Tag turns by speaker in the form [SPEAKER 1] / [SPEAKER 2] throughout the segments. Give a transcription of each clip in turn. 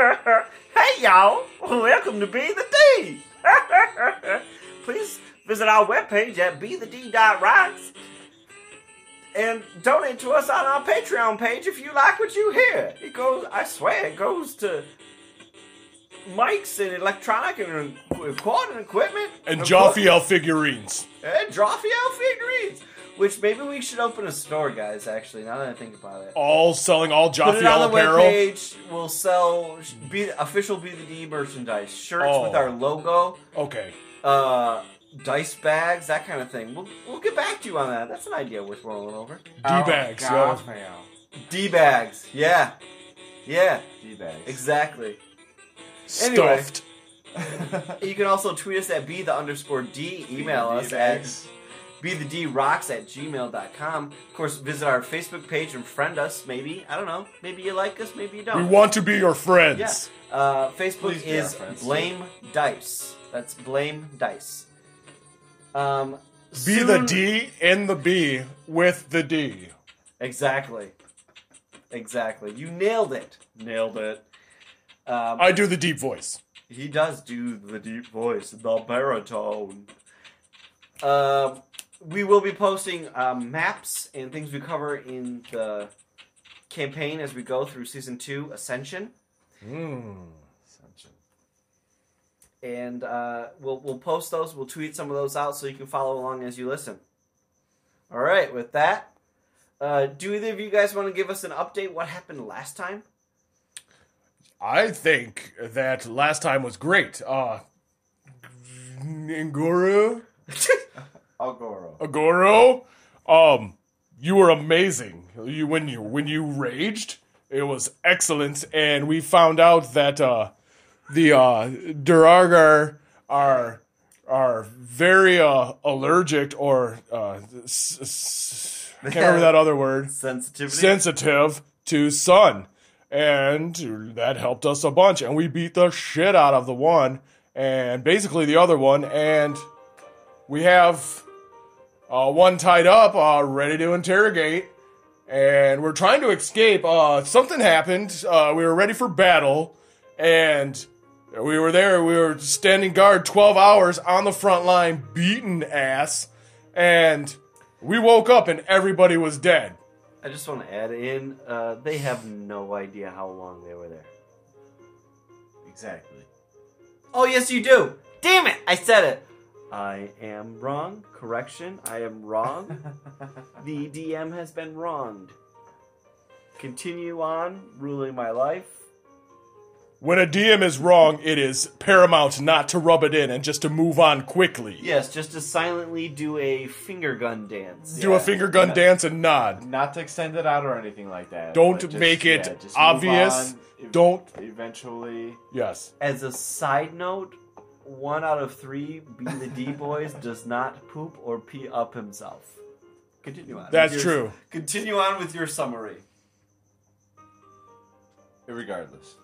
[SPEAKER 1] welcome to Be the D. Please visit our webpage at BeTheD.rocks and donate to us on our Patreon page if you like what you hear. It goes, I swear, it goes to mics and electronic and recording equipment
[SPEAKER 2] And
[SPEAKER 1] Equip-
[SPEAKER 2] Jaffiel figurines.
[SPEAKER 1] and Jaffiel figurines. Which maybe we should open a store, guys. Actually, now that I think about it,
[SPEAKER 2] All selling all
[SPEAKER 1] put it on
[SPEAKER 2] Jaffiel
[SPEAKER 1] the
[SPEAKER 2] apparel.
[SPEAKER 1] webpage. We'll sell be, official Be the D merchandise, shirts
[SPEAKER 2] Oh.
[SPEAKER 1] with our logo,
[SPEAKER 2] Okay.
[SPEAKER 1] uh, dice bags, that kind of thing. We'll we'll get back to you on that. That's an idea worth rolling over.
[SPEAKER 3] Oh,
[SPEAKER 2] D-bags. uh, yeah.
[SPEAKER 1] D bags, yeah, yeah,
[SPEAKER 3] D bags.
[SPEAKER 1] exactly. Anyway.
[SPEAKER 2] Stuffed.
[SPEAKER 1] You can also tweet us at be the underscore d, email us at be the d rocks at gmail.com. Of course, visit our Facebook page and friend us. Maybe I don't know. Maybe you like us. Maybe you
[SPEAKER 2] We
[SPEAKER 1] don't.
[SPEAKER 2] want to be your friends.
[SPEAKER 1] Yeah. Uh, Facebook
[SPEAKER 3] Please be our
[SPEAKER 1] is
[SPEAKER 3] friends.
[SPEAKER 1] blame dice. That's blame dice. Um,
[SPEAKER 2] Be
[SPEAKER 1] soon-
[SPEAKER 2] the D and the B with the D.
[SPEAKER 1] Exactly. Exactly. You nailed it. Nailed it. Um,
[SPEAKER 2] I do the deep voice.
[SPEAKER 1] He does do the deep voice, the baritone. Uh, we will be posting uh, maps and things we cover in the campaign as we go through season two, Ascension, and uh, we'll we'll post those. We'll tweet some of those out so you can follow along as you listen. All right, with that, uh, do either of you guys want to give us an update? What happened last time?
[SPEAKER 2] I think that last time was great. Uh, Nguru?
[SPEAKER 3] Agoro.
[SPEAKER 2] Agoro, um, you were amazing. You when you when you raged, it was excellent, and we found out that uh, the uh, Durargar are are very uh, allergic or uh, s- s- I can't remember that other word
[SPEAKER 1] Sensitivity.
[SPEAKER 2] sensitive to sun. And that helped us a bunch. And we beat the shit out of the one and basically the other one. And we have uh, one tied up, uh, ready to interrogate. And we're trying to escape. Uh, something happened. Uh, we were ready for battle. And we were there. We were standing guard 12 hours on the front line, beaten ass. And we woke up and everybody was dead.
[SPEAKER 1] I just want to add in. Uh, they have no idea how long they were there.
[SPEAKER 3] Exactly.
[SPEAKER 1] Oh, yes, you do. Damn it, I said it. I am wrong. Correction, I am wrong. the DM has been wronged. Continue on ruling my life.
[SPEAKER 2] When a DM is wrong, it is paramount not to rub it in and just to move on quickly.
[SPEAKER 1] Yes, just to silently do a finger gun dance.
[SPEAKER 2] Do a finger gun
[SPEAKER 3] Yeah.
[SPEAKER 2] dance and nod.
[SPEAKER 3] Not to extend it out or anything like that.
[SPEAKER 2] Don't
[SPEAKER 3] but just-
[SPEAKER 2] make it
[SPEAKER 3] yeah, just move
[SPEAKER 2] obvious.
[SPEAKER 3] on. Ev-
[SPEAKER 2] Don't-
[SPEAKER 3] Eventually.
[SPEAKER 2] Yes.
[SPEAKER 1] As a side note, one out of three Be the D boys does not poop or pee up himself. Continue on. with
[SPEAKER 2] That's
[SPEAKER 1] your-
[SPEAKER 2] true.
[SPEAKER 1] Continue on with your summary.
[SPEAKER 3] Regardless.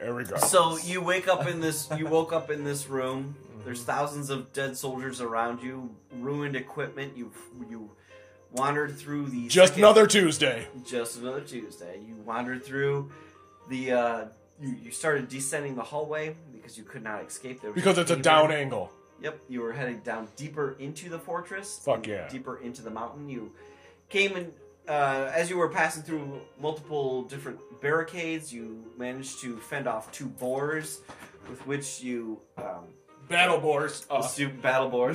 [SPEAKER 2] Regardless.
[SPEAKER 1] So you wake up in this. You woke up in this room. There's thousands of dead soldiers around you. Ruined equipment. You you wandered through the
[SPEAKER 2] just
[SPEAKER 1] second-
[SPEAKER 2] another Tuesday.
[SPEAKER 1] just another Tuesday. You wandered through the. Uh, you you started descending the hallway because you could not escape. There was
[SPEAKER 2] Because it's a
[SPEAKER 1] cave
[SPEAKER 2] down
[SPEAKER 1] in.
[SPEAKER 2] angle.
[SPEAKER 1] Yep, you were heading down deeper into the fortress.
[SPEAKER 2] Fuck
[SPEAKER 1] and
[SPEAKER 2] yeah.
[SPEAKER 1] Deeper into the mountain. You came and uh, as you were passing through multiple different barricades, you managed to fend off two boars, with which you um,
[SPEAKER 2] Battle boars. Uh,
[SPEAKER 1] assume battle boars,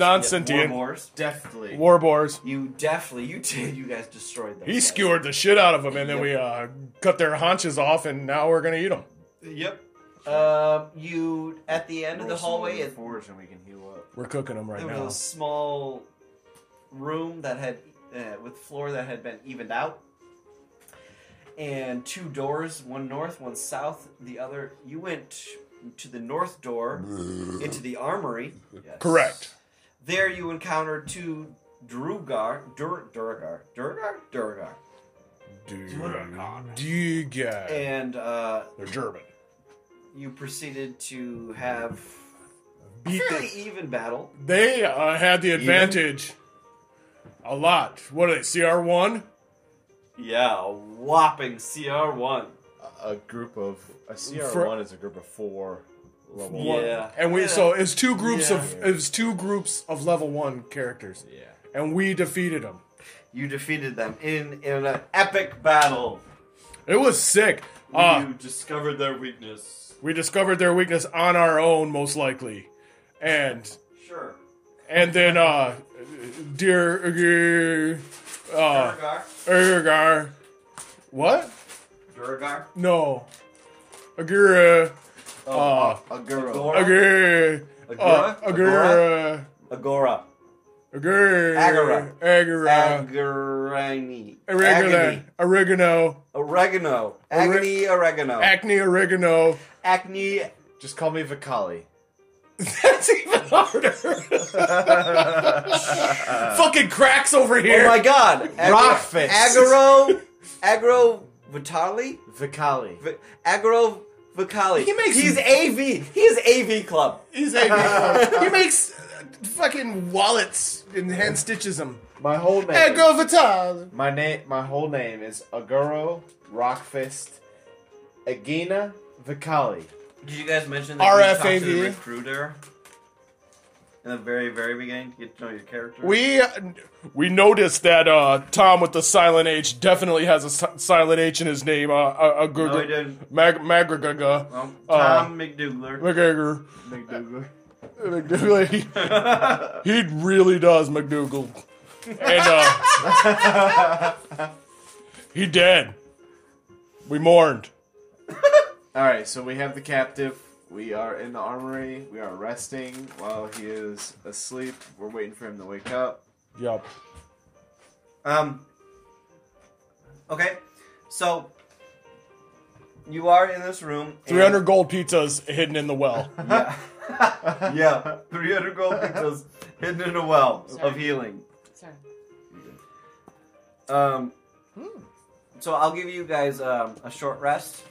[SPEAKER 1] yeah,
[SPEAKER 2] non-sentient.
[SPEAKER 1] war boars.
[SPEAKER 3] Deftly.
[SPEAKER 2] war boars.
[SPEAKER 1] You definitely, you did, you guys destroyed them.
[SPEAKER 2] He skewered the shit out of them, and then we uh, cut their haunches off, and now we're gonna eat them.
[SPEAKER 1] Yep. Uh, you at the end of the hallway, it-
[SPEAKER 3] Forge and we can heal up.
[SPEAKER 2] We're cooking them right
[SPEAKER 1] There
[SPEAKER 2] now.
[SPEAKER 1] was a small room that had uh, with floor that had been evened out, and two doors, one north, one south. The other, you went to the north door into the armory.
[SPEAKER 3] Yes.
[SPEAKER 2] Correct.
[SPEAKER 1] There, you encountered two Durugar, Dur, Durugar, Durugar, Durugar,
[SPEAKER 2] Dude.
[SPEAKER 1] and uh,
[SPEAKER 2] They're German.
[SPEAKER 1] you proceeded to have a
[SPEAKER 2] Beat
[SPEAKER 1] fairly
[SPEAKER 2] the
[SPEAKER 1] even battle.
[SPEAKER 2] They uh, had the advantage a lot. What are they? CR1?
[SPEAKER 1] Yeah, a whopping CR one.
[SPEAKER 3] A- A group of a CR1 is a group of four Level
[SPEAKER 2] one.
[SPEAKER 3] one.
[SPEAKER 2] And we so it's two groups
[SPEAKER 1] Yeah.
[SPEAKER 2] of it's two groups of level one characters,
[SPEAKER 3] Yeah.
[SPEAKER 2] and we defeated them.
[SPEAKER 1] You defeated them in in an epic battle.
[SPEAKER 2] It was sick. Uh,
[SPEAKER 4] you discovered their weakness.
[SPEAKER 2] we discovered their weakness on our own, most likely, and
[SPEAKER 4] Sure.
[SPEAKER 2] and then uh, dear uh,
[SPEAKER 4] Duragar.
[SPEAKER 2] Ergar, what?
[SPEAKER 4] Duragar.
[SPEAKER 2] No, Agur, uh,
[SPEAKER 3] Oh, Aguro.
[SPEAKER 4] Agora.
[SPEAKER 2] Agur, uh,
[SPEAKER 1] Agura?
[SPEAKER 2] Agur,
[SPEAKER 1] Agora.
[SPEAKER 2] Agur,
[SPEAKER 1] Agora.
[SPEAKER 2] Agora,
[SPEAKER 1] Agorani.
[SPEAKER 2] Irregular,
[SPEAKER 1] Agony.
[SPEAKER 2] oregano,
[SPEAKER 1] Oregano. Agony oregano.
[SPEAKER 2] acne, oregano.
[SPEAKER 1] Acne.
[SPEAKER 3] Just call me Vakali.
[SPEAKER 2] That's even harder. Fucking cracks over
[SPEAKER 1] Oh
[SPEAKER 2] here.
[SPEAKER 1] my god. Agro-
[SPEAKER 3] Rock fist.
[SPEAKER 1] Agro. Agro Vitali?
[SPEAKER 3] Vakali.
[SPEAKER 1] V- Agro Vicali.
[SPEAKER 2] He makes-
[SPEAKER 1] He's AV. He's AV Club.
[SPEAKER 2] He's a- he makes uh, fucking wallets and hand stitches them.
[SPEAKER 3] My whole name.
[SPEAKER 2] Hey, girl, Vital.
[SPEAKER 3] My name. My whole name is Aguro Rockfist Agina Vakali.
[SPEAKER 4] Did you guys mention that you talked to
[SPEAKER 2] RFAV?
[SPEAKER 4] the recruiter in the very, very beginning to get to know your character?
[SPEAKER 2] We we noticed that uh, Tom with the silent H definitely has a si- silent H in his name. Uh, uh,
[SPEAKER 4] no, we
[SPEAKER 2] Agurga,
[SPEAKER 4] didn't.
[SPEAKER 2] Mag- Magragaga,
[SPEAKER 4] Oh, Well,
[SPEAKER 2] Uh,
[SPEAKER 4] Tom McDougler.
[SPEAKER 2] Magagur.
[SPEAKER 3] Uh,
[SPEAKER 2] McDougal. He, he really does McDougal. And uh, he dead. We mourned.
[SPEAKER 3] All right, so we have the captive. We are in the armory. We are resting while he is asleep. We're waiting for him to wake up.
[SPEAKER 2] Yup.
[SPEAKER 1] Um. Okay. So. You are in this room. and-
[SPEAKER 2] 300 gold pizzas hidden in the well.
[SPEAKER 1] Yeah, 300 gold pizzas hidden in a well of
[SPEAKER 5] Sorry.
[SPEAKER 1] healing.
[SPEAKER 5] Sorry.
[SPEAKER 1] Um,
[SPEAKER 3] Hmm.
[SPEAKER 1] so I'll give you guys um, a short rest.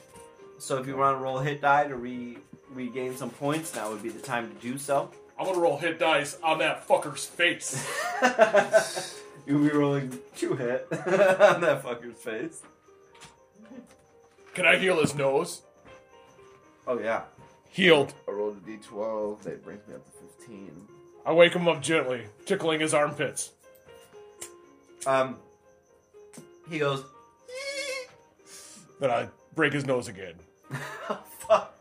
[SPEAKER 1] So if you want to roll a hit die to re- regain some points, now would be the time to do so.
[SPEAKER 2] I'm gonna roll hit dice on that fucker's face.
[SPEAKER 1] You'll be rolling two hit on that fucker's face.
[SPEAKER 2] Can I heal his nose?
[SPEAKER 1] Oh yeah.
[SPEAKER 2] Healed.
[SPEAKER 3] I rolled a d12. That brings me up to 15.
[SPEAKER 2] I wake him up gently, tickling his armpits.
[SPEAKER 1] Um, he goes.
[SPEAKER 2] Then I break his nose again.
[SPEAKER 1] Fuck.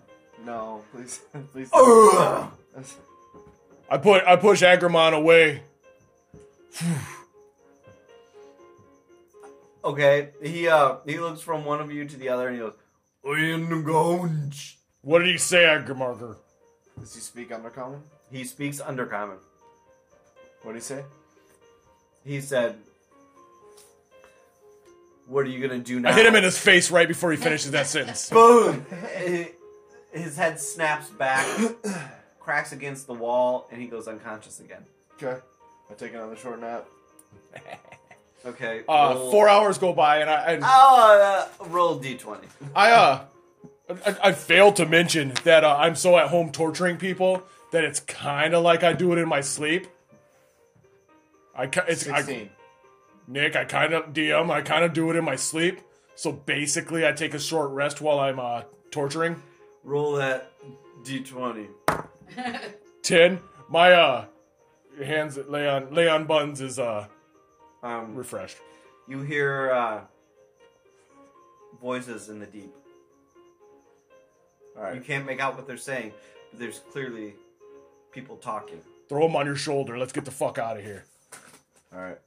[SPEAKER 3] No, please, please.
[SPEAKER 1] Ugh.
[SPEAKER 2] I put I push Agramon away.
[SPEAKER 1] Okay. He uh he looks from one of you to the other and he goes. "I am the Gonj."
[SPEAKER 2] What did he say, Agramarker?
[SPEAKER 3] Does he speak undercommon?
[SPEAKER 1] He speaks undercommon.
[SPEAKER 3] What did he say?
[SPEAKER 1] He said, "What are you gonna do now?"
[SPEAKER 2] I hit him in his face right before he finishes that sentence.
[SPEAKER 1] Boom! His head snaps back, cracks against the wall, and he goes unconscious again.
[SPEAKER 3] Okay. I take another short nap.
[SPEAKER 1] Okay.
[SPEAKER 2] Uh,
[SPEAKER 1] roll-
[SPEAKER 2] four hours go by, and I and
[SPEAKER 1] Oh, uh, roll d20.
[SPEAKER 2] I uh I, I failed to mention that uh, I'm so at home torturing people that it's kind of like I do it in my sleep. I ki- it's I,
[SPEAKER 3] 16.
[SPEAKER 2] Nick, I kind of DM, I kind of do it in my sleep. So basically, I take a short rest while I'm uh torturing.
[SPEAKER 1] Roll that d20.
[SPEAKER 2] Ten, my uh hands lay on lay on buns is uh
[SPEAKER 1] Um,
[SPEAKER 2] refreshed.
[SPEAKER 1] you hear uh, voices in the deep.
[SPEAKER 3] All
[SPEAKER 1] You
[SPEAKER 3] right.
[SPEAKER 1] can't make out what they're saying, but there's clearly people talking.
[SPEAKER 2] Throw him on your shoulder. Let's get the fuck out of here.
[SPEAKER 3] All right.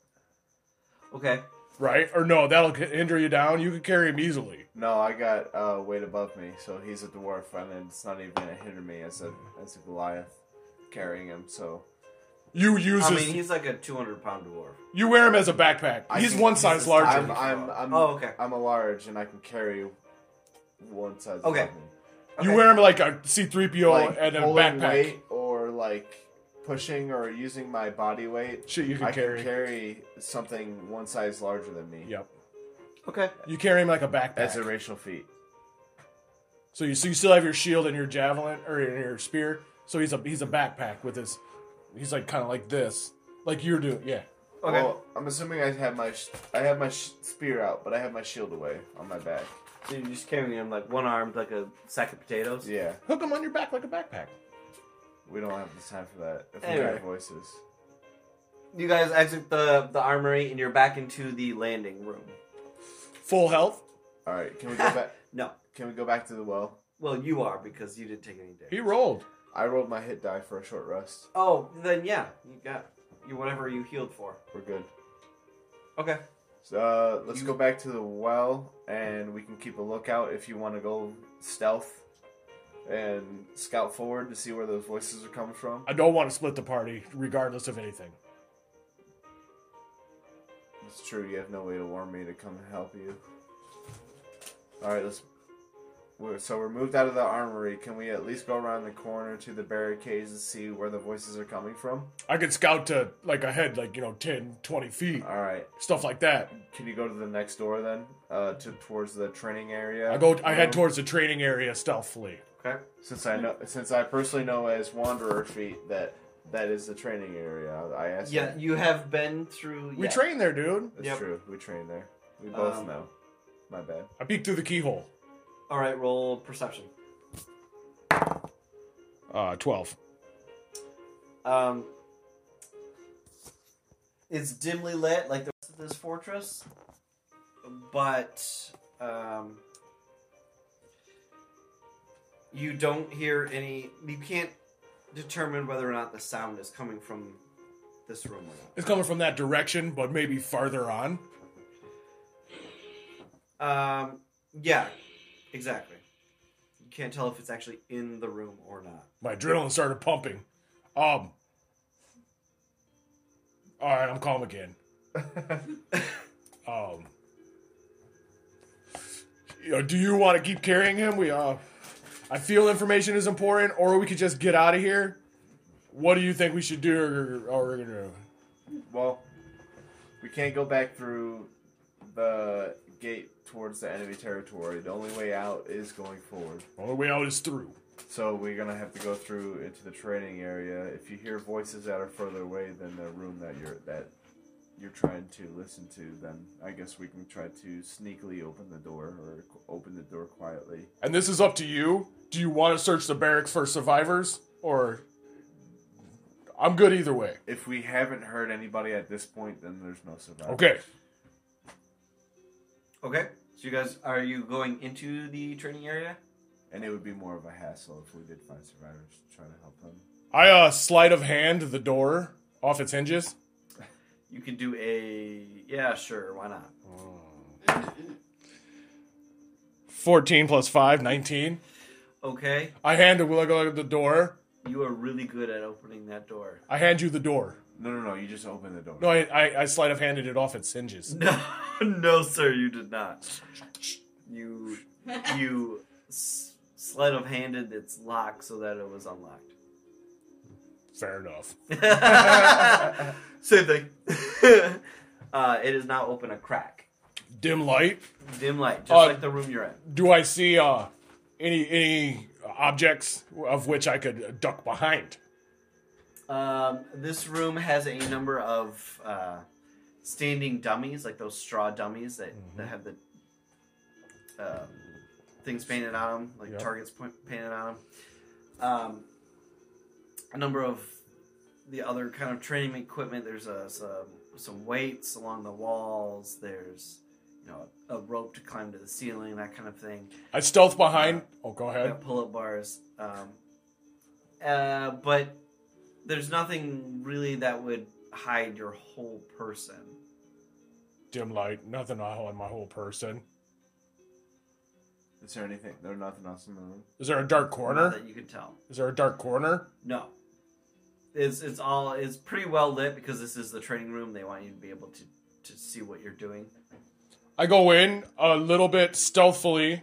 [SPEAKER 1] Okay.
[SPEAKER 2] Right or no? That'll hinder you down. You can carry him easily.
[SPEAKER 3] No, I got uh, weight above me, so he's a dwarf, and then it's not even a hit or me as a as a Goliath carrying him. So
[SPEAKER 2] You use
[SPEAKER 1] I
[SPEAKER 2] his,
[SPEAKER 1] mean, he's like a 200 pound dwarf.
[SPEAKER 2] you wear him as a backpack.
[SPEAKER 3] I
[SPEAKER 2] he's
[SPEAKER 3] can-
[SPEAKER 2] one size larger.
[SPEAKER 3] I'm I'm, I'm
[SPEAKER 1] Oh, okay.
[SPEAKER 3] I'm a large, and I can carry one size.
[SPEAKER 1] Okay.
[SPEAKER 3] above me.
[SPEAKER 2] You
[SPEAKER 1] Okay.
[SPEAKER 2] wear him like a C-3PO
[SPEAKER 3] like
[SPEAKER 2] and a
[SPEAKER 3] holding
[SPEAKER 2] backpack.
[SPEAKER 3] weight or like pushing or using my body weight.
[SPEAKER 2] Shit, you can
[SPEAKER 3] I
[SPEAKER 2] carry.
[SPEAKER 3] can carry something one size larger than me.
[SPEAKER 2] Yep.
[SPEAKER 1] Okay.
[SPEAKER 2] You carry him like a backpack.
[SPEAKER 3] That's a racial feat.
[SPEAKER 2] so you so you still have your shield and your javelin or your spear. So he's a he's a backpack with his. He's like kind of like this, like you're doing. Yeah.
[SPEAKER 1] Okay.
[SPEAKER 2] Oh,
[SPEAKER 3] Well, I'm assuming I have my sh- I have my sh- spear out, but I have my shield away on my back.
[SPEAKER 1] So you're just carrying him like one armed, like a sack of potatoes.
[SPEAKER 3] Yeah,
[SPEAKER 2] Hook him on your back like a backpack.
[SPEAKER 3] we don't have the time for that. If we
[SPEAKER 1] Anyway.
[SPEAKER 3] got voices.
[SPEAKER 1] You guys exit the the armory and you're back into the landing room.
[SPEAKER 2] Full health.
[SPEAKER 3] All right, can we go back?
[SPEAKER 1] No,
[SPEAKER 3] Can we go back to the well?
[SPEAKER 1] well you are because you didn't take any damage.
[SPEAKER 2] He rolled.
[SPEAKER 3] I rolled my hit die for a short rest.
[SPEAKER 1] Oh, then yeah, you got you whatever you healed for.
[SPEAKER 3] We're good.
[SPEAKER 1] Okay.
[SPEAKER 3] So uh, let's go back to the well, and we can keep a lookout if you want to go stealth and scout forward to see where those voices are coming from.
[SPEAKER 2] I don't want to split the party, regardless of anything.
[SPEAKER 3] It's true. You have no way to warn me to come and help you. All right, let's. We're, so we're moved out of the armory. Can we at least go around the corner to the barricades and see where the voices are coming from?
[SPEAKER 2] I could scout to like ahead, like you know, 10, 20 feet,
[SPEAKER 3] All right.
[SPEAKER 2] stuff like that.
[SPEAKER 3] Can you go to the next door then, uh, to towards the training area?
[SPEAKER 2] I go. I head
[SPEAKER 3] Um,
[SPEAKER 2] towards the training area stealthily.
[SPEAKER 1] Okay.
[SPEAKER 3] Since I know, since I personally know as Wanderer Feet that that is the training area. I- I asked.
[SPEAKER 1] Yeah, you have been through.
[SPEAKER 2] We
[SPEAKER 1] yeah.
[SPEAKER 2] train there, dude.
[SPEAKER 3] that's
[SPEAKER 1] Yep.
[SPEAKER 3] true. We train there. We both
[SPEAKER 1] Um,
[SPEAKER 3] know. My bad.
[SPEAKER 2] I peek through the keyhole.
[SPEAKER 1] All right, roll perception.
[SPEAKER 2] Uh, twelve.
[SPEAKER 1] Um, it's dimly lit, like the rest of this fortress, but um, you don't hear any. You can't determine whether or not the sound is coming from this room or not.
[SPEAKER 2] It's coming from that direction, but maybe farther on.
[SPEAKER 1] Um, yeah, exactly. You can't tell if it's actually in the room or not.
[SPEAKER 2] My adrenaline started pumping. Um. All right, I'm calm again. um. you know, do you want to keep carrying him? We uh, I feel information is important, or we could just get out of here. What do you think we should do? Or, or, or-
[SPEAKER 3] Well, we can't go back through the gate towards the enemy territory. The only way out is going forward.
[SPEAKER 2] only way out is through.
[SPEAKER 3] So we're gonna have to go through into the training area. If you hear voices that are further away than the room that you're that you're trying to listen to, then I guess we can try to sneakily open the door or qu- open the door quietly.
[SPEAKER 2] And this is up to you. Do you want to search the barracks for survivors, or I'm good either way.
[SPEAKER 3] If we haven't heard anybody at this point, then there's no survivor.
[SPEAKER 2] Okay.
[SPEAKER 1] Okay. So you guys, are you going into the training area?
[SPEAKER 3] And it would be more of a hassle if we did find survivors to try to help them.
[SPEAKER 2] I uh sleight of hand the door off its hinges.
[SPEAKER 1] You can do a yeah, sure, why not?
[SPEAKER 2] 14 plus 5, 19.
[SPEAKER 1] Okay,
[SPEAKER 2] I hand Willow the door.
[SPEAKER 1] you are really good at opening that door.
[SPEAKER 2] I hand you the door.
[SPEAKER 3] No, no, no. You just open the door.
[SPEAKER 2] No, I, I, I sleight of handed it off its hinges.
[SPEAKER 1] No, no, sir, you did not. You you s- sleight of handed its lock so that it was unlocked.
[SPEAKER 2] Fair enough.
[SPEAKER 1] Same thing. uh, it is now open a crack.
[SPEAKER 2] Dim light.
[SPEAKER 1] Dim light, just
[SPEAKER 2] Uh,
[SPEAKER 1] like the room you're in.
[SPEAKER 2] Do I see uh any any objects of which I could duck behind?
[SPEAKER 1] Um, this room has a number of uh, standing dummies, like those straw dummies that, that have the um, things painted on them, like
[SPEAKER 2] Yep.
[SPEAKER 1] targets point, painted on them. Um, a number of the other kind of training equipment. There's uh some, some weights along the walls. There's you know a, rope to climb to the ceiling, that kind of thing.
[SPEAKER 2] I stealth behind. Oh, go ahead.
[SPEAKER 1] Yeah, pull-up bars. Um, uh, but there's nothing really that would hide your whole person.
[SPEAKER 2] Dim light. Nothing I on my whole person.
[SPEAKER 3] Is there anything? There's nothing else in the room.
[SPEAKER 2] Is there a dark
[SPEAKER 1] not
[SPEAKER 2] corner?
[SPEAKER 1] that you can tell.
[SPEAKER 2] Is there a dark corner?
[SPEAKER 1] No, it's it's all it's pretty well lit because this is the training room. They want you to be able to to see what you're doing.
[SPEAKER 2] I go in a little bit stealthily.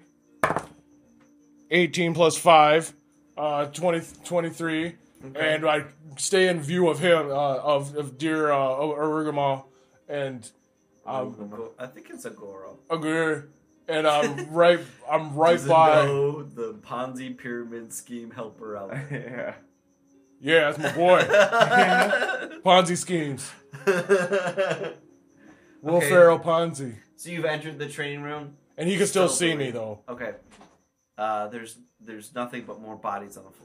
[SPEAKER 2] 18 plus 5, uh, 20, 23. And I stay in view of him, uh, of, of dear uh, Arugama and um,
[SPEAKER 1] Go- I think it's a Goro.
[SPEAKER 2] Agur. And I'm right, I'm right
[SPEAKER 1] Doesn't
[SPEAKER 2] by.
[SPEAKER 1] know the Ponzi pyramid scheme helper out. there.
[SPEAKER 3] yeah.
[SPEAKER 2] Yeah, that's my boy. Ponzi schemes. Will
[SPEAKER 1] Okay.
[SPEAKER 2] Ferrell Ponzi.
[SPEAKER 1] So you've entered the training room.
[SPEAKER 2] And he can still
[SPEAKER 1] Still
[SPEAKER 2] see me
[SPEAKER 1] believe.
[SPEAKER 2] though.
[SPEAKER 1] Okay. Uh, there's there's nothing but more bodies on the floor.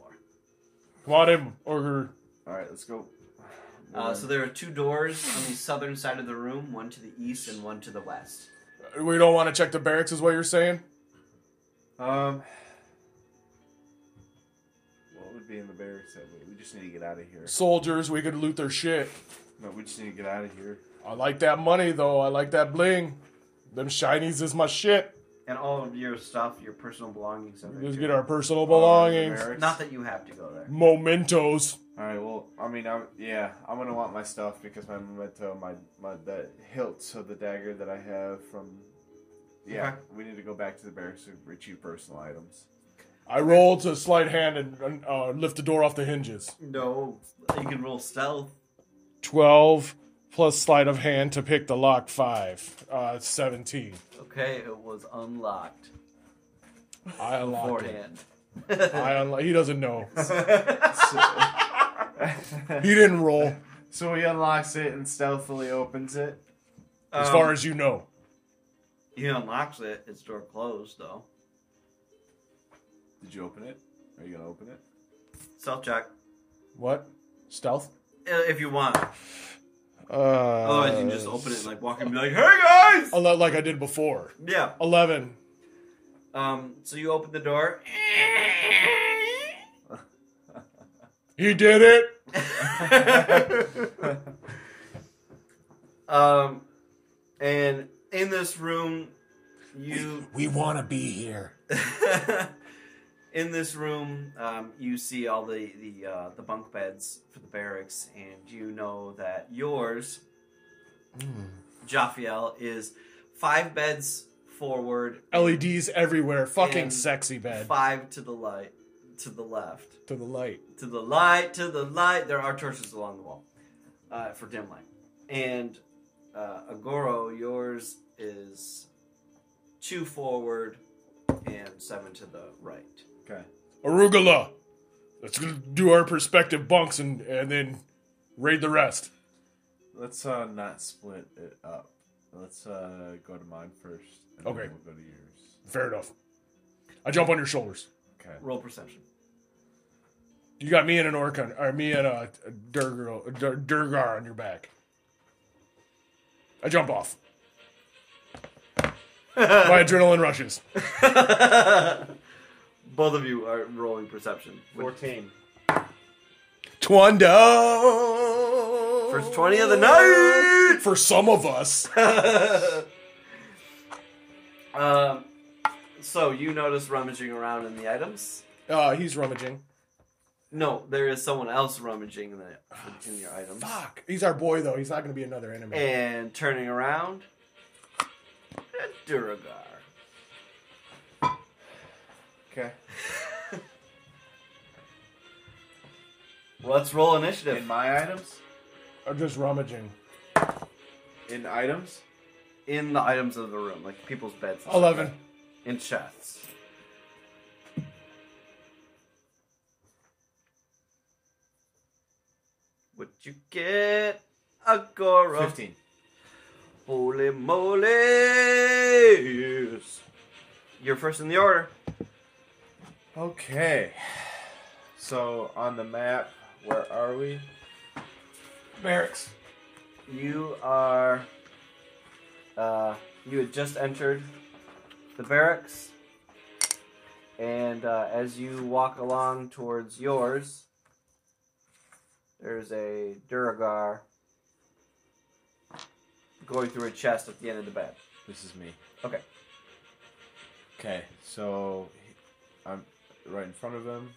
[SPEAKER 2] Come on in, Orger.
[SPEAKER 3] All right, let's go.
[SPEAKER 1] Uh,
[SPEAKER 3] One.
[SPEAKER 1] so there are two doors on the southern side of the room, one to the east and one to the west.
[SPEAKER 2] We don't want to check the barracks, is what you're saying?
[SPEAKER 3] Um, what would be in the barracks that way? We just need to get out of here.
[SPEAKER 2] Soldiers, we could loot their shit.
[SPEAKER 3] No, we just need to get out of here.
[SPEAKER 2] I like that money though. I like that bling. Them shinies is my shit.
[SPEAKER 1] And all of your stuff, your personal belongings. Are there
[SPEAKER 2] Let's
[SPEAKER 1] too.
[SPEAKER 2] get our personal
[SPEAKER 3] Oh,
[SPEAKER 2] belongings,
[SPEAKER 3] the barracks?
[SPEAKER 1] Not that you have to go there.
[SPEAKER 2] mementos.
[SPEAKER 3] All right. Well, I mean, I'm yeah. I'm gonna want my stuff because my memento, my my the hilt of the dagger that I have from. Yeah, we need to go back to the barracks to retrieve personal items.
[SPEAKER 2] I rolled a slight hand and- and uh, lift the door off the hinges.
[SPEAKER 1] No, you can roll stealth.
[SPEAKER 2] 12 plus sleight of hand to pick the lock 5 uh 17
[SPEAKER 1] Okay, it was unlocked
[SPEAKER 2] i unlocked it
[SPEAKER 1] beforehand.
[SPEAKER 2] I unlo- he doesn't know
[SPEAKER 3] So,
[SPEAKER 2] he didn't roll
[SPEAKER 3] so he unlocks it and stealthily opens it.
[SPEAKER 2] as
[SPEAKER 1] Um,
[SPEAKER 2] far as you know
[SPEAKER 1] he unlocks it, its door closed though.
[SPEAKER 3] Did you open it? Are you gonna open it?
[SPEAKER 1] Stealth check
[SPEAKER 2] what stealth
[SPEAKER 1] uh, if you want.
[SPEAKER 2] uh
[SPEAKER 1] Otherwise, you can just open it and like walk in and be like, "Hey guys!"
[SPEAKER 2] ele- like i did before
[SPEAKER 1] Yeah.
[SPEAKER 2] 11
[SPEAKER 1] Um. So you open the door.
[SPEAKER 2] he did it
[SPEAKER 1] um, and in this room, you
[SPEAKER 2] we want to be here
[SPEAKER 1] in this room, um, you see all the the uh, the bunk beds for the barracks, and you know that yours, Jaffiel, is five beds forward,
[SPEAKER 2] leds E everywhere fucking
[SPEAKER 1] And
[SPEAKER 2] sexy bed
[SPEAKER 1] five to the light, to the left.
[SPEAKER 2] to the light
[SPEAKER 1] to the light, to the light. There are torches along the wall uh, for dim light. And uh, Agoro, yours is two forward and seven to the right.
[SPEAKER 3] Okay.
[SPEAKER 2] arugula let's go do our perspective bunks and and then raid the rest
[SPEAKER 3] Let's uh not split it up. Let's uh go to mine first. And
[SPEAKER 2] Okay.
[SPEAKER 3] Then we'll go to yours.
[SPEAKER 2] fair enough i jump on your shoulders
[SPEAKER 3] Okay.
[SPEAKER 1] Roll perception.
[SPEAKER 2] You got me and an orc on, or me and a, a Durgar, a Dur- Durgar on your back. I jump off. My adrenaline rushes.
[SPEAKER 1] Both of you are rolling perception.
[SPEAKER 6] Fourteen.
[SPEAKER 2] Twando!
[SPEAKER 1] First 20 of the night!
[SPEAKER 2] For some of us.
[SPEAKER 1] Um, so you notice rummaging around in the items.
[SPEAKER 2] Uh, he's rummaging.
[SPEAKER 1] No, there is someone else rummaging in, the, in your items.
[SPEAKER 2] Fuck. He's our boy, though. He's not going to be another enemy.
[SPEAKER 1] And turning around, a Duragar.
[SPEAKER 3] Okay.
[SPEAKER 1] Let's roll
[SPEAKER 3] In
[SPEAKER 1] initiative.
[SPEAKER 3] my items.
[SPEAKER 2] I'm just rummaging.
[SPEAKER 3] In items.
[SPEAKER 1] In the items of the room, like people's beds. and stuff.
[SPEAKER 2] 11.
[SPEAKER 1] In chests. What'd you get? Agora.
[SPEAKER 3] Fifteen.
[SPEAKER 1] Holy moly! Yes. You're first in the order.
[SPEAKER 3] Okay. So on the map, where are we?
[SPEAKER 2] Barracks.
[SPEAKER 1] You are. Uh, you had just entered the barracks, and uh, as you walk along towards yours, there's a Duragar going through a chest at the end of the bed.
[SPEAKER 3] This is me.
[SPEAKER 1] Okay.
[SPEAKER 3] Okay. So I'm right in front of him,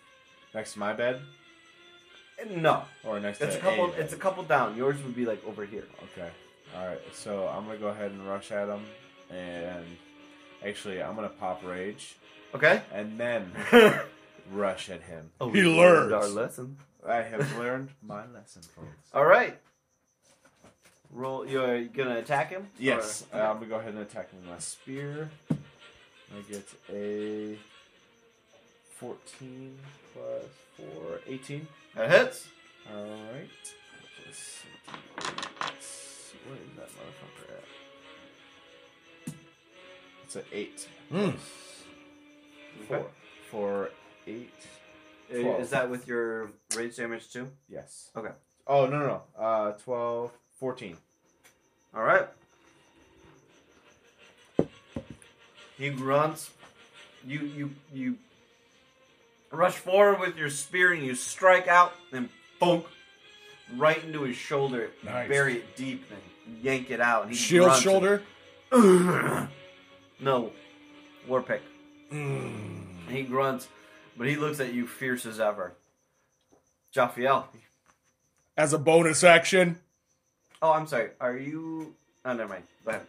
[SPEAKER 3] next to my bed,
[SPEAKER 1] No,
[SPEAKER 3] or next
[SPEAKER 1] it's
[SPEAKER 3] to
[SPEAKER 1] a couple.
[SPEAKER 3] bed?
[SPEAKER 1] It's a couple down. Yours would be like over here.
[SPEAKER 3] Okay. All right. So I'm gonna go ahead and rush at him, and actually I'm gonna pop rage,
[SPEAKER 1] Okay.
[SPEAKER 3] and then rush at him.
[SPEAKER 1] Oh,
[SPEAKER 2] He
[SPEAKER 1] we
[SPEAKER 2] learns.
[SPEAKER 1] Our lesson.
[SPEAKER 3] I have learned my lesson, folks.
[SPEAKER 1] All right. Roll. You're gonna attack him.
[SPEAKER 3] Yes,
[SPEAKER 1] Or-
[SPEAKER 3] uh, I'm gonna go ahead and attack with my spear. I get a 14 plus 4, 18.
[SPEAKER 1] that hits.
[SPEAKER 3] Alright. Plus Where is that motherfucker at? It's It's an eight.
[SPEAKER 2] Mm.
[SPEAKER 3] Four. Four, eight.
[SPEAKER 1] I-
[SPEAKER 3] Twelve.
[SPEAKER 1] Is that with your rage damage too?
[SPEAKER 3] Yes.
[SPEAKER 1] Okay.
[SPEAKER 3] Oh, no, no, no. Uh, 12, 14.
[SPEAKER 1] All right. He grunts. You you you rush forward with your spear and you strike out and bonk right into his shoulder. You
[SPEAKER 2] Nice.
[SPEAKER 1] Bury it deep and yank it out. And he
[SPEAKER 2] Shield
[SPEAKER 1] grunts and-
[SPEAKER 2] shoulder.
[SPEAKER 1] no, war pick.
[SPEAKER 2] Mm.
[SPEAKER 1] He grunts, but he looks at you fierce as ever. Jaffiel.
[SPEAKER 2] As a bonus action,
[SPEAKER 1] Oh, I'm sorry. Are you? Oh, never mind. Go ahead.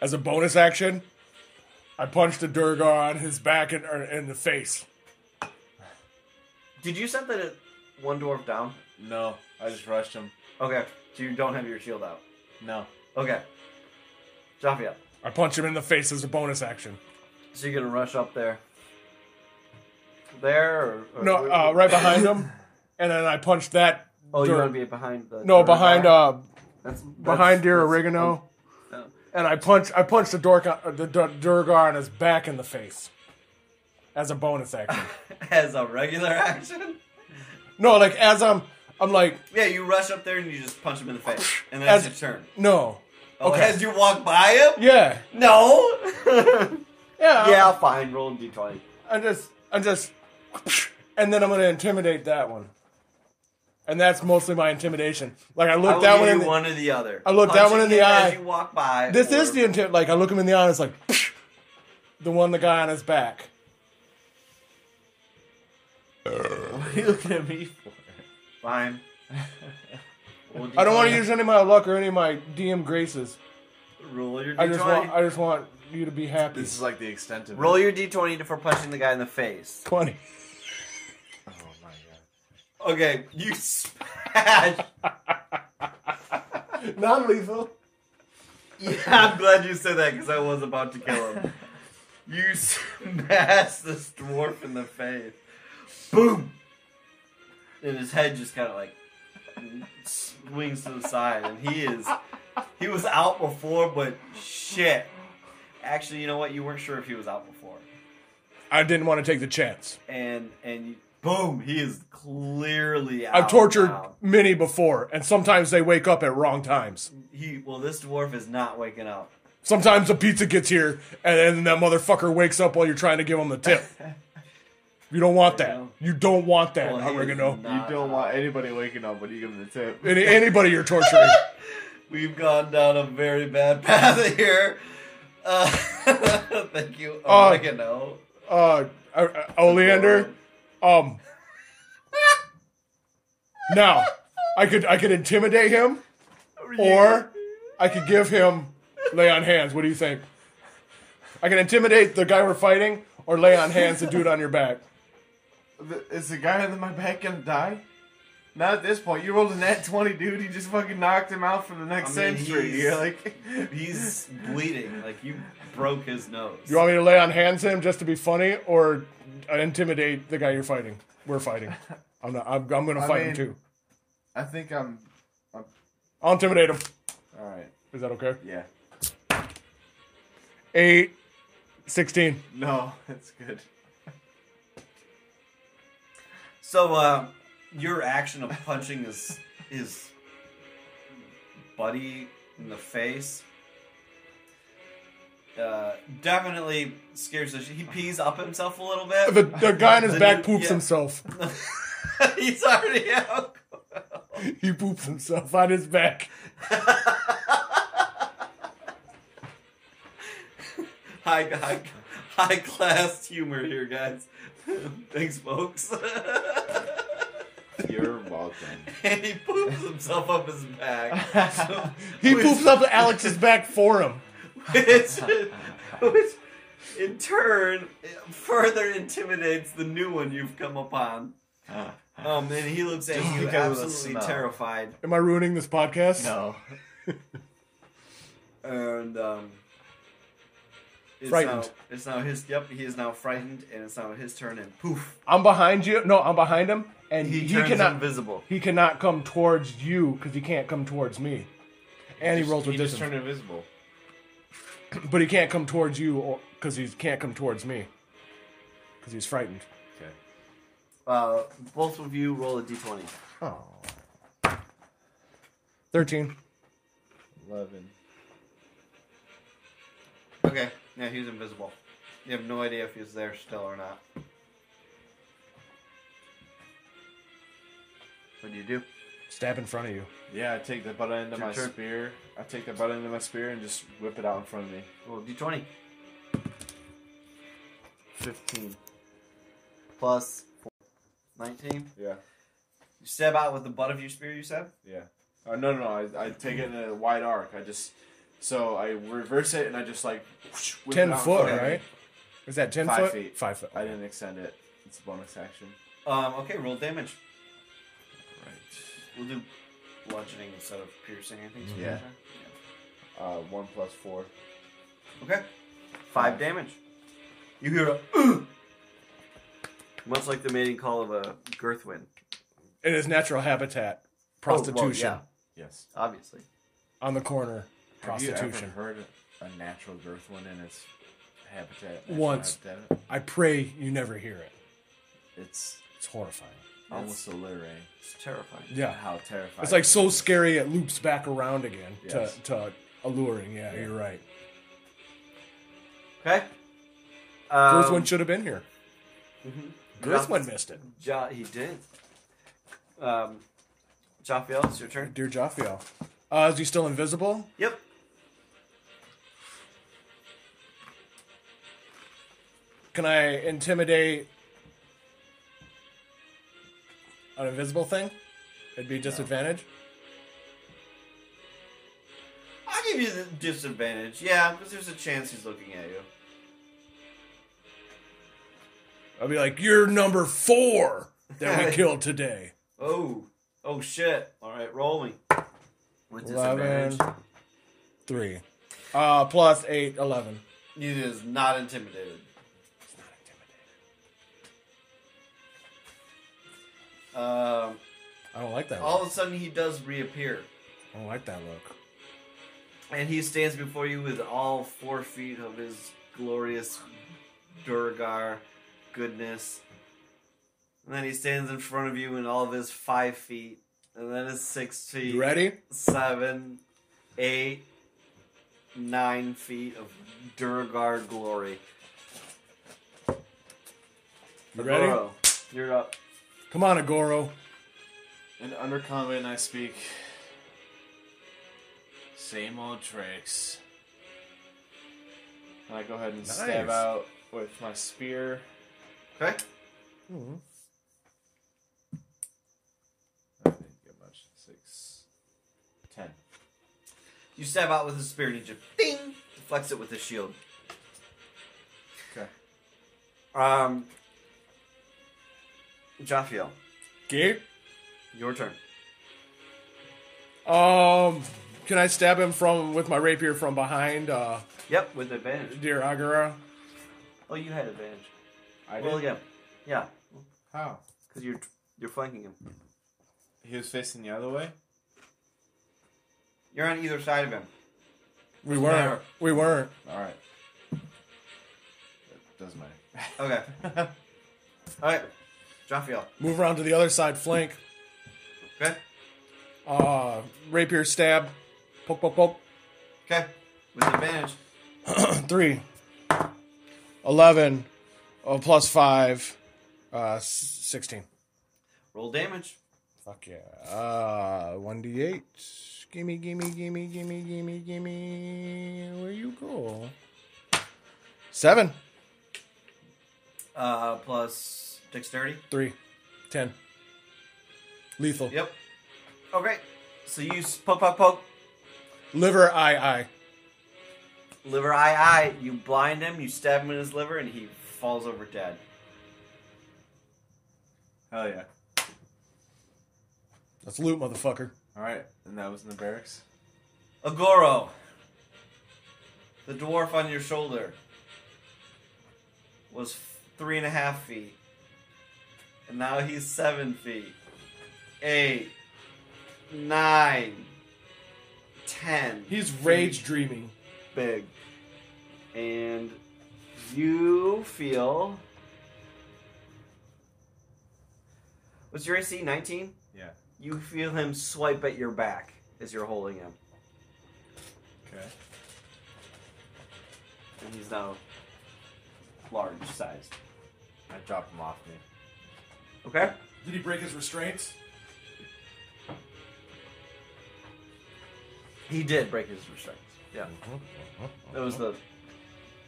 [SPEAKER 2] as a bonus action, I punched a Durgar on his back and or in the face.
[SPEAKER 1] Did you set that at one dwarf down?
[SPEAKER 3] No, I just rushed him.
[SPEAKER 1] Okay, so you don't have your shield out.
[SPEAKER 3] No.
[SPEAKER 1] Okay. Jaffiel.
[SPEAKER 2] I punch him in the face as a bonus action.
[SPEAKER 1] So you're gonna rush up there. There or, or
[SPEAKER 2] No,
[SPEAKER 1] where-
[SPEAKER 2] uh, right behind him, and then I punched that.
[SPEAKER 1] Oh, you
[SPEAKER 2] Dur-
[SPEAKER 1] wanna be behind the
[SPEAKER 2] no
[SPEAKER 1] Durgar?
[SPEAKER 2] behind uh
[SPEAKER 1] that's,
[SPEAKER 2] behind
[SPEAKER 1] your
[SPEAKER 2] dear oregano,
[SPEAKER 1] oh.
[SPEAKER 2] and I punch I punch the dork uh, the Dur- Durgar on his back in the face. As a bonus action.
[SPEAKER 1] As a regular action.
[SPEAKER 2] no, like as I'm I'm like
[SPEAKER 1] Yeah, you rush up there and you just punch him in the face, and then
[SPEAKER 2] As-
[SPEAKER 1] it's your turn.
[SPEAKER 2] no.
[SPEAKER 1] Oh,
[SPEAKER 2] Okay.
[SPEAKER 1] As you walk by him.
[SPEAKER 2] Yeah.
[SPEAKER 1] No.
[SPEAKER 2] Yeah.
[SPEAKER 1] yeah, fine. Roll a d20.
[SPEAKER 2] I'm just, I'm just, and then I'm gonna intimidate that one, and that's mostly my intimidation. Like I
[SPEAKER 1] I
[SPEAKER 2] look
[SPEAKER 1] will
[SPEAKER 2] that
[SPEAKER 1] give
[SPEAKER 2] one, in
[SPEAKER 1] you
[SPEAKER 2] the,
[SPEAKER 1] one or the other.
[SPEAKER 2] I look that one in
[SPEAKER 1] Punching
[SPEAKER 2] the
[SPEAKER 1] him As
[SPEAKER 2] eye.
[SPEAKER 1] you walk by.
[SPEAKER 2] this is
[SPEAKER 1] or-
[SPEAKER 2] the intent. Like I look him in the eye, and it's like the one, the guy on his back.
[SPEAKER 3] What are you looking at me for?
[SPEAKER 1] fine. Roll a
[SPEAKER 2] I don't want to
[SPEAKER 1] D20.
[SPEAKER 2] use any of my luck or any of my DM graces.
[SPEAKER 1] Roll your d20.
[SPEAKER 2] I just want, I just want you to be happy.
[SPEAKER 3] This is like the extent of
[SPEAKER 1] Roll
[SPEAKER 3] it.
[SPEAKER 1] your d20 for punching the guy in the face.
[SPEAKER 2] Twenty.
[SPEAKER 3] Oh, my God.
[SPEAKER 1] Okay, you smash.
[SPEAKER 2] Non-lethal.
[SPEAKER 1] yeah, I'm glad you said that because I was about to kill him. You smash this dwarf in the face. Boom! And his head just kind of like swings to the side, and he is. He was out before, but shit. Actually, you know what? You weren't sure if he was out before.
[SPEAKER 2] I didn't want to take the chance.
[SPEAKER 1] And, and you, boom, he is clearly out.
[SPEAKER 2] I've tortured
[SPEAKER 1] now.
[SPEAKER 2] many before, and sometimes they wake up at wrong times.
[SPEAKER 1] He well, this dwarf is not waking up.
[SPEAKER 2] Sometimes the pizza gets here, and then that motherfucker wakes up while you're trying to give him the tip. You don't want that. You don't want that,
[SPEAKER 1] Well, he is
[SPEAKER 2] oregano.
[SPEAKER 1] not-
[SPEAKER 3] You don't want anybody waking up when you give them the tip.
[SPEAKER 2] Any, anybody you're torturing.
[SPEAKER 1] We've gone down a very bad path here. Uh, thank you, Oh,
[SPEAKER 2] Uh,
[SPEAKER 1] oregano.
[SPEAKER 2] Uh, uh, uh, Oleander. Um. Now, I could I could intimidate him, or I could give him lay on hands. What do you think? I can intimidate the guy we're fighting, or lay on hands the dude on your back.
[SPEAKER 3] Th- Is the guy on my back gonna die? Not at this point. You rolled a nat 20, dude. You just fucking knocked him out for the next
[SPEAKER 1] I mean,
[SPEAKER 3] century.
[SPEAKER 1] he's-
[SPEAKER 3] You're like,
[SPEAKER 1] He's bleeding. Like you broke his nose.
[SPEAKER 2] You want me to lay on hands him just to be funny, or intimidate the guy you're fighting? We're fighting. I'm not. I'm, I'm going to
[SPEAKER 3] I
[SPEAKER 2] fight him
[SPEAKER 3] mean-
[SPEAKER 2] too.
[SPEAKER 3] I think I'm.
[SPEAKER 2] I'll intimidate him.
[SPEAKER 3] Alright.
[SPEAKER 2] Is that okay?
[SPEAKER 3] Yeah.
[SPEAKER 2] Eight, sixteen.
[SPEAKER 3] No, that's good.
[SPEAKER 1] So uh, your action of punching his his buddy in the face uh, definitely scares the. sh- He pees up himself a little bit.
[SPEAKER 2] The, the guy on his
[SPEAKER 1] The
[SPEAKER 2] back
[SPEAKER 1] dude-
[SPEAKER 2] poops
[SPEAKER 1] yeah.
[SPEAKER 2] himself.
[SPEAKER 1] He's already out.
[SPEAKER 2] He poops himself on his back.
[SPEAKER 1] High, high, high class humor here, guys. Thanks, folks.
[SPEAKER 3] You're welcome.
[SPEAKER 1] and he poops himself up his back. So,
[SPEAKER 2] He
[SPEAKER 1] which-
[SPEAKER 2] poops up Alex's back for him.
[SPEAKER 1] Which, which, in turn, further intimidates the new one you've come upon.
[SPEAKER 3] Uh,
[SPEAKER 1] Um, and he looks at you
[SPEAKER 3] because of the
[SPEAKER 1] absolutely
[SPEAKER 3] smell.
[SPEAKER 1] terrified.
[SPEAKER 2] Am I ruining this podcast?
[SPEAKER 3] No.
[SPEAKER 1] and um, it's
[SPEAKER 2] Frightened.
[SPEAKER 1] Now, it's now his. Yep, he is now frightened, and it's now his turn. And poof,
[SPEAKER 2] I'm behind you. No, I'm behind him, and he,
[SPEAKER 1] he, turns
[SPEAKER 2] cannot.
[SPEAKER 1] invisible.
[SPEAKER 2] He cannot come towards you because he can't come towards me. And he, rolls with
[SPEAKER 3] He just
[SPEAKER 2] distance.
[SPEAKER 3] turned invisible.
[SPEAKER 2] but he can't come towards you because he can't come towards me because he's frightened.
[SPEAKER 3] Okay.
[SPEAKER 1] Uh, both of you roll a d20.
[SPEAKER 2] Oh. 13.
[SPEAKER 3] Eleven.
[SPEAKER 1] Okay. Yeah, he's invisible. You have no idea if he's there still or not. What do you do?
[SPEAKER 2] Stab in front of you.
[SPEAKER 3] Yeah, I take the butt end of
[SPEAKER 1] Your
[SPEAKER 3] my
[SPEAKER 1] turn.
[SPEAKER 3] spear. I take the butt end of my spear and just whip it out in front of me.
[SPEAKER 1] Roll a d20. 15. Plus 4. 19.
[SPEAKER 3] Yeah,
[SPEAKER 1] You stab out with the butt of your spear, you said?
[SPEAKER 3] yeah. Oh no, no, no. I, I take it in a wide arc. I just so I reverse it and I just like whoosh, whip
[SPEAKER 2] 10
[SPEAKER 3] it out in
[SPEAKER 2] foot,
[SPEAKER 3] front of me.
[SPEAKER 2] right? Is that 10
[SPEAKER 3] Five
[SPEAKER 2] foot?
[SPEAKER 3] feet.
[SPEAKER 2] 5 foot.
[SPEAKER 3] I didn't extend it. It's a bonus action.
[SPEAKER 1] Um, okay, roll damage.
[SPEAKER 3] Right.
[SPEAKER 1] We'll do bludgeoning instead of piercing, I think. is what
[SPEAKER 3] Yeah.
[SPEAKER 1] you're saying?
[SPEAKER 3] Uh, one plus four.
[SPEAKER 1] Okay. Five
[SPEAKER 3] Five.
[SPEAKER 1] damage. You hear a "Ugh!" much like the mating call of a girthwin.
[SPEAKER 2] In his natural habitat, prostitution.
[SPEAKER 1] Oh, well,
[SPEAKER 3] Yes.
[SPEAKER 1] yeah, obviously.
[SPEAKER 2] On the corner,
[SPEAKER 3] Have you
[SPEAKER 2] prostitution.
[SPEAKER 3] ever heard a natural girth one in its habitat? natural
[SPEAKER 2] Once.
[SPEAKER 3] habitat?
[SPEAKER 2] I pray you never hear it.
[SPEAKER 3] It's
[SPEAKER 2] It's horrifying.
[SPEAKER 3] almost alluring.
[SPEAKER 1] It's terrifying.
[SPEAKER 2] Yeah.
[SPEAKER 3] How terrifying.
[SPEAKER 2] It's like
[SPEAKER 3] it
[SPEAKER 2] so
[SPEAKER 3] is.
[SPEAKER 2] scary it loops back around again
[SPEAKER 3] Yes.
[SPEAKER 2] to, to alluring. Yeah,
[SPEAKER 3] Yeah.
[SPEAKER 2] you're right.
[SPEAKER 1] Okay.
[SPEAKER 2] Um,
[SPEAKER 1] Um,
[SPEAKER 2] one should have been here.
[SPEAKER 3] mm-hmm.
[SPEAKER 1] mhm.
[SPEAKER 2] Girth
[SPEAKER 1] Joth-
[SPEAKER 2] one missed it.
[SPEAKER 1] Ja, he did. Um, Jaffiel, it's your turn.
[SPEAKER 2] Dear Jaffiel. Uh, is he still invisible?
[SPEAKER 1] Yep.
[SPEAKER 2] Can I intimidate an invisible thing? It'd be a disadvantage.
[SPEAKER 1] I'll give you the disadvantage. Yeah, because there's a chance he's looking at you.
[SPEAKER 2] I'd be like, "You're number four that we killed today."
[SPEAKER 1] Oh. Oh, shit. All right, roll me. With
[SPEAKER 2] Eleven,
[SPEAKER 1] disadvantage.
[SPEAKER 2] three, uh, plus eight, eleven.
[SPEAKER 1] He is not intimidated. Um,
[SPEAKER 2] I don't like that.
[SPEAKER 1] all
[SPEAKER 2] look.
[SPEAKER 1] of a sudden, he does reappear,
[SPEAKER 2] I don't like that look.
[SPEAKER 1] and he stands before you with all four feet of his glorious Durgar goodness. And then he stands in front of you in all of his five feet, and then his six feet,
[SPEAKER 2] You ready?
[SPEAKER 1] seven, eight, nine feet of Durgar glory.
[SPEAKER 2] You ready?
[SPEAKER 1] Agoro, You're up.
[SPEAKER 2] Come on, Agoro.
[SPEAKER 3] And undercommon, I speak. Same old tricks. And I go ahead and stab
[SPEAKER 2] Nice.
[SPEAKER 3] out with my spear.
[SPEAKER 1] Okay.
[SPEAKER 3] I didn't get much. Six. Ten.
[SPEAKER 1] You stab out with his spear and he just ding deflects it with his shield.
[SPEAKER 3] Okay.
[SPEAKER 1] Um, Jaffiel,
[SPEAKER 2] Gabe.
[SPEAKER 1] your turn.
[SPEAKER 2] Um, can I stab him from with my rapier from behind, uh,
[SPEAKER 1] Yep, with advantage.
[SPEAKER 2] dear Agora?
[SPEAKER 1] Oh, you had advantage.
[SPEAKER 3] I did.
[SPEAKER 1] well, yeah, yeah,
[SPEAKER 3] How?
[SPEAKER 1] because you're you're flanking him.
[SPEAKER 3] He was facing the other way.
[SPEAKER 1] You're on either side of him.
[SPEAKER 2] We weren't.
[SPEAKER 1] matter.
[SPEAKER 2] We weren't.
[SPEAKER 3] All right. It doesn't matter.
[SPEAKER 1] Okay. All right, Jaffiel.
[SPEAKER 2] Move around to the other side flank.
[SPEAKER 1] Okay.
[SPEAKER 2] Uh, rapier stab. Poke, poke, poke.
[SPEAKER 1] Okay. With advantage.
[SPEAKER 2] Three. Eleven. Oh, plus five. Uh, s- sixteen.
[SPEAKER 1] Roll damage.
[SPEAKER 2] Fuck yeah. Uh, one d eight. Gimme, gimme, gimme, gimme, gimme, gimme. Where you go? Seven.
[SPEAKER 1] Uh, plus dexterity.
[SPEAKER 2] Three. Ten. Lethal.
[SPEAKER 1] Yep. Okay. Oh, So you s- poke, poke, poke.
[SPEAKER 2] Liver eye eye.
[SPEAKER 1] Liver eye eye. You blind him. You stab him in his liver, and he falls over dead.
[SPEAKER 3] Hell yeah.
[SPEAKER 2] That's loot, motherfucker.
[SPEAKER 3] All right. And that was in the barracks.
[SPEAKER 1] Agoro, the dwarf on your shoulder, was f- three and a half feet. And now he's seven feet. Eight. Nine. Ten.
[SPEAKER 2] He's rage dreaming.
[SPEAKER 1] big.
[SPEAKER 3] and you feel
[SPEAKER 6] What's your AC? 19?
[SPEAKER 3] Yeah.
[SPEAKER 6] You feel him swipe at your back as you're holding him.
[SPEAKER 3] okay.
[SPEAKER 6] And he's now large sized.
[SPEAKER 3] I drop him off me.
[SPEAKER 6] Okay?
[SPEAKER 2] Did he break his restraints?
[SPEAKER 6] He did break his restraints. Yeah. That was the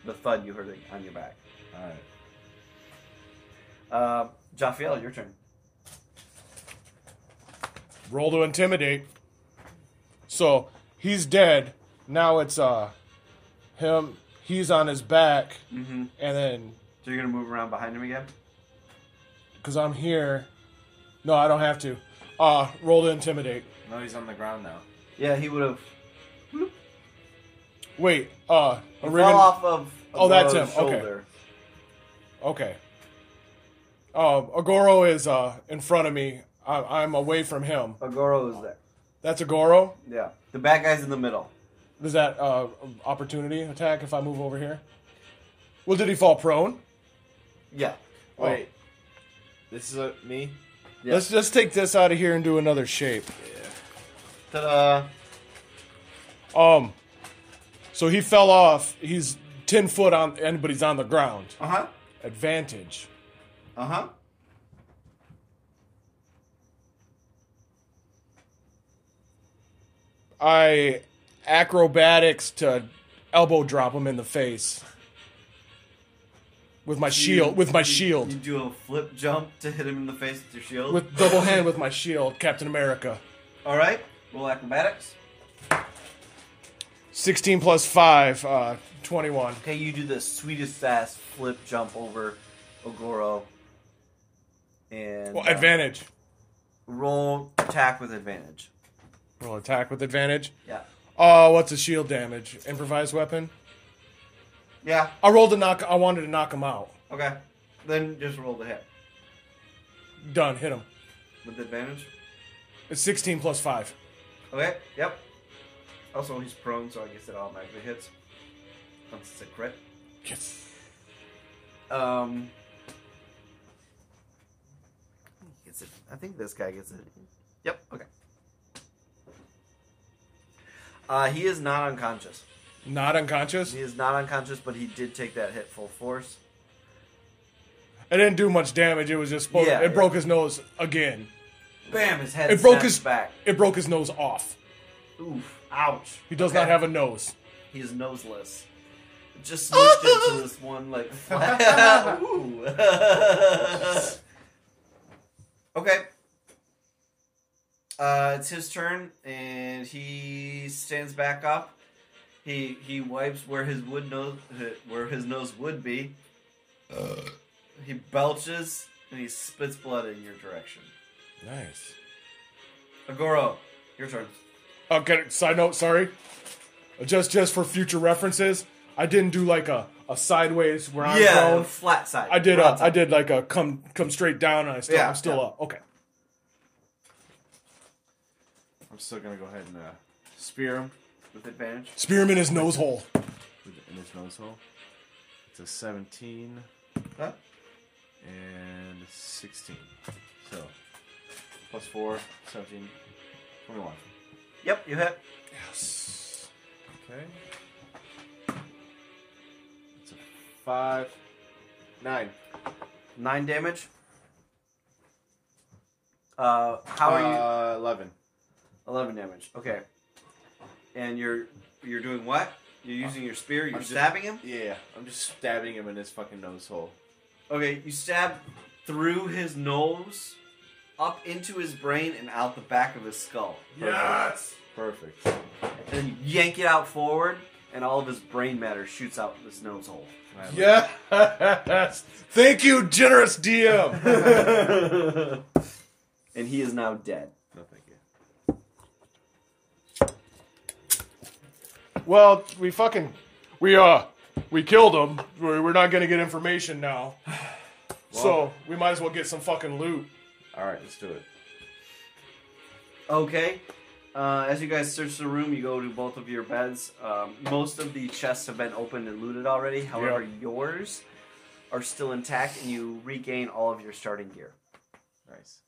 [SPEAKER 6] the thud you heard on your back.
[SPEAKER 3] All right.
[SPEAKER 6] Uh, Jafiel, your turn.
[SPEAKER 2] Roll to intimidate. So he's dead. Now it's uh him. He's on his back,
[SPEAKER 6] Mm-hmm.
[SPEAKER 2] and then
[SPEAKER 6] So you're gonna move around behind him again?
[SPEAKER 2] because I'm here. No, I don't have to. Uh, roll to intimidate.
[SPEAKER 3] No, he's on the ground now.
[SPEAKER 6] Yeah, he would have
[SPEAKER 2] Wait. Uh, a
[SPEAKER 6] fell off of.
[SPEAKER 2] Oh, that's
[SPEAKER 6] Aurora's
[SPEAKER 2] him. Okay.
[SPEAKER 6] Shoulder.
[SPEAKER 2] Okay. Um, Agoro is uh in front of me. I- I'm away from him.
[SPEAKER 6] Agoro is there.
[SPEAKER 2] That's Agoro.
[SPEAKER 6] Yeah. The bad guy's in the middle.
[SPEAKER 2] Is that uh opportunity attack if I move over here? Well, did he fall prone?
[SPEAKER 6] Yeah.
[SPEAKER 2] Oh.
[SPEAKER 3] Wait. This is a, me?
[SPEAKER 6] Yeah.
[SPEAKER 2] Let's just take this out of here and do another shape.
[SPEAKER 6] Ta-da.
[SPEAKER 2] Um, so he fell off. He's ten foot on, and but he's on the ground.
[SPEAKER 6] Uh huh.
[SPEAKER 2] Advantage.
[SPEAKER 6] Uh huh.
[SPEAKER 2] I acrobatics to elbow drop him in the face with my shield. With my
[SPEAKER 1] You-
[SPEAKER 2] shield.
[SPEAKER 1] You do a flip jump to hit him in the face with your shield.
[SPEAKER 2] With double hand with my shield, Captain America.
[SPEAKER 1] All right, roll acrobatics.
[SPEAKER 2] 16 plus 5, uh, 21.
[SPEAKER 1] Okay, you do the sweetest ass flip jump over Ogoro.
[SPEAKER 6] And
[SPEAKER 2] Well,
[SPEAKER 6] uh,
[SPEAKER 2] advantage.
[SPEAKER 1] Roll attack with advantage.
[SPEAKER 2] Roll attack with advantage.
[SPEAKER 1] Yeah.
[SPEAKER 2] Oh, what's a shield damage? Improvised weapon?
[SPEAKER 1] Yeah.
[SPEAKER 2] I rolled to knock. I wanted to knock him out.
[SPEAKER 1] Okay. Then just roll the hit
[SPEAKER 2] Done. Hit him.
[SPEAKER 1] with advantage.
[SPEAKER 2] It's 16 plus 5.
[SPEAKER 1] Okay. Yep. Also, he's prone, so I guess it automatically hits. Unless it's a crit.
[SPEAKER 2] Yes.
[SPEAKER 1] Um. Gets it. I think this guy gets it. Yep. Okay. Uh, he is not unconscious.
[SPEAKER 2] Not unconscious?
[SPEAKER 1] He is not unconscious, but he did take that hit full force.
[SPEAKER 2] It didn't do much damage. It was just. Spoke,
[SPEAKER 1] Yeah, yeah.
[SPEAKER 2] it broke his nose again.
[SPEAKER 1] Bam! His head.
[SPEAKER 2] It broke
[SPEAKER 1] snaps
[SPEAKER 2] his-
[SPEAKER 1] back.
[SPEAKER 2] It broke his nose off.
[SPEAKER 1] Oof! Ouch!
[SPEAKER 2] He does
[SPEAKER 1] Okay.
[SPEAKER 2] not have a nose.
[SPEAKER 1] He is noseless. Just smushed into this one like flat. Ooh. okay. Uh, it's his turn, and he stands back up. He he wipes where his wood nose where his nose would be.
[SPEAKER 2] Uh.
[SPEAKER 1] He belches and he spits blood in your direction.
[SPEAKER 2] Nice.
[SPEAKER 1] Agoro, your turn.
[SPEAKER 2] Okay, side note, sorry. Just just for future references, I didn't do like a, a sideways where I'm
[SPEAKER 1] yeah,
[SPEAKER 2] prone.
[SPEAKER 1] flat side.
[SPEAKER 2] I did a,
[SPEAKER 1] Flat side.
[SPEAKER 2] I did like a come come straight down and I still
[SPEAKER 1] Yeah,
[SPEAKER 2] I'm still
[SPEAKER 1] yeah.
[SPEAKER 2] up. Okay.
[SPEAKER 3] I'm still gonna go ahead and uh, spear him
[SPEAKER 1] with advantage.
[SPEAKER 2] Spearman his nose hole.
[SPEAKER 3] with- in his nose hole. It's a 17
[SPEAKER 1] Huh?
[SPEAKER 3] and 16. So, plus 4, 17, 21.
[SPEAKER 1] Yep, you hit.
[SPEAKER 2] Yes.
[SPEAKER 3] Okay. It's a 5, 9.
[SPEAKER 1] Nine damage. Uh, how are you?
[SPEAKER 3] uh, 11.
[SPEAKER 1] Eleven damage. Okay. And you're you're doing what? You're using your spear. You're
[SPEAKER 3] I'm just-
[SPEAKER 1] stabbing him.
[SPEAKER 3] Yeah, I'm just stabbing him in his fucking nose hole.
[SPEAKER 1] Okay, you stab through his nose, up into his brain, and out the back of his skull.
[SPEAKER 3] Yes! Perfect. Can
[SPEAKER 1] And then you yank it out forward, and all of his brain matter shoots out his nose hole.
[SPEAKER 3] I look-
[SPEAKER 2] Yes. Thank you, generous DM.
[SPEAKER 1] And he is now dead.
[SPEAKER 3] No, thank you.
[SPEAKER 2] well, we fucking we uh we killed him. We're, we're not gonna get information now. so we might as well get some fucking loot.
[SPEAKER 3] Alright, let's do it.
[SPEAKER 1] Okay. Uh, as you guys search the room, you go to both of your beds. Um, most of the chests have been opened and looted already. However, yours are still intact, and you regain all of your starting gear.
[SPEAKER 3] Nice.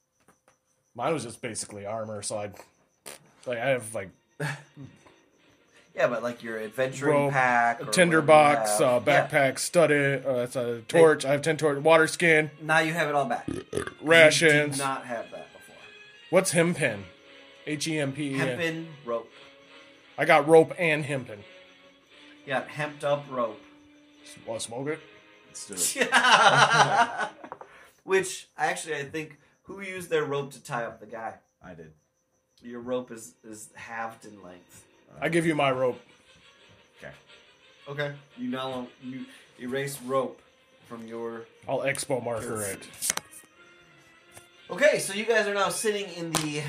[SPEAKER 2] Mine was just basically armor, so I, like, I have like
[SPEAKER 1] Yeah, but like your adventuring
[SPEAKER 2] Rope,
[SPEAKER 1] pack, or
[SPEAKER 2] a
[SPEAKER 1] whatever
[SPEAKER 2] tinder
[SPEAKER 1] you
[SPEAKER 2] box,
[SPEAKER 1] have.
[SPEAKER 2] uh,
[SPEAKER 1] Yeah.
[SPEAKER 2] backpack, studded. Uh, that's a torch. I have ten torch, water skin,
[SPEAKER 1] Now you have it all back. You
[SPEAKER 2] rations.
[SPEAKER 1] did not have that before.
[SPEAKER 2] What's hempen? H e m p e n.
[SPEAKER 1] Hempen rope.
[SPEAKER 2] I got rope and hempen.
[SPEAKER 1] You got hemped up rope.
[SPEAKER 2] Want to smoke it?
[SPEAKER 3] Let's do it.
[SPEAKER 1] Which actually, I think who used their rope to tie up the guy?
[SPEAKER 3] I did.
[SPEAKER 1] Your rope is is halved in length.
[SPEAKER 2] I give you my rope.
[SPEAKER 3] Okay.
[SPEAKER 1] Okay. You now you erase rope from your.
[SPEAKER 2] I'll expo marker it.
[SPEAKER 1] Okay, so you guys are now sitting in the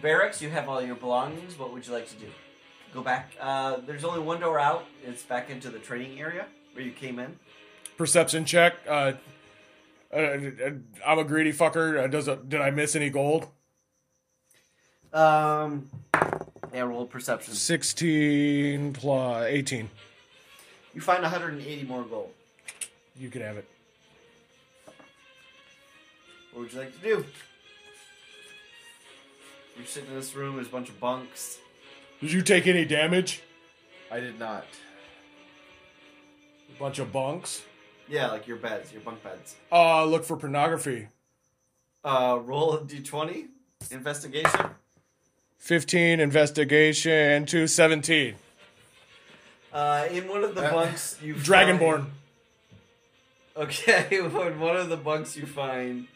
[SPEAKER 1] barracks. You have all your belongings. What would you like to do? Go back. Uh, there's only one door out. It's back into the training area where you came in.
[SPEAKER 2] Perception check. Uh, uh, I'm a greedy fucker. Uh, does it, did I miss any gold?
[SPEAKER 1] Um, yeah, roll perception.
[SPEAKER 2] Sixteen plus eighteen.
[SPEAKER 1] You find 180 more gold.
[SPEAKER 2] You could have it.
[SPEAKER 1] What would you like to do? You're sitting in this room. There's a bunch of bunks.
[SPEAKER 2] Did you take any damage?
[SPEAKER 3] I did not.
[SPEAKER 2] A bunch of bunks.
[SPEAKER 1] Yeah, like your beds, your bunk beds.
[SPEAKER 2] Uh, look for pornography.
[SPEAKER 1] Uh, roll a d20. Investigation.
[SPEAKER 2] 15 investigation to 17
[SPEAKER 1] Uh, in one of the bunks, you
[SPEAKER 2] dragonborn
[SPEAKER 1] find- Okay, in one of the bunks you find.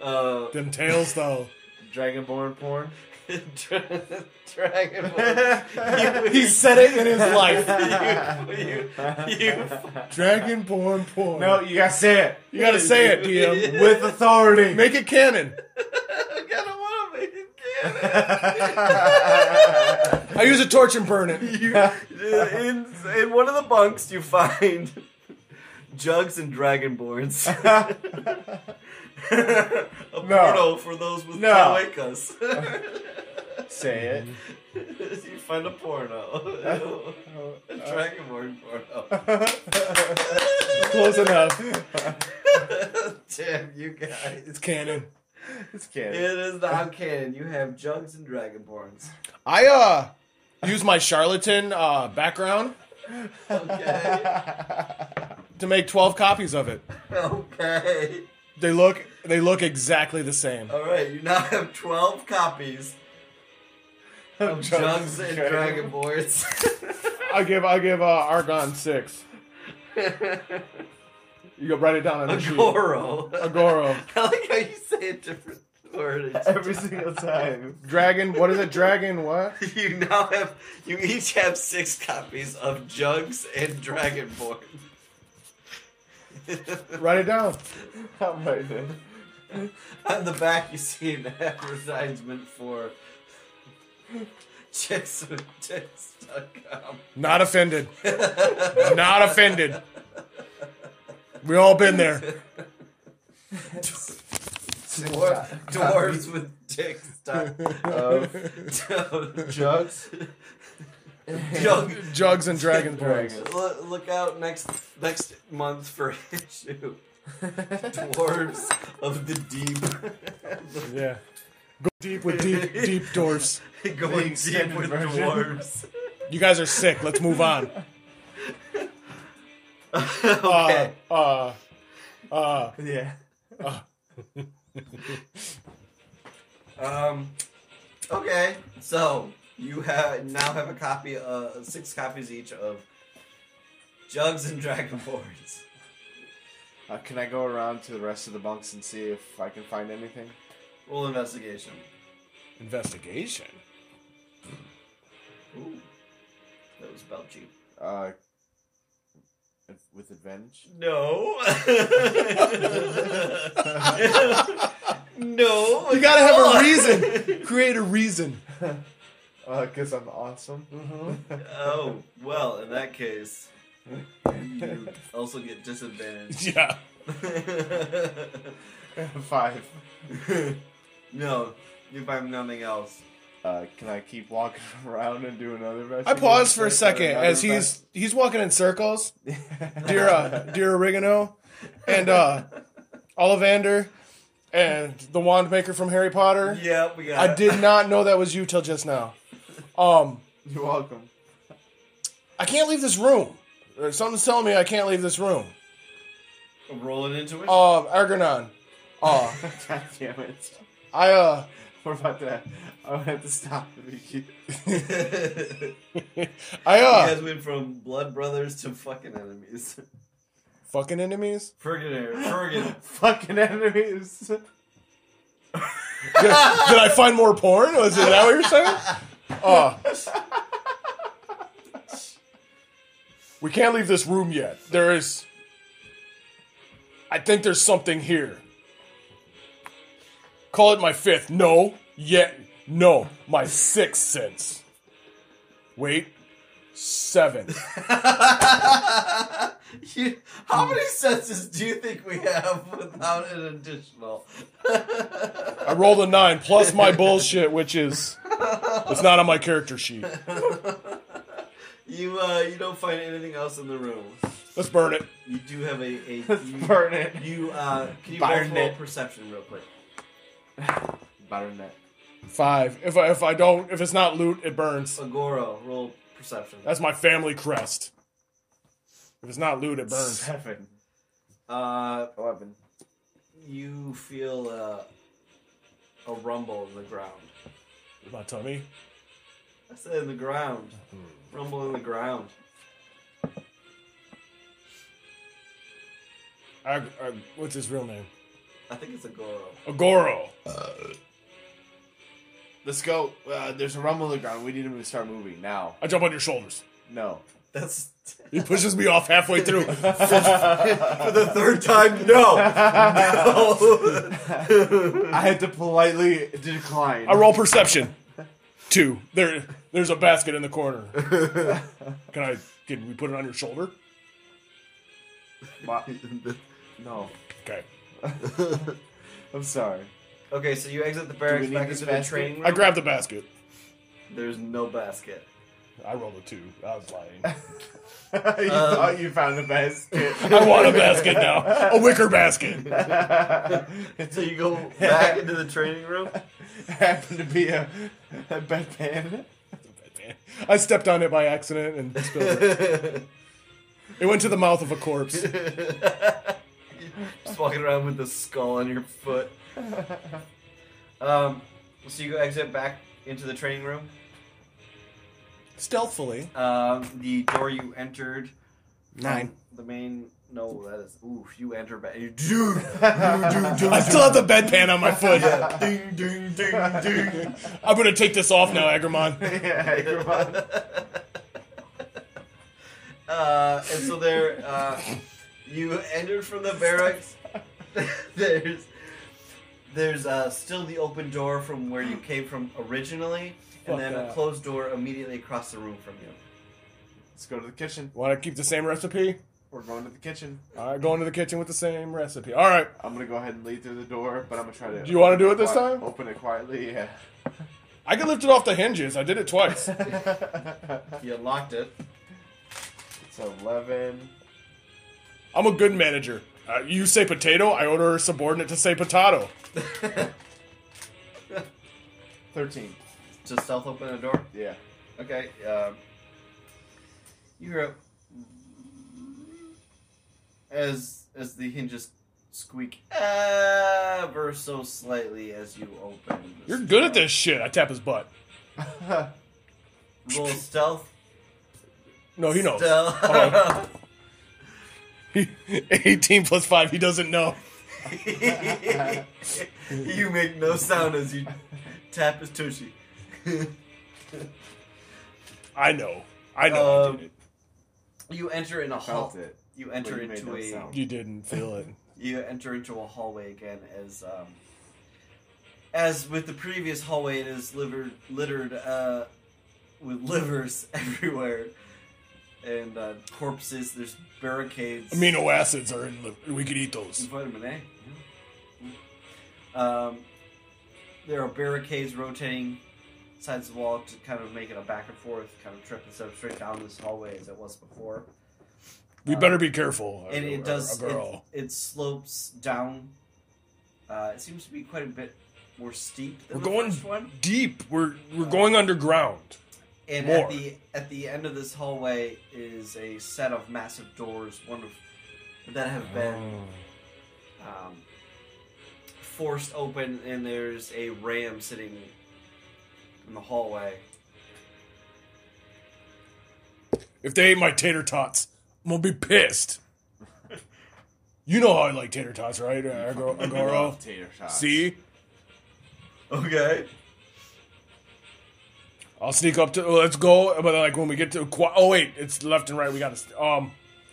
[SPEAKER 1] Uh,
[SPEAKER 2] them tails though
[SPEAKER 3] Dragonborn porn.
[SPEAKER 1] dra- Dragonborn. You-
[SPEAKER 2] he said it in his life
[SPEAKER 1] you, you, you
[SPEAKER 2] dragonborn porn
[SPEAKER 3] No, you gotta say it
[SPEAKER 2] you gotta say it dm
[SPEAKER 3] with authority.
[SPEAKER 2] make it canon
[SPEAKER 1] gotta want to make it
[SPEAKER 2] i use a torch and burn it
[SPEAKER 1] in, in one of the bunks, you find jugs and dragonborns. a portal for those with
[SPEAKER 3] No.
[SPEAKER 1] cloacas.
[SPEAKER 3] say it.
[SPEAKER 1] you find a porno. a dragonborn porno.
[SPEAKER 2] close enough
[SPEAKER 1] Damn, you guys.
[SPEAKER 2] it's canon
[SPEAKER 3] It's
[SPEAKER 1] It
[SPEAKER 3] canon.
[SPEAKER 1] is not canon. You have jugs and dragonborns.
[SPEAKER 2] i uh use my charlatan uh background
[SPEAKER 1] Okay.
[SPEAKER 2] to make 12 copies of it
[SPEAKER 1] okay.
[SPEAKER 2] they look they look exactly the same
[SPEAKER 1] All right, you now have 12 copies of Jugs and Dragonborns.
[SPEAKER 2] i give i give uh argon six you go write it down on the sheet
[SPEAKER 1] Goro.
[SPEAKER 2] agoro
[SPEAKER 1] I like how you say a different word.
[SPEAKER 3] Every single time.
[SPEAKER 2] Dragon, what is it? Dragon, what?
[SPEAKER 1] You now have, you each have six copies of Jugs and Dragonborn.
[SPEAKER 2] Write it down.
[SPEAKER 3] I'm right there.
[SPEAKER 1] On the back, you see an advertisement for chicks.com.
[SPEAKER 2] Not offended. Not offended. We all been there.
[SPEAKER 1] Dwar- dwarves with dicks. dot-
[SPEAKER 3] Of jugs.
[SPEAKER 1] Jug,
[SPEAKER 2] Jugs and dragon boys.
[SPEAKER 3] Dragon.
[SPEAKER 1] Look, look out next next month for issue. Dwarves of the deep.
[SPEAKER 2] Yeah. Go deep with deep, deep dwarfs.
[SPEAKER 1] Going deep
[SPEAKER 3] extended
[SPEAKER 1] with
[SPEAKER 3] version.
[SPEAKER 1] dwarves.
[SPEAKER 2] You guys are sick. Let's move on.
[SPEAKER 1] okay.
[SPEAKER 2] Uh, uh, uh,
[SPEAKER 3] Yeah.
[SPEAKER 1] Um. Okay. So you have now have a copy, uh, six copies each of Jugs and Dragonborns.
[SPEAKER 3] Uh, can I go around to the rest of the bunks and see if I can find anything?
[SPEAKER 1] Roll investigation.
[SPEAKER 2] investigation.
[SPEAKER 1] Ooh, that was Belchy.
[SPEAKER 3] Uh, with advantage.
[SPEAKER 1] No. no.
[SPEAKER 2] You gotta have a reason. Create a reason.
[SPEAKER 3] Uh, cause I'm awesome.
[SPEAKER 1] Oh, well, in that case, you also get disadvantage.
[SPEAKER 2] Yeah.
[SPEAKER 3] Five.
[SPEAKER 1] no, you find nothing else.
[SPEAKER 3] Uh, can I keep walking around and do another investigation?
[SPEAKER 2] I pause for a
[SPEAKER 3] check or
[SPEAKER 2] second
[SPEAKER 3] another
[SPEAKER 2] as he's he's walking in circles, dear uh, dear Oregano, and uh, Ollivander, and the wand maker from Harry Potter.
[SPEAKER 1] Yep, we got
[SPEAKER 2] I
[SPEAKER 1] it.
[SPEAKER 2] did not know that was you till just now. Um,
[SPEAKER 3] You're welcome.
[SPEAKER 2] I can't leave this room. Uh, Something's telling me I can't leave this room.
[SPEAKER 1] rolling into it.
[SPEAKER 2] Um, Argonon, uh,
[SPEAKER 3] God damn it.
[SPEAKER 2] I uh,
[SPEAKER 3] We're about to. I'm gonna have to stop if you keep.
[SPEAKER 1] you
[SPEAKER 2] I uh,
[SPEAKER 1] guys went from blood brothers to fucking enemies.
[SPEAKER 2] fucking enemies.
[SPEAKER 1] Fergan, Fergan.
[SPEAKER 3] Fucking enemies.
[SPEAKER 2] did, did I find more porn? Was it that what you're saying? Uh, Oh. we can't leave this room yet. There is. I think there's something here. Call it my fifth. No. Yet. No. My sixth sense. Wait. Seven.
[SPEAKER 1] you, how many senses do you think we have without an additional?
[SPEAKER 2] I rolled a nine plus my bullshit, which is. It's not on my character sheet.
[SPEAKER 1] you uh, you don't find anything else in the room.
[SPEAKER 2] Let's burn it.
[SPEAKER 1] You do have a, a you,
[SPEAKER 3] Burn it.
[SPEAKER 1] you uh, can you
[SPEAKER 3] Burn
[SPEAKER 1] both roll
[SPEAKER 3] it.
[SPEAKER 1] perception real quick?
[SPEAKER 3] Burn it.
[SPEAKER 2] Five. If I, if I don't, if it's not loot, it burns.
[SPEAKER 1] Agoro, roll perception.
[SPEAKER 2] That's my family crest. If it's not loot, it burns.
[SPEAKER 3] Seven.
[SPEAKER 1] Uh,
[SPEAKER 3] Eleven.
[SPEAKER 1] you feel uh, a rumble in the ground.
[SPEAKER 2] My tummy.
[SPEAKER 1] I said in the ground, rumble in the ground.
[SPEAKER 2] I, I, what's his real name?
[SPEAKER 1] I think it's Agoro.
[SPEAKER 2] Agoro.
[SPEAKER 3] Let's go. Uh, there's a rumble on the ground. We need to start moving now.
[SPEAKER 2] I jump on your shoulders.
[SPEAKER 3] No.
[SPEAKER 1] That's
[SPEAKER 2] He pushes me off halfway through.
[SPEAKER 1] for the third time. No, no.
[SPEAKER 3] I had to politely decline.
[SPEAKER 2] I roll perception. Two. There, there's a basket in the corner. Can I? Can we put it on your shoulder?
[SPEAKER 3] My- no.
[SPEAKER 2] Okay.
[SPEAKER 3] I'm sorry.
[SPEAKER 1] okay, so you exit the barracks
[SPEAKER 3] need
[SPEAKER 1] back
[SPEAKER 3] this
[SPEAKER 1] into the
[SPEAKER 3] basket?
[SPEAKER 1] training room.
[SPEAKER 2] I grab the basket.
[SPEAKER 1] There's no basket.
[SPEAKER 2] I rolled a two. I was lying.
[SPEAKER 3] you thought you found the basket.
[SPEAKER 2] Um, I want a basket now. A wicker basket.
[SPEAKER 1] So you go back into the training room.
[SPEAKER 3] Happened to be a, a bedpan.
[SPEAKER 2] I stepped on it by accident and spilled it. It went to the mouth of a corpse.
[SPEAKER 1] Just walking around with the skull on your foot. Um, so you go exit back into the training room.
[SPEAKER 2] Stealthily.
[SPEAKER 1] Um, the door you entered.
[SPEAKER 2] Nine.
[SPEAKER 1] The main. No, that is. Ooh, you enter back. You
[SPEAKER 2] I still have the bedpan on my foot.
[SPEAKER 1] ding, ding, ding, ding.
[SPEAKER 2] I'm gonna take this off now, Agramon.
[SPEAKER 3] yeah, come on.
[SPEAKER 1] Uh, and so there, uh, you entered from the barracks. there's, there's uh, still the open door from where you came from originally, and
[SPEAKER 2] Fuck
[SPEAKER 1] then a
[SPEAKER 2] that.
[SPEAKER 1] closed door immediately across the room from you.
[SPEAKER 3] Let's go to the kitchen.
[SPEAKER 2] Want to keep the same recipe?
[SPEAKER 3] We're going to the kitchen.
[SPEAKER 2] All right, going to the kitchen with the same recipe. All right,
[SPEAKER 3] I'm gonna go ahead and lead through the door, but I'm gonna try to.
[SPEAKER 2] Do you wanna do it this
[SPEAKER 3] Qui-
[SPEAKER 2] time?
[SPEAKER 3] Open it quietly. Yeah.
[SPEAKER 2] I can lift it off the hinges. I did it twice.
[SPEAKER 3] it's
[SPEAKER 1] You unlocked it.
[SPEAKER 3] eleven.
[SPEAKER 2] I'm a good manager. Uh, you say potato, I order a subordinate to say potato.
[SPEAKER 3] Thirteen.
[SPEAKER 1] Just stealth open a door.
[SPEAKER 3] Yeah.
[SPEAKER 1] Okay. Um, you hear a- as as the hinges squeak ever so slightly as you open.
[SPEAKER 2] You're good at this shit. I tap his butt.
[SPEAKER 1] Roll stealth.
[SPEAKER 2] No, he knows.
[SPEAKER 1] Stealth.
[SPEAKER 2] Hold 18 plus 5, he doesn't know.
[SPEAKER 1] you make no sound as you tap his tushy.
[SPEAKER 2] I know. I know I
[SPEAKER 1] Um,
[SPEAKER 2] did it.
[SPEAKER 1] you enter in a
[SPEAKER 3] Felt
[SPEAKER 1] hall.
[SPEAKER 3] it.
[SPEAKER 1] You enter
[SPEAKER 3] But you made
[SPEAKER 1] into
[SPEAKER 3] no
[SPEAKER 1] a
[SPEAKER 3] sound.
[SPEAKER 2] You didn't feel it.
[SPEAKER 1] you enter into a hallway again as um, as with the previous hallway it is livered, littered uh, with livers everywhere and uh, corpses there's barricades
[SPEAKER 2] Amino acids are in the. We could eat those.
[SPEAKER 1] vitamin A um, there are barricades rotating sides of the wall to kind of make it a back and forth kind of trip instead of straight down this hallway as it was before.
[SPEAKER 2] We better be careful.
[SPEAKER 1] Uh,
[SPEAKER 2] uh,
[SPEAKER 1] And
[SPEAKER 2] a-
[SPEAKER 1] it does
[SPEAKER 2] a
[SPEAKER 1] it,
[SPEAKER 2] girl.
[SPEAKER 1] it slopes down. Uh, it seems to be quite a bit more steep than
[SPEAKER 2] We're
[SPEAKER 1] the
[SPEAKER 2] going-
[SPEAKER 1] first one.
[SPEAKER 2] Deep. We're we're going underground.
[SPEAKER 1] And
[SPEAKER 2] More.
[SPEAKER 1] at the at the end of this hallway is a set of massive doors, one of that have been
[SPEAKER 2] Oh.
[SPEAKER 1] um, forced open, and there's a ram sitting in the hallway.
[SPEAKER 2] If they ate my tater tots, I'm gonna be pissed. you know how I like tater tots, right, uh, Agor- Agoro?
[SPEAKER 3] Tater tots.
[SPEAKER 2] See,
[SPEAKER 1] Okay.
[SPEAKER 2] I'll sneak up to. oh, Let's go. But like when we get to. Qu- oh wait, it's left and right. We gotta. st- Um,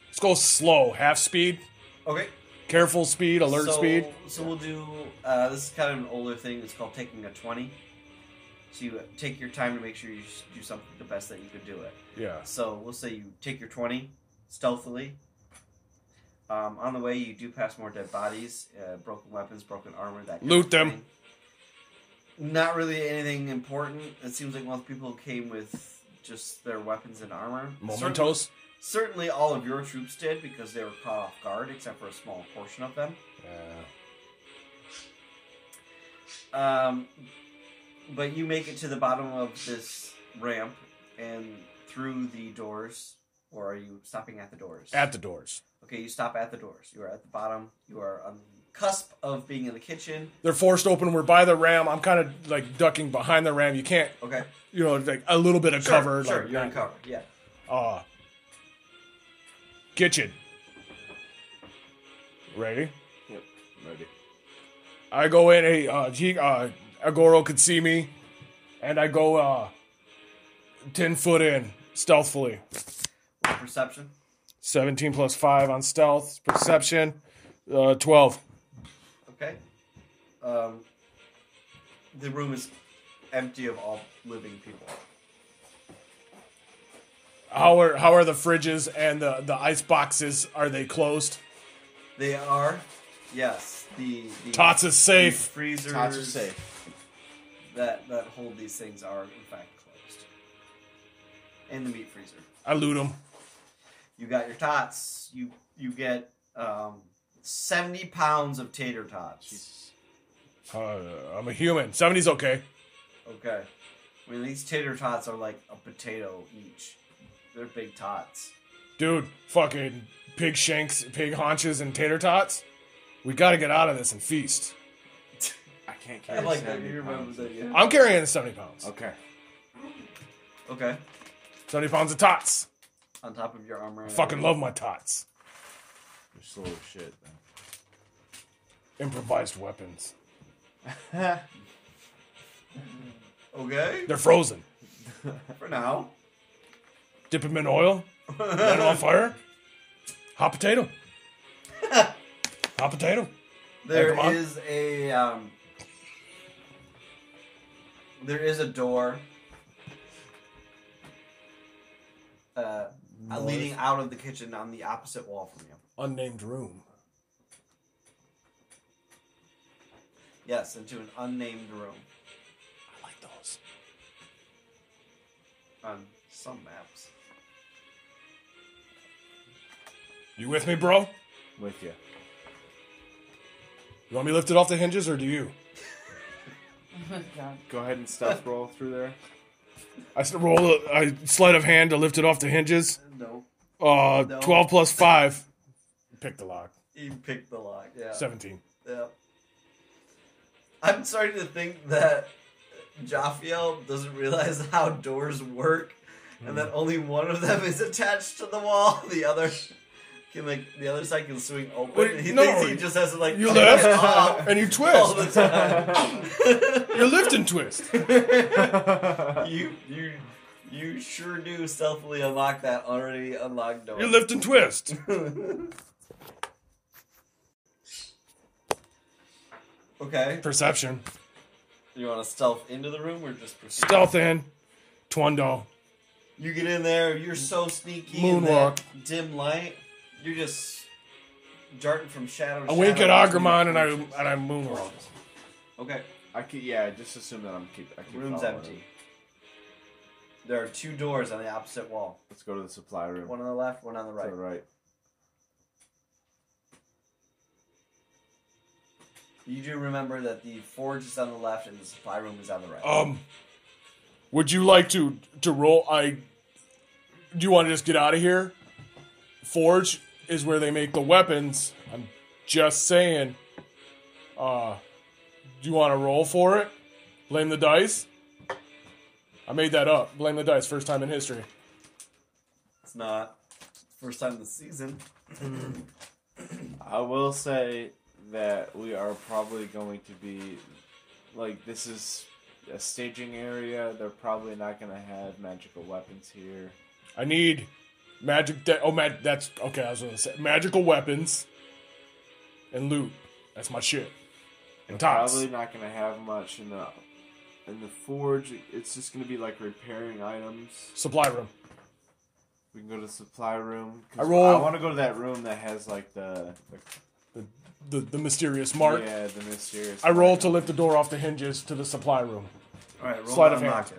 [SPEAKER 2] let's go slow, half speed,
[SPEAKER 1] Okay.
[SPEAKER 2] careful speed, alert
[SPEAKER 1] so,
[SPEAKER 2] speed.
[SPEAKER 1] So we'll do. Uh, this is kind of an older thing. It's called taking a twenty. So you take your time to make sure you s- do something the best that you can do it.
[SPEAKER 2] Yeah.
[SPEAKER 1] So we'll say you take your 20 stealthily. Um, on the way, you do pass more dead bodies, uh, broken weapons, broken armor. That kind
[SPEAKER 2] Loot
[SPEAKER 1] of
[SPEAKER 2] them.
[SPEAKER 1] thing. Not really anything important. It seems like most people came with just their weapons and armor. Certainly,
[SPEAKER 2] Momentos.
[SPEAKER 1] certainly, all of your troops did because they were caught off guard, except for a small portion of them.
[SPEAKER 2] Yeah.
[SPEAKER 1] Um, but you make it to the bottom of this ramp and through the doors. Or are you stopping at the doors?
[SPEAKER 2] At the doors.
[SPEAKER 1] Okay, you stop at the doors. You are at the bottom. You are on the cusp of being in the kitchen.
[SPEAKER 2] They're forced open. We're by the ram. I'm kind of like ducking behind the ram. You can't,
[SPEAKER 1] Okay,
[SPEAKER 2] you know, like a little bit of
[SPEAKER 1] sure,
[SPEAKER 2] cover.
[SPEAKER 1] Sure,
[SPEAKER 2] like,
[SPEAKER 1] you're in cover. Yeah.
[SPEAKER 2] Uh, kitchen. Ready?
[SPEAKER 3] Yep. Ready.
[SPEAKER 2] I go in. Hey, uh, he, uh, Agoro could see me, and I go uh, ten foot in stealthily.
[SPEAKER 1] Roll Perception.
[SPEAKER 2] Seventeen plus five on stealth perception. Uh, Twelve.
[SPEAKER 1] Okay. Um, the room is empty of all living people.
[SPEAKER 2] How are how are the fridges and the the ice boxes? Are they closed?
[SPEAKER 1] They are, yes, the, the
[SPEAKER 2] Tots is
[SPEAKER 1] the
[SPEAKER 2] safe.
[SPEAKER 1] freezers
[SPEAKER 3] Tots are safe.
[SPEAKER 1] that that hold these things are in fact closed, and the meat freezer.
[SPEAKER 2] I loot them.
[SPEAKER 1] You got your tots. You you get um, seventy pounds of tater tots.
[SPEAKER 3] Jesus.
[SPEAKER 2] Uh, I'm a human. Seventy's okay.
[SPEAKER 1] Okay. I mean, these tater tots are like a potato each. They're big tots.
[SPEAKER 2] Dude, fucking pig shanks, pig haunches, and tater tots. We gotta get out of this and feast.
[SPEAKER 3] I can't
[SPEAKER 1] I
[SPEAKER 3] carry
[SPEAKER 1] like that
[SPEAKER 3] 70
[SPEAKER 1] you remember
[SPEAKER 3] pounds.
[SPEAKER 1] that, yeah.
[SPEAKER 2] I'm carrying 70 pounds.
[SPEAKER 3] Okay.
[SPEAKER 1] Okay.
[SPEAKER 2] 70 pounds of tots.
[SPEAKER 1] On top of your armor. and
[SPEAKER 2] Fucking love my tots.
[SPEAKER 3] You're slow as shit. Then.
[SPEAKER 2] Improvised weapons.
[SPEAKER 1] everything. Okay.
[SPEAKER 2] They're frozen.
[SPEAKER 1] For now.
[SPEAKER 2] Dip them in oil, light 'em on fire. Hot potato. Hot potato.
[SPEAKER 1] There
[SPEAKER 2] come on.
[SPEAKER 1] is a um, there is a door uh, leading out of the kitchen on the opposite wall from you.
[SPEAKER 2] Unnamed room.
[SPEAKER 1] Yes, into an unnamed room
[SPEAKER 2] I like those.
[SPEAKER 1] on some maps.
[SPEAKER 2] You with me, bro?
[SPEAKER 3] With you.
[SPEAKER 2] You want me lifted off the hinges or do you?
[SPEAKER 5] God.
[SPEAKER 3] Go ahead and stealth roll through there.
[SPEAKER 2] I s- roll a I sleight of hand to lift it off the hinges.
[SPEAKER 1] No,
[SPEAKER 2] Uh,
[SPEAKER 1] No.
[SPEAKER 2] 12 plus 5. Pick the lock.
[SPEAKER 1] you picked the lock. Yeah.
[SPEAKER 2] 17.
[SPEAKER 1] Yeah. I'm starting to think that Jaffiel doesn't realize how doors work,
[SPEAKER 2] Hmm.
[SPEAKER 1] and that only one of them is attached to the wall. The other can like the other side can swing open.
[SPEAKER 2] Wait,
[SPEAKER 1] and he
[SPEAKER 2] no,
[SPEAKER 1] thinks he just has to like
[SPEAKER 2] You
[SPEAKER 1] pick
[SPEAKER 2] lift
[SPEAKER 1] it up
[SPEAKER 2] and you
[SPEAKER 1] all the
[SPEAKER 2] twist.
[SPEAKER 1] time.
[SPEAKER 2] You lift and twist.
[SPEAKER 1] you you you sure do stealthily unlock that already unlocked door.
[SPEAKER 2] You lift and twist.
[SPEAKER 1] okay.
[SPEAKER 2] Perception.
[SPEAKER 1] You want to stealth into the room or just proceed?
[SPEAKER 2] Stealth in. Twondo.
[SPEAKER 1] You get in there, you're so sneaky. in that Dim light. You're just darting from shadow to
[SPEAKER 2] I wink at
[SPEAKER 1] shadow.
[SPEAKER 2] Agramon and I and I moonwalk.
[SPEAKER 1] Okay,
[SPEAKER 3] I could, yeah, just assume that I'm keep. I keep
[SPEAKER 1] room's
[SPEAKER 3] following
[SPEAKER 1] empty.
[SPEAKER 3] him.
[SPEAKER 1] There are two doors on the opposite wall.
[SPEAKER 3] Let's go to the supply room.
[SPEAKER 1] One on the left, one on the
[SPEAKER 3] To
[SPEAKER 1] right.
[SPEAKER 3] the right.
[SPEAKER 1] You do remember that the forge is on the left and the supply room is on the right.
[SPEAKER 2] Um, would you like to to roll? I. Do you want to just get out of here? Forge is where they make the weapons. I'm just saying. Uh, do you want to roll for it? Blame the dice. I made that up. Blame the dice. First time in history.
[SPEAKER 1] It's not. First time this season.
[SPEAKER 3] I will say that we are probably going to be like this is a staging area. They're probably not going to have magical weapons here.
[SPEAKER 2] I need magic. De- oh, mag- that's okay. I was gonna say magical weapons and loot. That's my shit. And tops.
[SPEAKER 3] Probably not going to have much in the in the forge. It's just going to be like repairing items.
[SPEAKER 2] Supply room.
[SPEAKER 3] We can go to the supply room. 'cause
[SPEAKER 2] I roll-
[SPEAKER 3] I want to go to that room that has like the, the
[SPEAKER 2] The the mysterious mark.
[SPEAKER 3] Yeah, the mysterious.
[SPEAKER 2] I roll to lift the door off the hinges to the supply room.
[SPEAKER 1] All right, roll
[SPEAKER 2] Sleight
[SPEAKER 1] down
[SPEAKER 2] of
[SPEAKER 1] and
[SPEAKER 2] hand.
[SPEAKER 1] It.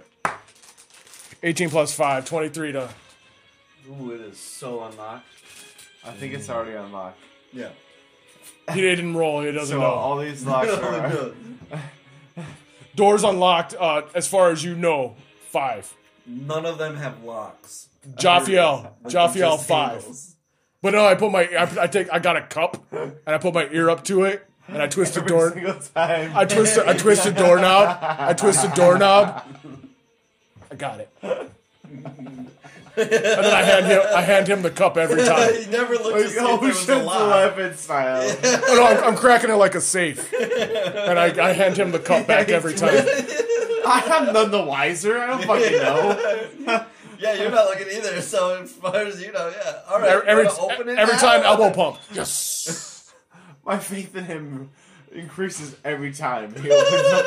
[SPEAKER 2] 18 plus 5, 23 to.
[SPEAKER 1] Ooh, it is so unlocked.
[SPEAKER 3] I think it's already unlocked.
[SPEAKER 1] Yeah.
[SPEAKER 2] He didn't roll, he doesn't
[SPEAKER 3] so
[SPEAKER 2] know.
[SPEAKER 3] all these locks are.
[SPEAKER 1] No,
[SPEAKER 2] Doors unlocked, uh, as far as you know, 5.
[SPEAKER 1] None of them have locks.
[SPEAKER 2] Jaffiel, Jaffiel,
[SPEAKER 1] Just
[SPEAKER 2] 5.
[SPEAKER 1] handles.
[SPEAKER 2] But no, I put my. I, I take. I got a cup, and I put my ear up to it, and I twist the
[SPEAKER 3] Every
[SPEAKER 2] door.
[SPEAKER 3] single time.
[SPEAKER 2] I twist. I twist the doorknob. I twist the doorknob. I got it. And then I hand him. I hand him the cup every time.
[SPEAKER 1] he never looked to see if there was
[SPEAKER 3] Ocean's
[SPEAKER 1] a lock.
[SPEAKER 3] Eleven oh, style.
[SPEAKER 2] Oh, no, I'm, I'm cracking it like a safe, and I, I hand him the cup back every time. E,
[SPEAKER 3] I'm none the wiser. I don't fucking know.
[SPEAKER 1] Yeah, you're not looking either. So as far as you know, yeah. All right.
[SPEAKER 2] Every, every,
[SPEAKER 1] you wanna open it
[SPEAKER 2] every
[SPEAKER 1] now?
[SPEAKER 2] time, elbow pump. Yes.
[SPEAKER 3] My faith in him increases every time he opens up.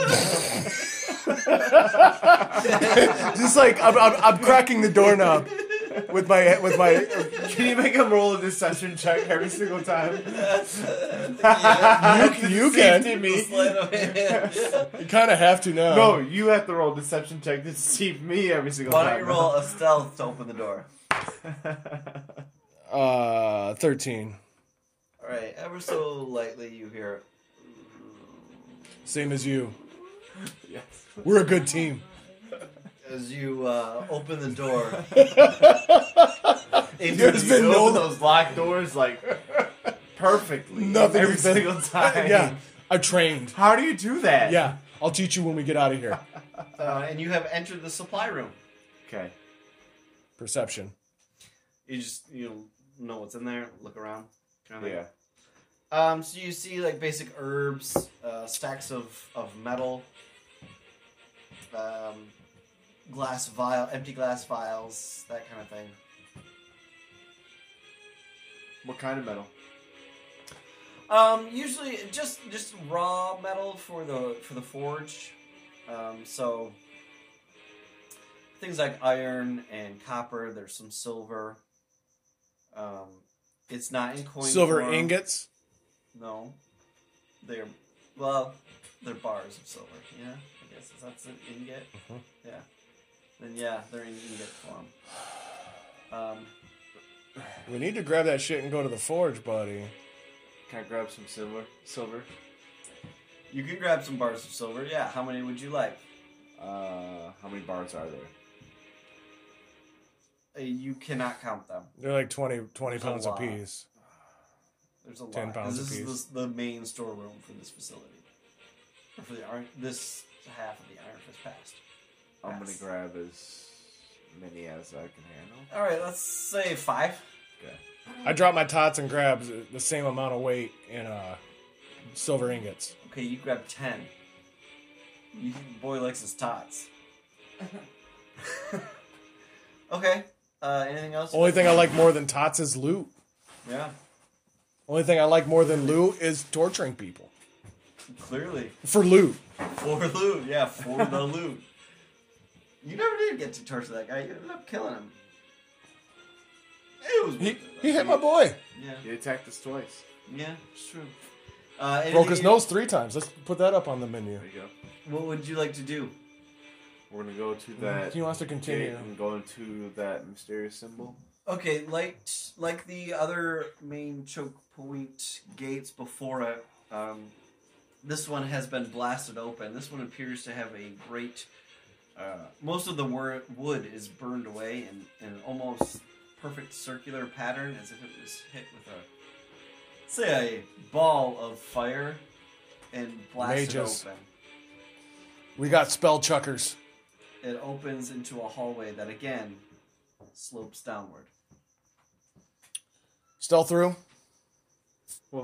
[SPEAKER 2] Just like I'm, I'm, I'm cracking the doorknob with my with my.
[SPEAKER 3] Can you make him roll a deception check every single time?
[SPEAKER 2] You, you can.
[SPEAKER 3] Safety me.
[SPEAKER 1] Sleight of hand.
[SPEAKER 2] You kind of have to now.
[SPEAKER 3] No, you have to roll a deception check to deceive me every single
[SPEAKER 1] Why don't
[SPEAKER 3] time.
[SPEAKER 1] you roll a stealth to open the door?
[SPEAKER 2] Uh, thirteen.
[SPEAKER 1] All right. Ever so lightly, you hear.
[SPEAKER 2] Same as you.
[SPEAKER 3] yes.
[SPEAKER 2] We're a good team.
[SPEAKER 1] As you uh, open the door,
[SPEAKER 2] There's
[SPEAKER 3] You
[SPEAKER 2] been
[SPEAKER 3] open
[SPEAKER 2] no-
[SPEAKER 3] those locked doors like perfectly.
[SPEAKER 2] Nothing
[SPEAKER 3] every
[SPEAKER 2] has been-
[SPEAKER 3] single time.
[SPEAKER 2] Yeah, I trained.
[SPEAKER 3] How do you do that?
[SPEAKER 2] Yeah, I'll teach you when we get out of here.
[SPEAKER 1] uh, and you have entered the supply room.
[SPEAKER 3] Okay.
[SPEAKER 2] Perception.
[SPEAKER 1] You just you know what's in there. Look around. Kind of
[SPEAKER 3] Yeah.
[SPEAKER 1] Um, so you see like basic herbs, uh, stacks of, of metal, um, glass vial, empty glass vials, that kind of thing.
[SPEAKER 3] What kind of metal?
[SPEAKER 1] Um, usually just just raw metal for the for the forge. Um, so things like iron and copper. There's some silver. Um, it's not in coin.
[SPEAKER 2] Silver
[SPEAKER 1] form.
[SPEAKER 2] ingots.
[SPEAKER 1] No. They're well, they're bars of silver. Yeah, I guess is that's an ingot.
[SPEAKER 2] Mm-hmm.
[SPEAKER 1] Yeah. Then yeah, they're in ingot form. Um,
[SPEAKER 2] We need to grab that shit and go to the forge, buddy.
[SPEAKER 3] Can I grab some silver? Silver.
[SPEAKER 1] you can grab some bars of silver. Yeah. How many would you like?
[SPEAKER 3] Uh, how many bars are there?
[SPEAKER 1] Uh, you cannot count them.
[SPEAKER 2] They're like 20, 20
[SPEAKER 1] That's a
[SPEAKER 2] pounds
[SPEAKER 1] lot.
[SPEAKER 2] apiece.
[SPEAKER 1] There's a
[SPEAKER 2] 10
[SPEAKER 1] lot.
[SPEAKER 2] pounds
[SPEAKER 1] this
[SPEAKER 2] apiece.
[SPEAKER 1] is the, the main storeroom for this facility, or for the iron. This half of the Iron Fist past.
[SPEAKER 3] I'm gonna
[SPEAKER 1] Yes.
[SPEAKER 3] grab as many as I can handle.
[SPEAKER 1] All right, let's say five.
[SPEAKER 3] Okay.
[SPEAKER 2] I drop my tots and grab the same amount of weight in uh, silver ingots.
[SPEAKER 1] Okay, you grab ten. You, boy likes his tots. okay. Uh, anything else?
[SPEAKER 2] Only thing I like more than tots is loot.
[SPEAKER 1] Yeah,
[SPEAKER 2] Only thing I like more than loot is torturing people
[SPEAKER 1] clearly
[SPEAKER 2] for loot.
[SPEAKER 1] for loot. Yeah, for the loot. You never did get to torture that guy. You ended up killing him. It was.
[SPEAKER 2] He, he hit my boy.
[SPEAKER 1] Yeah.
[SPEAKER 3] You attacked us twice.
[SPEAKER 1] Yeah, it's true. Uh, anything
[SPEAKER 2] Broke his
[SPEAKER 1] you-
[SPEAKER 2] nose three times. Let's put that up on the menu.
[SPEAKER 3] There you go.
[SPEAKER 1] What would you like to do?
[SPEAKER 3] We're gonna go
[SPEAKER 2] Mm,
[SPEAKER 3] to that
[SPEAKER 2] he wants to
[SPEAKER 3] gate
[SPEAKER 2] continue.
[SPEAKER 3] and go into that mysterious symbol.
[SPEAKER 1] Okay, like like the other main choke point gates before it, um, this one has been blasted open. This one appears to have a great. Uh, most of the wor- wood is burned away in, in an almost perfect circular pattern, as if it was hit with a, say, a ball of fire, and blasted
[SPEAKER 2] Mages.
[SPEAKER 1] open.
[SPEAKER 2] We got spell chuckers.
[SPEAKER 1] It opens into a hallway that again slopes downward.
[SPEAKER 2] Still through?
[SPEAKER 3] Well,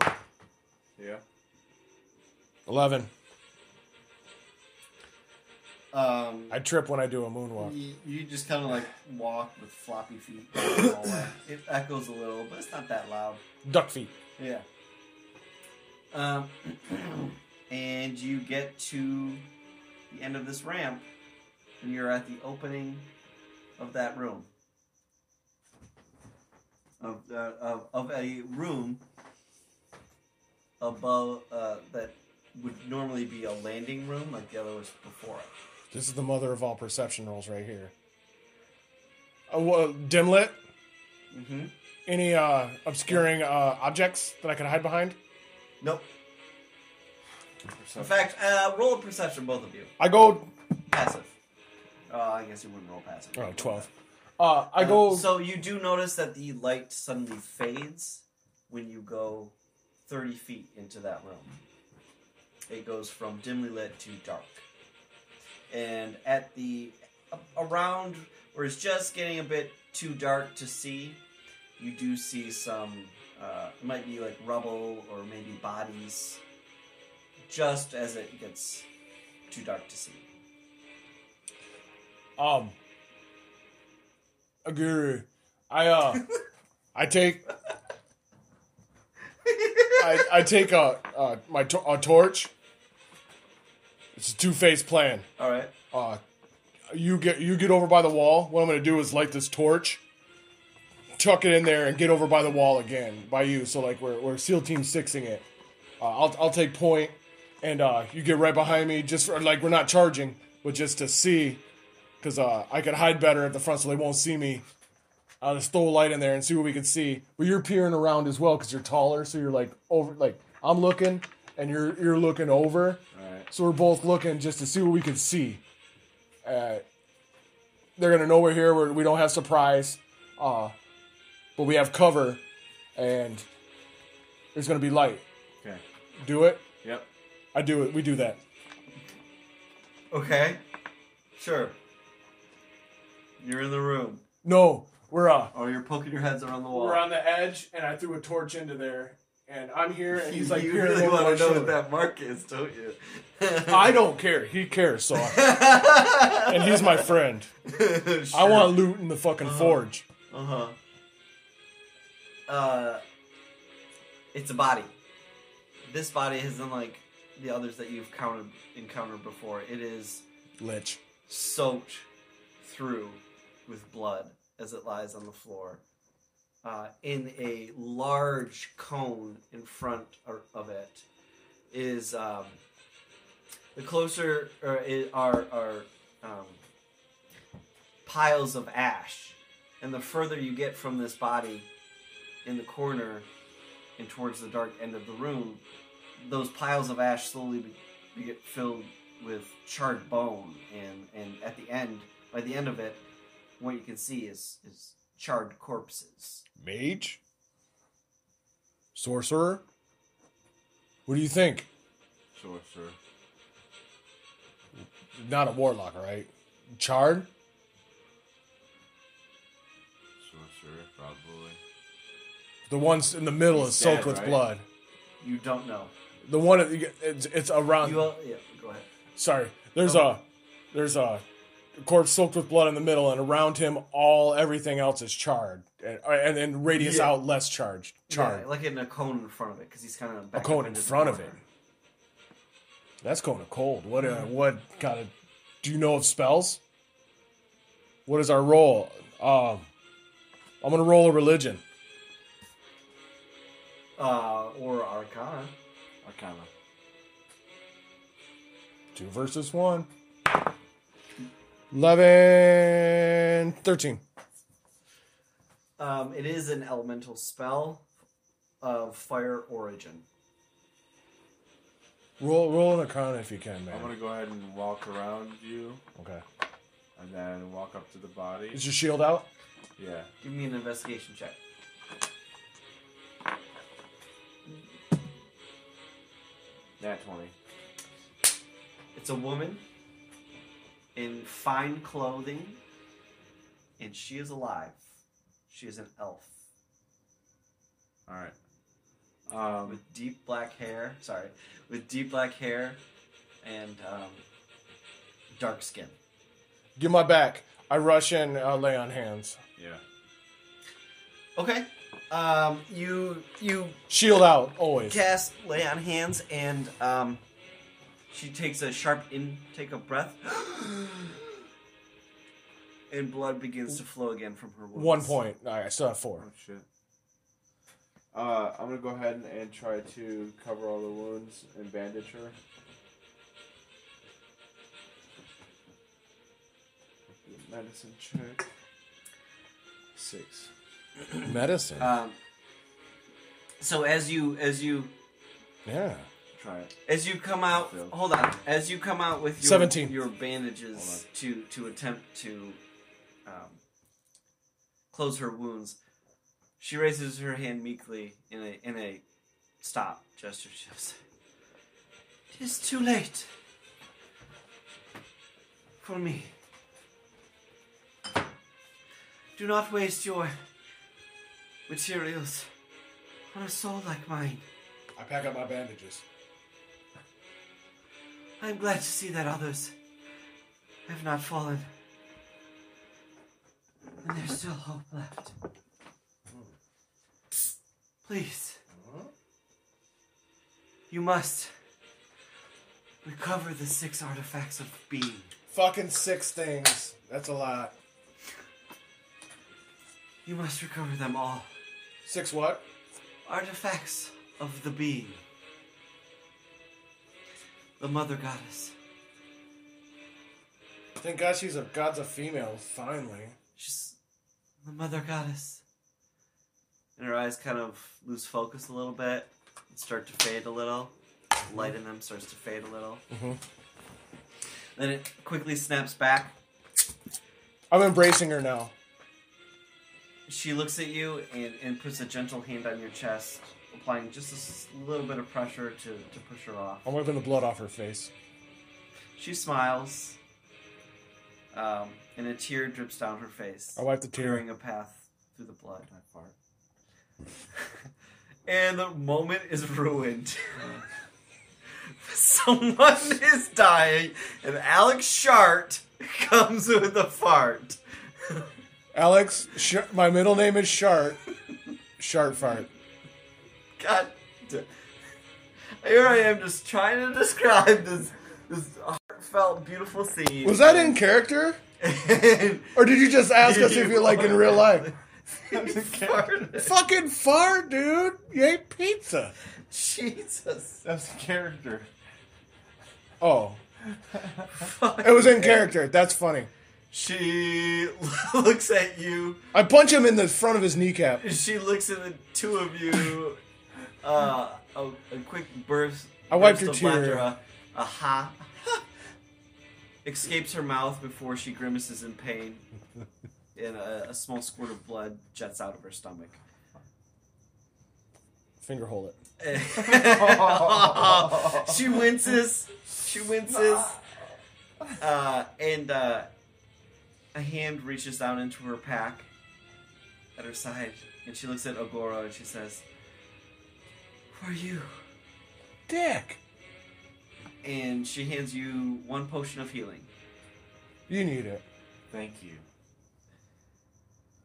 [SPEAKER 3] yeah.
[SPEAKER 2] 11.
[SPEAKER 1] Um,
[SPEAKER 2] I trip when I do a moonwalk.
[SPEAKER 1] You, you just kind of like walk with floppy feet. and all that. it echoes a little, but it's not that loud.
[SPEAKER 2] Duck feet.
[SPEAKER 1] Yeah. Um, and you get to the end of this ramp, and you're at the opening of that room. Of, uh, of, of a room above uh, that would normally be a landing room, like the other was before it.
[SPEAKER 2] This is the mother of all perception rolls right here. Uh, well, dim lit?
[SPEAKER 1] Mm-hmm.
[SPEAKER 2] Any uh, obscuring uh, objects that I can hide behind?
[SPEAKER 1] Nope. In
[SPEAKER 3] Perception.
[SPEAKER 1] fact, uh, roll a perception, both of you.
[SPEAKER 2] I go.
[SPEAKER 1] Passive. Oh, I guess you wouldn't roll passive.
[SPEAKER 2] Oh, 12. Uh, I go.
[SPEAKER 1] So you do notice that the light suddenly fades when you go 30 feet into that room. It goes from dimly lit to dark. And at the. around where it's just getting a bit too dark to see, you do see some. Uh, it might be like rubble or maybe bodies just as it gets too dark to see.
[SPEAKER 2] Um. Aguru. I, uh. I take. I, I take a, uh, my to- a torch. It's a two phase plan.
[SPEAKER 1] All right.
[SPEAKER 2] uh, you get you get over by the wall. What I'm gonna do is light this torch, tuck it in there, and get over by the wall again by you. So like we're we're SEAL Team Sixing it. Uh, I'll I'll take point, and uh, you get right behind me. Just for, like we're not charging, but just to see, because uh, I could hide better at the front, so they won't see me. I'll just throw a light in there and see what we can see. But you're peering around as well because you're taller, so you're like over. Like I'm looking, and you're you're looking over.
[SPEAKER 3] Alright.
[SPEAKER 2] So we're both looking just to see what we can see. Uh, they're gonna know we're here. We're, we don't have surprise, uh, but we have cover, and there's gonna be light.
[SPEAKER 3] Okay.
[SPEAKER 2] Do it.
[SPEAKER 3] Yep.
[SPEAKER 2] I do it. We do that.
[SPEAKER 1] Okay. Sure. You're in the room.
[SPEAKER 2] No, we're uh,
[SPEAKER 1] Or you're poking your heads around the wall.
[SPEAKER 2] we're on the edge, and I threw a torch into there, and I'm here, and he's like,
[SPEAKER 1] you
[SPEAKER 2] peering
[SPEAKER 1] really
[SPEAKER 2] over
[SPEAKER 1] want
[SPEAKER 2] my
[SPEAKER 1] to know
[SPEAKER 2] shoulder.
[SPEAKER 1] what that mark is, don't you?
[SPEAKER 2] I don't care. He cares, so. I- and he's my friend. I want loot in the fucking
[SPEAKER 1] Uh-huh.
[SPEAKER 2] forge.
[SPEAKER 1] Uh huh. Uh, it's a body. This body is unlike the others that you've counted encountered before. It is
[SPEAKER 2] Lich.
[SPEAKER 1] soaked through with blood as it lies on the floor uh, in a large cone in front or- of it is um, the closer or i are are um, piles of ash and the further you get from this body in the corner and towards the dark end of the room those piles of ash slowly be- be get filled with charred bone, and and at the end, by the end of it, what you can see is is charred corpses.
[SPEAKER 2] Mage? Sorcerer? What do you think?
[SPEAKER 3] Sure, sure.
[SPEAKER 2] Not a warlock, right? Chard?
[SPEAKER 3] Sure, sure. Probably.
[SPEAKER 2] The one's in the middle
[SPEAKER 3] He's
[SPEAKER 2] is soaked
[SPEAKER 3] dead,
[SPEAKER 2] with
[SPEAKER 3] right?
[SPEAKER 2] blood.
[SPEAKER 1] You don't know.
[SPEAKER 2] The one it's, it's around.
[SPEAKER 1] You all, Oh. yeah, go ahead.
[SPEAKER 2] sorry. There's a there's a corpse soaked with blood in the middle, and around him, all everything else is charred, and uh, and, and radius
[SPEAKER 1] Yeah.
[SPEAKER 2] out less charged. Charred.
[SPEAKER 1] Yeah, like in a cone in front of it, because he's kind of
[SPEAKER 2] a cone in front of it. That's going to cold. What uh, what kind of do you know of spells? What is our roll? Um, I'm gonna roll a religion.
[SPEAKER 1] Uh, or Arcana.
[SPEAKER 3] Arcana.
[SPEAKER 2] Two versus one. 11, 13.
[SPEAKER 1] Um, it is an elemental spell of fire origin.
[SPEAKER 2] Roll, roll an arcana if you can, man.
[SPEAKER 3] I'm gonna go ahead and walk around you,
[SPEAKER 2] Okay.
[SPEAKER 3] and then walk up to the body.
[SPEAKER 2] Is your shield out?
[SPEAKER 3] Yeah.
[SPEAKER 1] Give me an investigation check.
[SPEAKER 3] Nat 20.
[SPEAKER 1] It's a woman in fine clothing, and she is alive. She is an elf
[SPEAKER 3] Alright. Um,
[SPEAKER 1] with deep black hair. Sorry, with deep black hair and um, dark skin.
[SPEAKER 2] Give my back. I rush in, uh, lay on hands.
[SPEAKER 3] yeah.
[SPEAKER 1] Okay. Um, you you
[SPEAKER 2] Shield out, always.
[SPEAKER 1] cast lay on hands, and um, she takes a sharp intake of breath, and blood begins to flow again from her wounds.
[SPEAKER 2] One point. All right, I still have four.
[SPEAKER 3] Oh, shit. Uh, I'm gonna go ahead and, and try to cover all the wounds and bandage her. Medicine check. Six.
[SPEAKER 2] Medicine.
[SPEAKER 1] Um, so as you as you
[SPEAKER 2] yeah.
[SPEAKER 3] Try it.
[SPEAKER 1] as you come out,
[SPEAKER 3] Phil.
[SPEAKER 1] hold on. As you come out with your
[SPEAKER 2] 17.
[SPEAKER 1] your
[SPEAKER 3] Hold
[SPEAKER 1] bandages to to attempt to um, close her wounds, she raises her hand meekly in a in a stop gesture. She says, "It is too late for me. Do not waste your materials on a soul like mine."
[SPEAKER 2] I pack up my bandages.
[SPEAKER 1] I'm glad to see that others have not fallen. And there's still hope left. Please. You must recover the six artifacts of being.
[SPEAKER 2] Fucking six things. That's a lot.
[SPEAKER 1] You must recover them all.
[SPEAKER 2] Six what?
[SPEAKER 1] Artifacts of the being. The mother goddess.
[SPEAKER 2] Thank God she's a god's a female, finally.
[SPEAKER 1] She's the mother goddess. And her eyes kind of lose focus a little bit and start to fade a little. The light in them starts to fade a little. Then it quickly snaps back.
[SPEAKER 2] I'm embracing her now.
[SPEAKER 1] She looks at you and, and puts a gentle hand on your chest, applying just a s- little bit of pressure to, to push her off.
[SPEAKER 2] I'm wiping the blood off her face.
[SPEAKER 1] She smiles, um, and a tear drips down her face.
[SPEAKER 2] I wipe the tear.
[SPEAKER 1] clearing a path through the blood. I fart. and the moment is ruined. Someone is dying, and Alex Shart comes with a fart.
[SPEAKER 2] Alex, sh- my middle name is Shart. Shart fart.
[SPEAKER 1] God, da- here I am just trying to describe this this heartfelt, beautiful scene.
[SPEAKER 2] Was that in character? Or did you just ask us if you like in real life?
[SPEAKER 1] Farted.
[SPEAKER 2] Fucking fart, dude. You ate pizza.
[SPEAKER 1] Jesus.
[SPEAKER 3] That's the character.
[SPEAKER 2] Oh. It was in character. That's funny.
[SPEAKER 1] She looks at you.
[SPEAKER 2] I punch him in the front of his kneecap.
[SPEAKER 1] She looks at the two of you. Uh, a, a quick burst.
[SPEAKER 2] I wiped
[SPEAKER 1] burst
[SPEAKER 2] her
[SPEAKER 1] of
[SPEAKER 2] tear.
[SPEAKER 1] laughter, A, a ha. Escapes her mouth before she grimaces in pain, and a, a small squirt of blood jets out of her stomach.
[SPEAKER 2] Finger hold it.
[SPEAKER 1] she winces. She winces. Uh, and uh, a hand reaches down into her pack at her side, and she looks at Ogoro and she says, "For you."
[SPEAKER 2] Dick.
[SPEAKER 1] And she hands you one potion of healing.
[SPEAKER 2] You need it.
[SPEAKER 3] Thank you.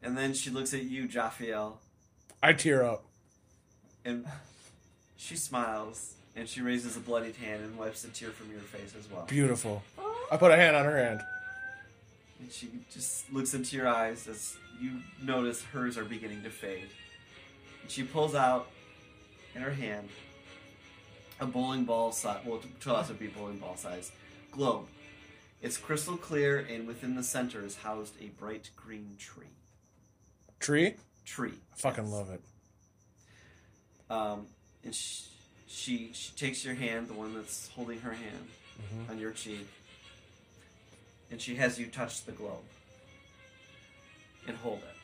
[SPEAKER 1] And then she looks at you, Jaffiel,
[SPEAKER 2] I tear up.
[SPEAKER 1] and she smiles and she raises a bloodied hand and wipes a tear from your face as well.
[SPEAKER 2] Beautiful. I put a hand on her hand.
[SPEAKER 1] And she just looks into your eyes as you notice hers are beginning to fade. And she pulls out in her hand a bowling ball size, well, to, to us would be bowling ball size, globe. It's crystal clear, and within the center is housed a bright green tree.
[SPEAKER 2] Tree?
[SPEAKER 1] Tree.
[SPEAKER 2] I fucking love it.
[SPEAKER 1] Um, and she, she she takes your hand, the one that's holding her hand on your cheek, and she has you touch the globe and hold it.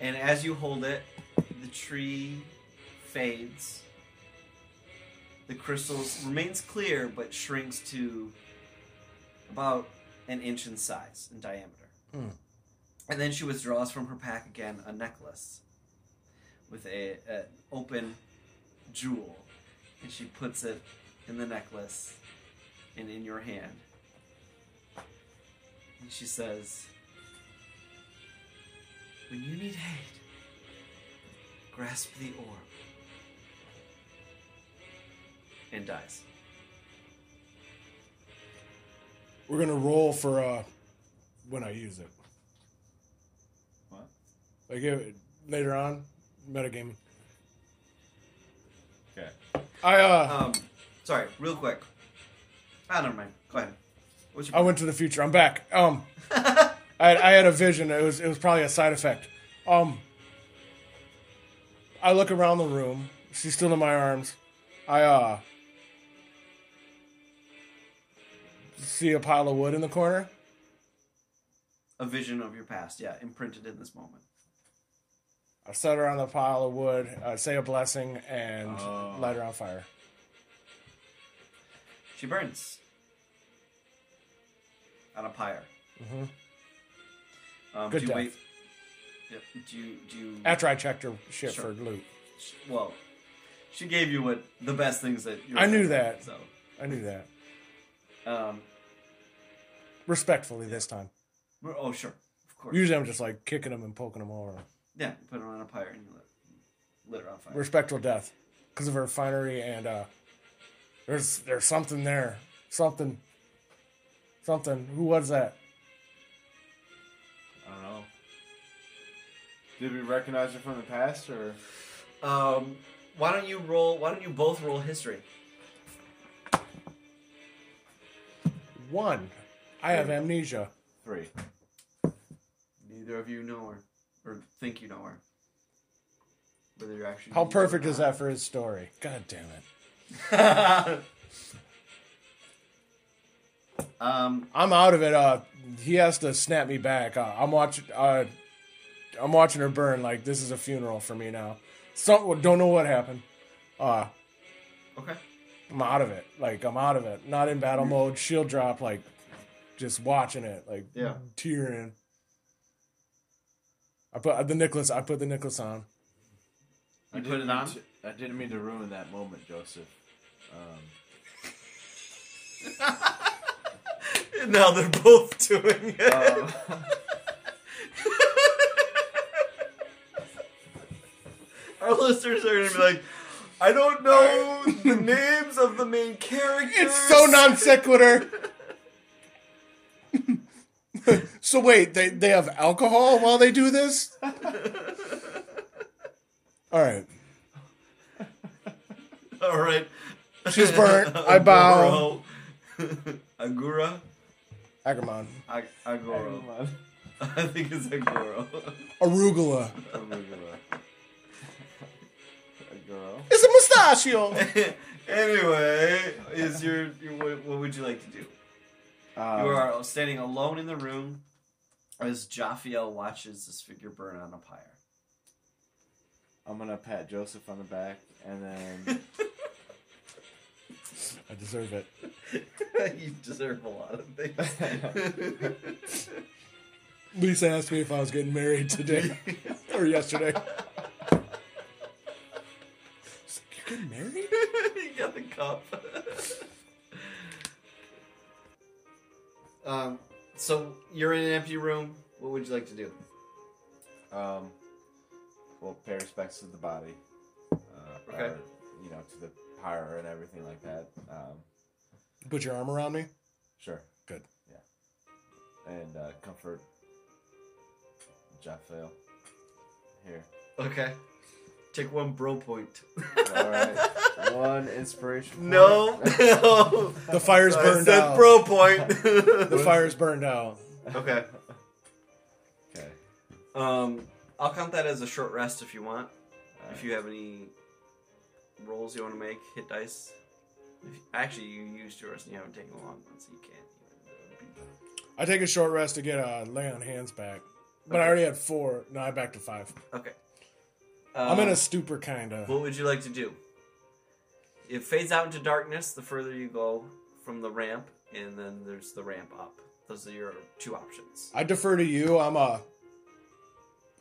[SPEAKER 1] And as you hold it, the tree fades. The crystals remains clear, but shrinks to about an inch in size in diameter.
[SPEAKER 2] Hmm.
[SPEAKER 1] And then she withdraws from her pack again a necklace with a, an open jewel, and she puts it in the necklace and in your hand. And she says, "When you need aid, grasp the orb." And dies.
[SPEAKER 2] We're gonna roll for uh when I use it.
[SPEAKER 3] What?
[SPEAKER 2] Like it, later on, metagaming.
[SPEAKER 3] Okay.
[SPEAKER 2] I uh
[SPEAKER 1] Um, sorry, real quick. Ah, never mind. Go ahead. What's
[SPEAKER 2] I
[SPEAKER 1] your?
[SPEAKER 2] went to the future. I'm back. Um I I had a vision. It was it was probably a side effect. Um I look around the room. She's still in my arms. I uh see a pile of wood in the corner.
[SPEAKER 1] a vision of your past, yeah, imprinted in this moment.
[SPEAKER 2] I set her on the pile of wood, I say a blessing, and
[SPEAKER 3] Oh.
[SPEAKER 2] light her on fire.
[SPEAKER 1] She burns on a pyre.
[SPEAKER 2] Mhm.
[SPEAKER 1] Um,
[SPEAKER 2] Good
[SPEAKER 1] do you
[SPEAKER 2] death.
[SPEAKER 1] wait? Yep. Do you do you?
[SPEAKER 2] After I checked her shit
[SPEAKER 1] Sure.
[SPEAKER 2] for loot,
[SPEAKER 1] sh- well, she gave you what the best things that you.
[SPEAKER 2] I knew that.
[SPEAKER 1] So,
[SPEAKER 2] I knew that.
[SPEAKER 1] um,
[SPEAKER 2] Respectfully this time.
[SPEAKER 1] we're- oh sure, of course.
[SPEAKER 2] Usually I'm just like kicking them and poking them over.
[SPEAKER 1] yeah, you put her on a pyre and you lit, lit her on fire.
[SPEAKER 2] Respectful death because of her finery and uh, there's there's something there, something, something. Who was that?
[SPEAKER 3] I don't know. Did we recognize her from the past, or
[SPEAKER 1] um, why don't you roll? Why don't you both roll history?
[SPEAKER 2] One. I have amnesia.
[SPEAKER 3] three?
[SPEAKER 1] Neither of you know her or think you know her. Whether you're actually
[SPEAKER 2] How perfect is that for his story? God damn it!
[SPEAKER 1] that? um,
[SPEAKER 2] I'm out of it. Uh, he has to snap me back. Uh, I'm watching. Uh, I'm watching her burn. Like this is a funeral for me now. Some don't know what happened. Uh,
[SPEAKER 1] Okay.
[SPEAKER 2] I'm out of it. Like I'm out of it. Not in battle mode. Shield drop. Like just watching it. Like
[SPEAKER 1] Yeah.
[SPEAKER 2] tearing. I put the necklace. I put the necklace on.
[SPEAKER 1] You
[SPEAKER 3] I
[SPEAKER 1] put
[SPEAKER 3] didn't
[SPEAKER 1] it
[SPEAKER 3] mean
[SPEAKER 1] on?
[SPEAKER 3] to- I didn't mean to ruin that moment, Joseph. Um,
[SPEAKER 1] And now they're both doing it.
[SPEAKER 3] um,
[SPEAKER 1] Our listeners are gonna be like, I don't know the names of the main characters.
[SPEAKER 2] It's so non sequitur. so wait, they they have alcohol while they do this? All right.
[SPEAKER 1] All right.
[SPEAKER 2] She's burnt. I bow.
[SPEAKER 1] Aguro. Agura.
[SPEAKER 2] Agamon.
[SPEAKER 1] Ag- Agoro.
[SPEAKER 3] Pokemon.
[SPEAKER 1] I think it's Agoro.
[SPEAKER 2] Arugula.
[SPEAKER 3] Arugula. A girl.
[SPEAKER 2] It's a mustachio.
[SPEAKER 1] anyway, is your, your what, what would you like to do?
[SPEAKER 3] Um,
[SPEAKER 1] you are standing alone in the room as Jaffiel watches this figure burn on a pyre.
[SPEAKER 3] I'm gonna pat Joseph on the back, and then
[SPEAKER 2] I deserve it.
[SPEAKER 1] you deserve a lot of things.
[SPEAKER 2] Lisa asked me if I was getting married today or yesterday. She's like, You're getting married?
[SPEAKER 1] you got the cup. um, so you're in an empty room. What would you like to do?
[SPEAKER 3] um, we'll pay respects to the body. Uh,
[SPEAKER 1] Okay.
[SPEAKER 3] or, you know, to the pyre and everything like that. Um,
[SPEAKER 2] Put your arm around me.
[SPEAKER 3] sure.
[SPEAKER 2] Good.
[SPEAKER 3] Yeah. And uh, comfort. Jaffael. Here.
[SPEAKER 1] Okay. Take one bro point.
[SPEAKER 3] Alright. One inspiration. point.
[SPEAKER 1] No, no.
[SPEAKER 2] The fire's
[SPEAKER 1] So I
[SPEAKER 2] burned
[SPEAKER 1] said
[SPEAKER 2] out.
[SPEAKER 1] bro point.
[SPEAKER 2] the fire's burned out.
[SPEAKER 1] okay.
[SPEAKER 3] Okay.
[SPEAKER 1] Um, I'll count that as a short rest if you want. If you have any rolls you want to make, hit dice. If, actually, you used yours and you haven't taken a long one, so you can't. even do it.
[SPEAKER 2] I take a short rest to get a lay on hands back, but I
[SPEAKER 1] Okay.
[SPEAKER 2] already had four. Now I'm back to five.
[SPEAKER 1] Okay.
[SPEAKER 2] I'm in
[SPEAKER 1] Um,
[SPEAKER 2] a stupor kind of.
[SPEAKER 1] What would you like to do? It fades out into darkness the further you go from the ramp, and then there's the ramp up. Those are your two options.
[SPEAKER 2] I defer to you. I'm a.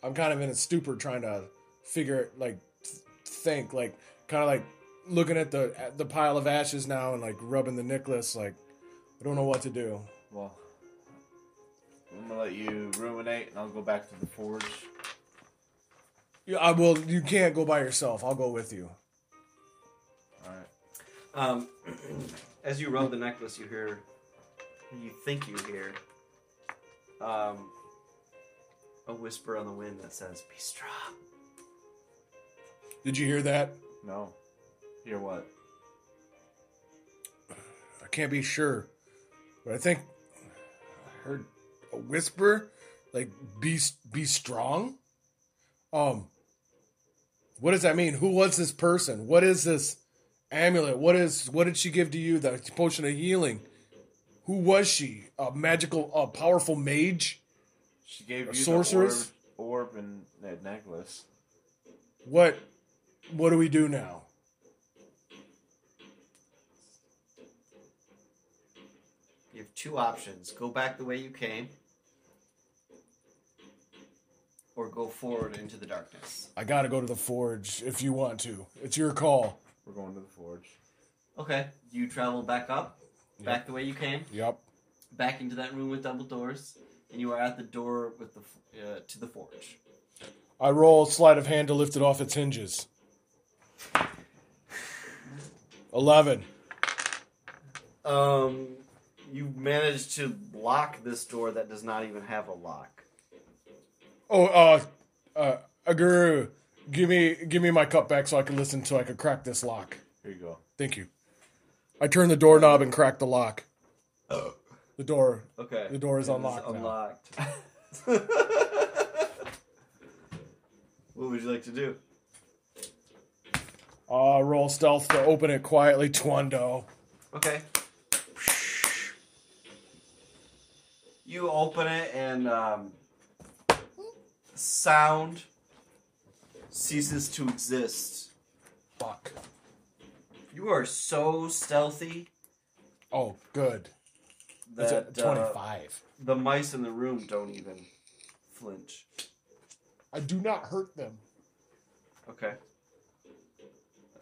[SPEAKER 2] I'm kind of in a stupor trying to figure like th- think like kind of like looking at the at the pile of ashes now and like rubbing the necklace like I don't know what to do.
[SPEAKER 3] Well, I'm gonna let you ruminate, and I'll go back to the forge.
[SPEAKER 2] Yeah, I will. You can't go by yourself. I'll go with you.
[SPEAKER 3] All right.
[SPEAKER 1] Um, as you rub the necklace, you hear, you think you hear, um, a whisper on the wind that says, "Be strong."
[SPEAKER 2] Did you hear that?
[SPEAKER 3] No. Hear what?
[SPEAKER 2] I can't be sure, but I think I heard a whisper, like be be strong. Um, what does that mean? Who was this person? What is this amulet? What is what did she give to you? The potion of healing. Who was she? A magical, a powerful mage?
[SPEAKER 3] She gave
[SPEAKER 2] A
[SPEAKER 3] you
[SPEAKER 2] sorceress?
[SPEAKER 3] the orb, orb and that necklace.
[SPEAKER 2] What? What do we do now?
[SPEAKER 1] You have two options: go back the way you came, or go forward into the darkness.
[SPEAKER 2] I gotta go to the forge if you want to. It's your call.
[SPEAKER 3] We're going to the forge.
[SPEAKER 1] Okay, you travel back up, back the way you came,
[SPEAKER 2] Yep.
[SPEAKER 1] back into that room with double doors, and you are at the door with the f- uh, to the forge.
[SPEAKER 2] I roll sleight of hand to lift it off its hinges. Eleven.
[SPEAKER 1] Um, you managed to lock this door that does not even have a lock.
[SPEAKER 2] Oh, uh, uh, Aguru, give me give me my cup back so I can listen so I can crack this lock.
[SPEAKER 3] Here you go.
[SPEAKER 2] Thank you. I turn the doorknob and crack the lock. The door.
[SPEAKER 1] Okay.
[SPEAKER 2] The door is
[SPEAKER 1] It is
[SPEAKER 2] unlocked now.
[SPEAKER 1] unlocked. what would you like to do?
[SPEAKER 2] Uh, roll stealth to open it quietly. Twundo.
[SPEAKER 1] Okay. You open it and um, sound ceases to exist.
[SPEAKER 2] Fuck.
[SPEAKER 1] You are so stealthy
[SPEAKER 2] Oh, good. That's
[SPEAKER 1] that
[SPEAKER 2] a
[SPEAKER 1] uh,
[SPEAKER 2] twenty-five.
[SPEAKER 1] the mice in the room don't even flinch.
[SPEAKER 2] I do not hurt them
[SPEAKER 1] Okay.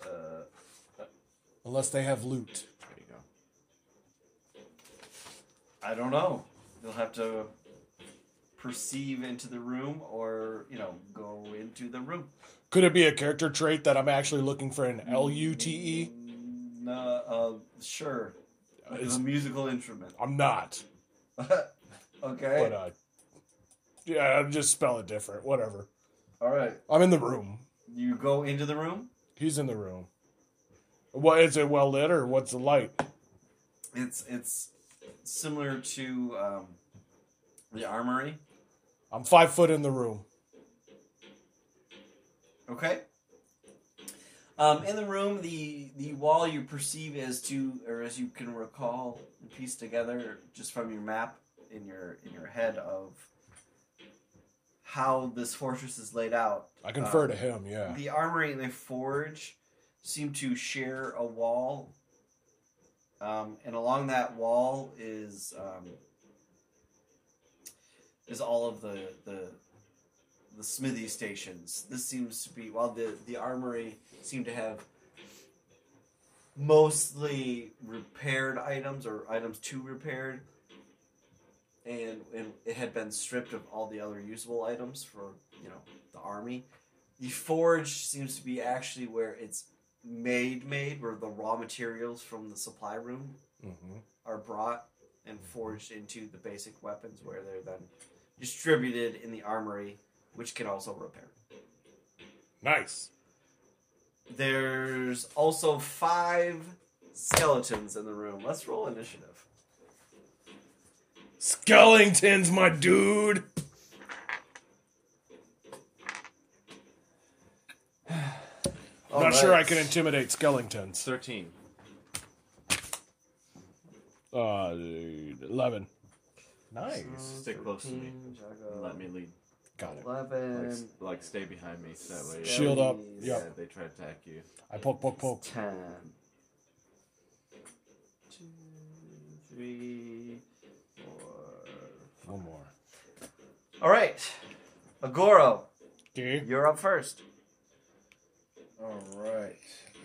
[SPEAKER 1] Uh,
[SPEAKER 2] unless they have loot.
[SPEAKER 3] There you go.
[SPEAKER 1] I don't know. You'll have to perceive into the room or, you know, go into the room.
[SPEAKER 2] Could it be a character trait that I'm actually looking for an L U T E?
[SPEAKER 1] No, uh, sure. It's
[SPEAKER 2] it's-
[SPEAKER 1] a musical instrument.
[SPEAKER 2] I'm not.
[SPEAKER 1] okay.
[SPEAKER 2] But uh, yeah, I'll just spell it different. Whatever.
[SPEAKER 1] All right.
[SPEAKER 2] I'm in the room.
[SPEAKER 1] You go into the room.
[SPEAKER 2] He's in the room. What is it? Well lit or what's the light?
[SPEAKER 1] It's it's similar to um, the armory.
[SPEAKER 2] I'm five foot in the room.
[SPEAKER 1] Okay. Um, in the room, the the wall you perceive as to, or as you can recall, and piece together just from your map in your in your head of how this fortress is laid out.
[SPEAKER 2] I confer
[SPEAKER 1] Um,
[SPEAKER 2] to him. Yeah.
[SPEAKER 1] The armory and the forge seem to share a wall, um, and along that wall is um, is all of the the the smithy stations. This seems to be while the the armory seem to have mostly repaired items or items to repaired. And, and it had been stripped of all the other usable items for you know the army the forge seems to be actually where it's made made where the raw materials from the supply room
[SPEAKER 2] hmm
[SPEAKER 1] are brought and forged into the basic weapons where they're then distributed in the armory which can also repair
[SPEAKER 2] Nice.
[SPEAKER 1] There's also five skeletons in the room. Let's roll initiative.
[SPEAKER 2] Skellingtons, my dude.
[SPEAKER 1] Oh,
[SPEAKER 2] Not sure I can intimidate Skellingtons.
[SPEAKER 3] Thirteen.
[SPEAKER 2] Uh, eleven. Nice.
[SPEAKER 3] Stick close to me.
[SPEAKER 1] 13,
[SPEAKER 3] and Let me lead.
[SPEAKER 2] Got it.
[SPEAKER 3] Like,
[SPEAKER 1] 11.
[SPEAKER 3] s- like stay behind me so that way.
[SPEAKER 2] Shield up.
[SPEAKER 3] Yeah,
[SPEAKER 2] Yep.
[SPEAKER 3] they try to attack you.
[SPEAKER 2] I poke, poke, poke.
[SPEAKER 1] 10. 2, 3, 4.
[SPEAKER 2] One more.
[SPEAKER 1] All right. Agoro,
[SPEAKER 2] Okay.
[SPEAKER 1] you're up first.
[SPEAKER 3] All right.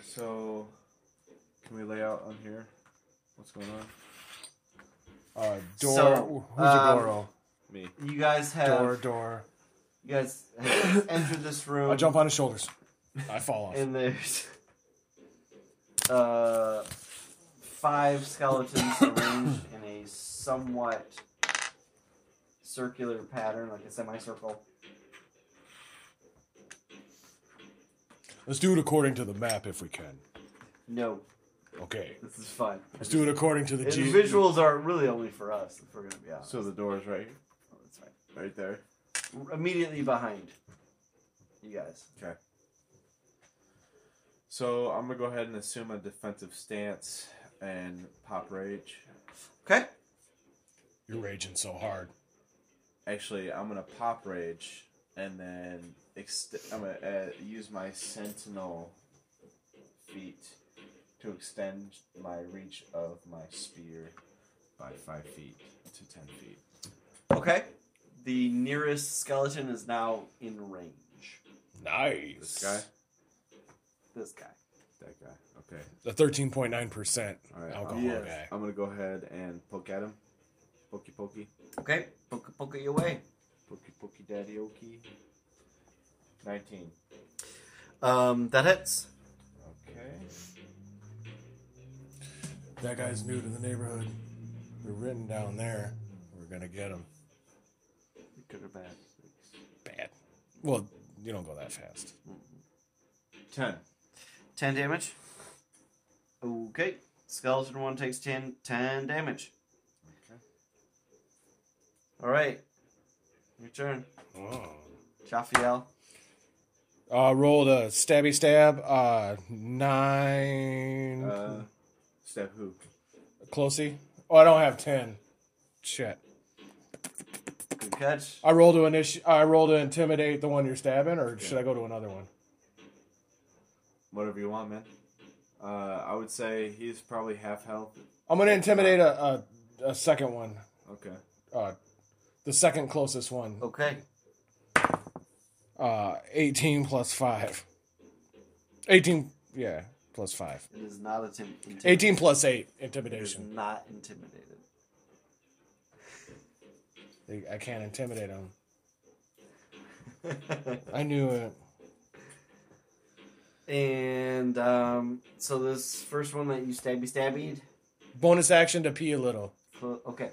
[SPEAKER 3] So, can we lay out on here? What's going on?
[SPEAKER 2] Uh, door.
[SPEAKER 1] So,
[SPEAKER 2] who's
[SPEAKER 1] um,
[SPEAKER 2] Agoro?
[SPEAKER 3] Me.
[SPEAKER 1] You guys have
[SPEAKER 2] Door, door.
[SPEAKER 1] you guys have entered this room.
[SPEAKER 2] I jump on his shoulders. I fall off.
[SPEAKER 1] and there's uh, five skeletons arranged in a somewhat circular pattern, like a semicircle.
[SPEAKER 2] Let's do it according to the map if we can.
[SPEAKER 1] No,
[SPEAKER 2] Okay.
[SPEAKER 1] this is fun.
[SPEAKER 2] Let's do it according to the
[SPEAKER 1] And
[SPEAKER 2] G.
[SPEAKER 1] the visuals are really only for us if we're gonna be honest.
[SPEAKER 3] So the door's right,
[SPEAKER 1] Oh, that's right.
[SPEAKER 3] right there.
[SPEAKER 1] Immediately behind you guys.
[SPEAKER 3] Okay. So I'm gonna go ahead and assume a defensive stance and pop rage.
[SPEAKER 1] Okay.
[SPEAKER 2] You're raging so hard.
[SPEAKER 3] Actually, I'm gonna pop rage and then ext- I'm gonna uh, use my sentinel feet to extend my reach of my spear by five feet to ten feet.
[SPEAKER 1] Okay. The nearest skeleton is now in range.
[SPEAKER 2] Nice.
[SPEAKER 3] This guy,
[SPEAKER 1] This guy.
[SPEAKER 3] that guy. Okay.
[SPEAKER 2] The 13.9%
[SPEAKER 3] All right.
[SPEAKER 2] alcohol
[SPEAKER 1] Yes.
[SPEAKER 2] guy.
[SPEAKER 3] I'm gonna go ahead and poke at him. Pokey pokey.
[SPEAKER 1] Okay. Poke, poke it your way.
[SPEAKER 3] Pokey pokey daddy okey. 19.
[SPEAKER 1] Um, that hits.
[SPEAKER 3] Okay.
[SPEAKER 2] That guy's new to the neighborhood. We're written down there. We're going to get him.
[SPEAKER 1] Good or bad.
[SPEAKER 2] Bad. Well, you don't go that fast.
[SPEAKER 3] 10.
[SPEAKER 1] 10 damage. Okay. Skeleton 1 takes 10, 10 damage.
[SPEAKER 3] Okay.
[SPEAKER 1] Alright. Your turn.
[SPEAKER 3] Oh.
[SPEAKER 1] Shafiel.
[SPEAKER 2] Uh, rolled a stabby stab. Uh, nine.
[SPEAKER 3] Uh, step who?
[SPEAKER 2] Closey. Oh, I don't have 10. Shit.
[SPEAKER 1] Good catch.
[SPEAKER 2] I roll to initi- I roll to intimidate the one you're stabbing, or should I go to another one?
[SPEAKER 3] Whatever you want, man. Uh, I would say he's probably half health.
[SPEAKER 2] I'm gonna intimidate a, a, a second one.
[SPEAKER 3] Okay.
[SPEAKER 2] Uh, the second closest one.
[SPEAKER 1] Okay.
[SPEAKER 2] Uh, 18 plus five. 18, yeah, plus five.
[SPEAKER 1] It is not attim- intimidated.
[SPEAKER 2] 18 plus eight
[SPEAKER 1] It is
[SPEAKER 2] intimidation.
[SPEAKER 1] not intimidated.
[SPEAKER 2] They- I can't intimidate him. I knew it.
[SPEAKER 1] And um, so this first one that you stabby stabbied.
[SPEAKER 2] Bonus action to pee a little.
[SPEAKER 1] Well, Okay.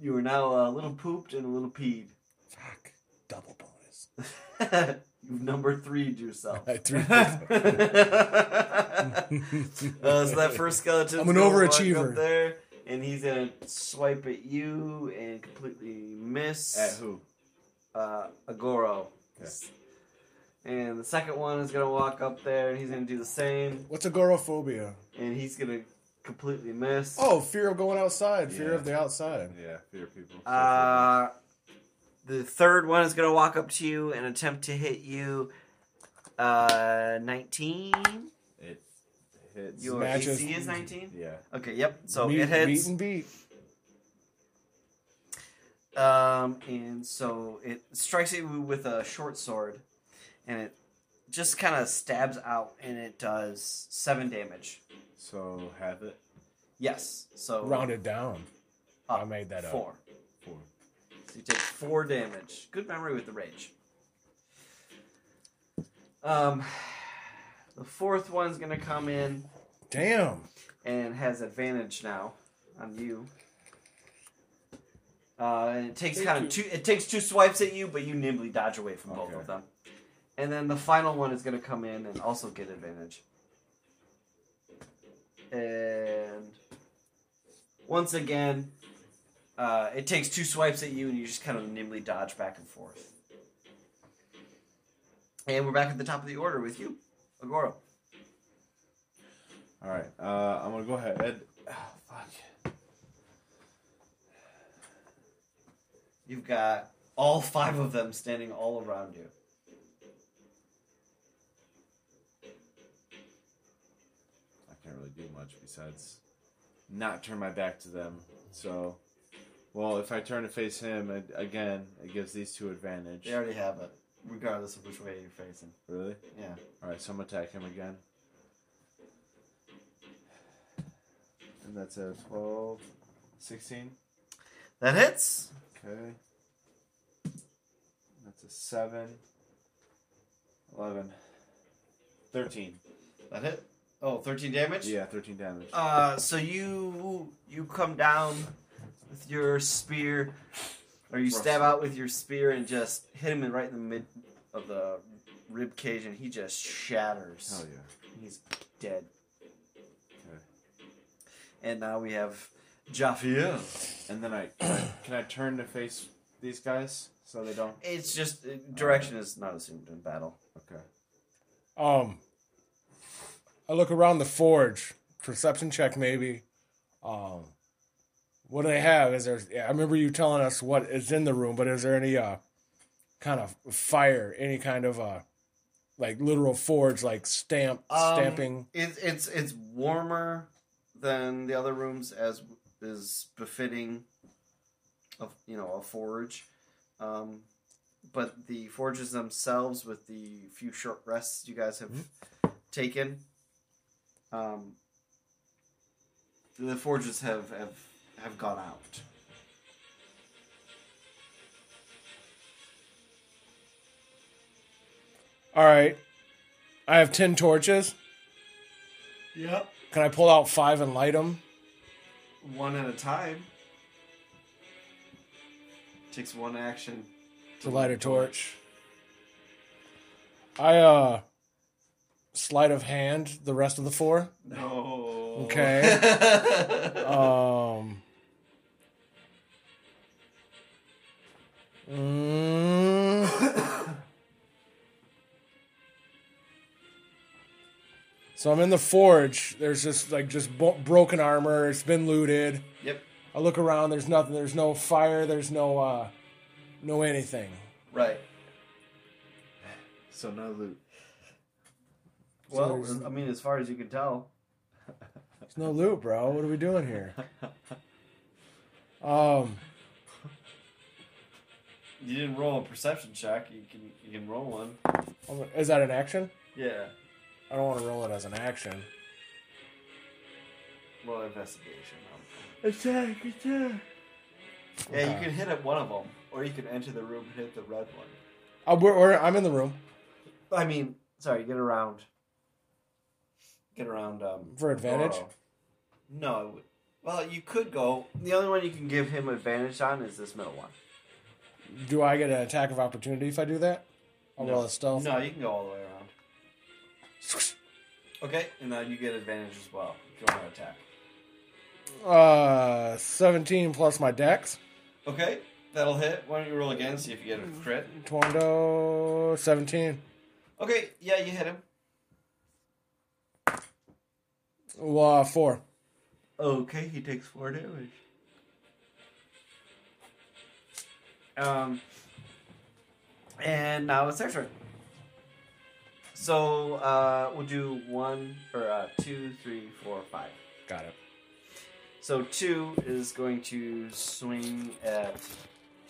[SPEAKER 1] You are now a little pooped and a little peed.
[SPEAKER 2] Fuck. Double bonus.
[SPEAKER 1] You've number threed yourself.
[SPEAKER 2] I threw-
[SPEAKER 1] Uh, so that first skeleton.
[SPEAKER 2] I'm an overachiever.
[SPEAKER 1] Up there, and he's gonna swipe at you and completely
[SPEAKER 3] At
[SPEAKER 1] miss
[SPEAKER 3] who?
[SPEAKER 1] uh, Agoro.
[SPEAKER 3] Okay.
[SPEAKER 1] And the second one is gonna walk up there, and he's gonna do the same,
[SPEAKER 2] What's agoraphobia?
[SPEAKER 1] and he's gonna completely miss.
[SPEAKER 2] Oh, fear of going outside. Fear
[SPEAKER 3] Yeah.
[SPEAKER 2] of the outside.
[SPEAKER 3] Yeah, fear people.
[SPEAKER 1] Uh, the third one is going to walk up to you and attempt to hit you. Uh, 19.
[SPEAKER 3] it hits.
[SPEAKER 1] Your
[SPEAKER 2] Matches.
[SPEAKER 1] AC is 19?
[SPEAKER 3] yeah.
[SPEAKER 1] Okay, yep. So
[SPEAKER 2] Meet-
[SPEAKER 1] it
[SPEAKER 2] Meet
[SPEAKER 1] hits.
[SPEAKER 2] and beat.
[SPEAKER 1] Um, and so it strikes you with a short sword and it just kind of stabs out and it does 7 damage.
[SPEAKER 3] So have it.
[SPEAKER 1] Yes. So
[SPEAKER 2] Rounded down.
[SPEAKER 1] up,
[SPEAKER 2] I made that up.
[SPEAKER 1] 4.
[SPEAKER 3] Four.
[SPEAKER 1] So you take four damage. Good memory with the rage. Um, the fourth one's gonna come in
[SPEAKER 2] Damn.
[SPEAKER 1] and has advantage now on you. Uh, and it takes
[SPEAKER 2] Thank
[SPEAKER 1] kind
[SPEAKER 2] you.
[SPEAKER 1] of two. It takes two swipes at you, but you nimbly dodge away from both
[SPEAKER 3] Okay.
[SPEAKER 1] of them. And then the final one is going to come in and also get advantage. And once again, uh, it takes two swipes at you, and you just kind of nimbly dodge back and forth. And we're back at the top of the order with you, Agoro.
[SPEAKER 3] All right, uh, I'm gonna go ahead. Oh, fuck.
[SPEAKER 1] You've got all five of them standing all around you.
[SPEAKER 3] I can't really do much besides not turn my back to them. So, well, if I turn to face him a- again, it gives these two advantage.
[SPEAKER 1] They already have it, regardless of which way you're facing.
[SPEAKER 3] Really?
[SPEAKER 1] Yeah.
[SPEAKER 3] All right, so I'm gonna attack him again. And that's a 12, 16.
[SPEAKER 1] That hits.
[SPEAKER 3] Okay. That's a 7, 11, 13.
[SPEAKER 1] That hit. Oh, 13 damage?
[SPEAKER 3] Yeah, 13 damage.
[SPEAKER 1] Uh, so you you come down with your spear, or you stab out with your spear and just hit him in right in the mid of the rib cage, and he just shatters.
[SPEAKER 3] Hell Oh, yeah.
[SPEAKER 1] He's dead. And now we have Jaffier.
[SPEAKER 3] And then I can, I can I turn to face these guys so they don't.
[SPEAKER 1] It's just uh, direction is not assumed in battle.
[SPEAKER 3] Okay.
[SPEAKER 2] Um, I look around the forge. Perception check, maybe. Um, what do they have? Is there? I remember you telling us what is in the room, but is there any uh kind of fire? Any kind of uh like literal forge, like stamp
[SPEAKER 1] Um,
[SPEAKER 2] stamping?
[SPEAKER 1] It's it's it's warmer than the other rooms as is befitting of you know a forge, um, but the forges themselves, with the few short rests you guys have
[SPEAKER 2] Mm-hmm.
[SPEAKER 1] taken, um, the forges have have have gone out.
[SPEAKER 2] All right. I have ten torches.
[SPEAKER 1] Yep,
[SPEAKER 2] Can I pull out five and light them?
[SPEAKER 1] one at a time. Takes one action.
[SPEAKER 2] to light a torch. I uh sleight of hand the rest of the four.
[SPEAKER 1] No.
[SPEAKER 2] Okay. um mm. So I'm in the forge. There's just like just bo- broken armor. It's been looted.
[SPEAKER 1] Yep.
[SPEAKER 2] I look around. There's nothing. There's no fire. There's no uh no anything.
[SPEAKER 1] Right.
[SPEAKER 3] So no loot.
[SPEAKER 1] Well,
[SPEAKER 2] So-
[SPEAKER 1] I mean, as far as you can tell,
[SPEAKER 2] It's no loot, bro. What are we doing here? Um,
[SPEAKER 1] you didn't roll a perception check. You can you can roll one.
[SPEAKER 2] I'm- is that an action?
[SPEAKER 1] Yeah.
[SPEAKER 2] I don't want to roll it as an action.
[SPEAKER 1] Roll investigation.
[SPEAKER 3] Attack! Attack!
[SPEAKER 1] Yeah,
[SPEAKER 2] Okay.
[SPEAKER 1] you can hit at one of them, or you can enter the room and hit the red one.
[SPEAKER 2] Uh, we're, we're, I'm in the room
[SPEAKER 1] I mean, sorry, get around. Get around. Um,
[SPEAKER 2] for advantage.
[SPEAKER 1] Goro. No. I would- Well, you could go. The only one you can give him advantage on is this middle one.
[SPEAKER 2] Do I get an attack of opportunity if I do that? I'll
[SPEAKER 1] No.
[SPEAKER 2] roll a stealth.
[SPEAKER 1] No, you can go all the way around. Okay, and then you get advantage as well if you want to attack.
[SPEAKER 2] Uh, 17 plus my dex.
[SPEAKER 1] Okay, that'll hit. Why don't you roll again, see if you get a crit?
[SPEAKER 2] Twando, 17.
[SPEAKER 1] Okay, yeah, you hit him.
[SPEAKER 2] Well, uh, four.
[SPEAKER 1] Okay, he takes four damage. Um, and now it's their turn. So uh, we'll do one or uh, two, three, four, five.
[SPEAKER 2] Got it.
[SPEAKER 1] So two is going to swing at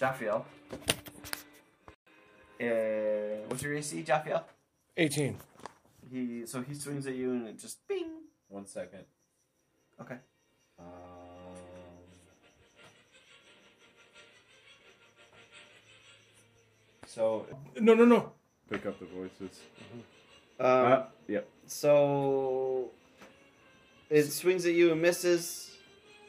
[SPEAKER 1] Jaffiel. Uh, what's your AC, Jaffiel?
[SPEAKER 2] 18.
[SPEAKER 1] He so he swings at you and it just bing.
[SPEAKER 3] One second.
[SPEAKER 1] Okay.
[SPEAKER 3] Um, so
[SPEAKER 2] No, no, no.
[SPEAKER 3] pick up the voices.
[SPEAKER 1] Um,
[SPEAKER 3] Uh, yep.
[SPEAKER 1] So it swings at you and misses.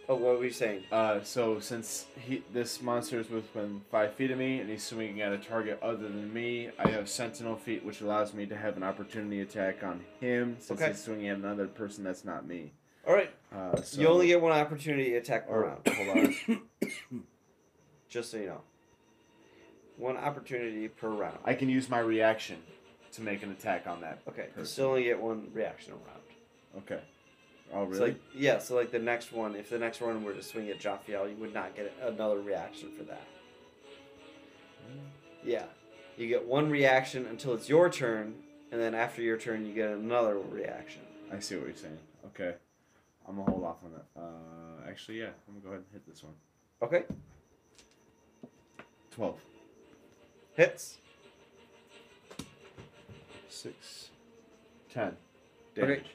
[SPEAKER 1] Oh, what were you saying?
[SPEAKER 3] Uh, so since he this monster is within five feet of me and he's swinging at a target other than me, I have sentinel feet, which allows me to have an opportunity attack on him since
[SPEAKER 1] Okay.
[SPEAKER 3] he's swinging at another person that's not me.
[SPEAKER 1] All right,
[SPEAKER 3] Uh, so,
[SPEAKER 1] you only get one opportunity to attack per
[SPEAKER 3] or,
[SPEAKER 1] round.
[SPEAKER 3] hold on.
[SPEAKER 1] Just so you know, one opportunity per round.
[SPEAKER 3] I can use my reaction to make an attack on that.
[SPEAKER 1] Okay, you
[SPEAKER 3] person.
[SPEAKER 1] still only get one reaction a round.
[SPEAKER 3] Okay. Oh
[SPEAKER 1] It's
[SPEAKER 3] really?
[SPEAKER 1] like yeah, so like the next one, if the next one were to swing at Jaffiel, you would not get another reaction for that.
[SPEAKER 3] Mm.
[SPEAKER 1] Yeah, you get one reaction until it's your turn, and then after your turn, you get another reaction.
[SPEAKER 3] I see what you're saying. Okay. I'm gonna hold off on that. Uh, actually, yeah, I'm gonna go ahead and hit this one.
[SPEAKER 1] Okay,
[SPEAKER 3] Twelve.
[SPEAKER 1] hits.
[SPEAKER 3] Six. Ten.
[SPEAKER 1] Okay.
[SPEAKER 3] Damage.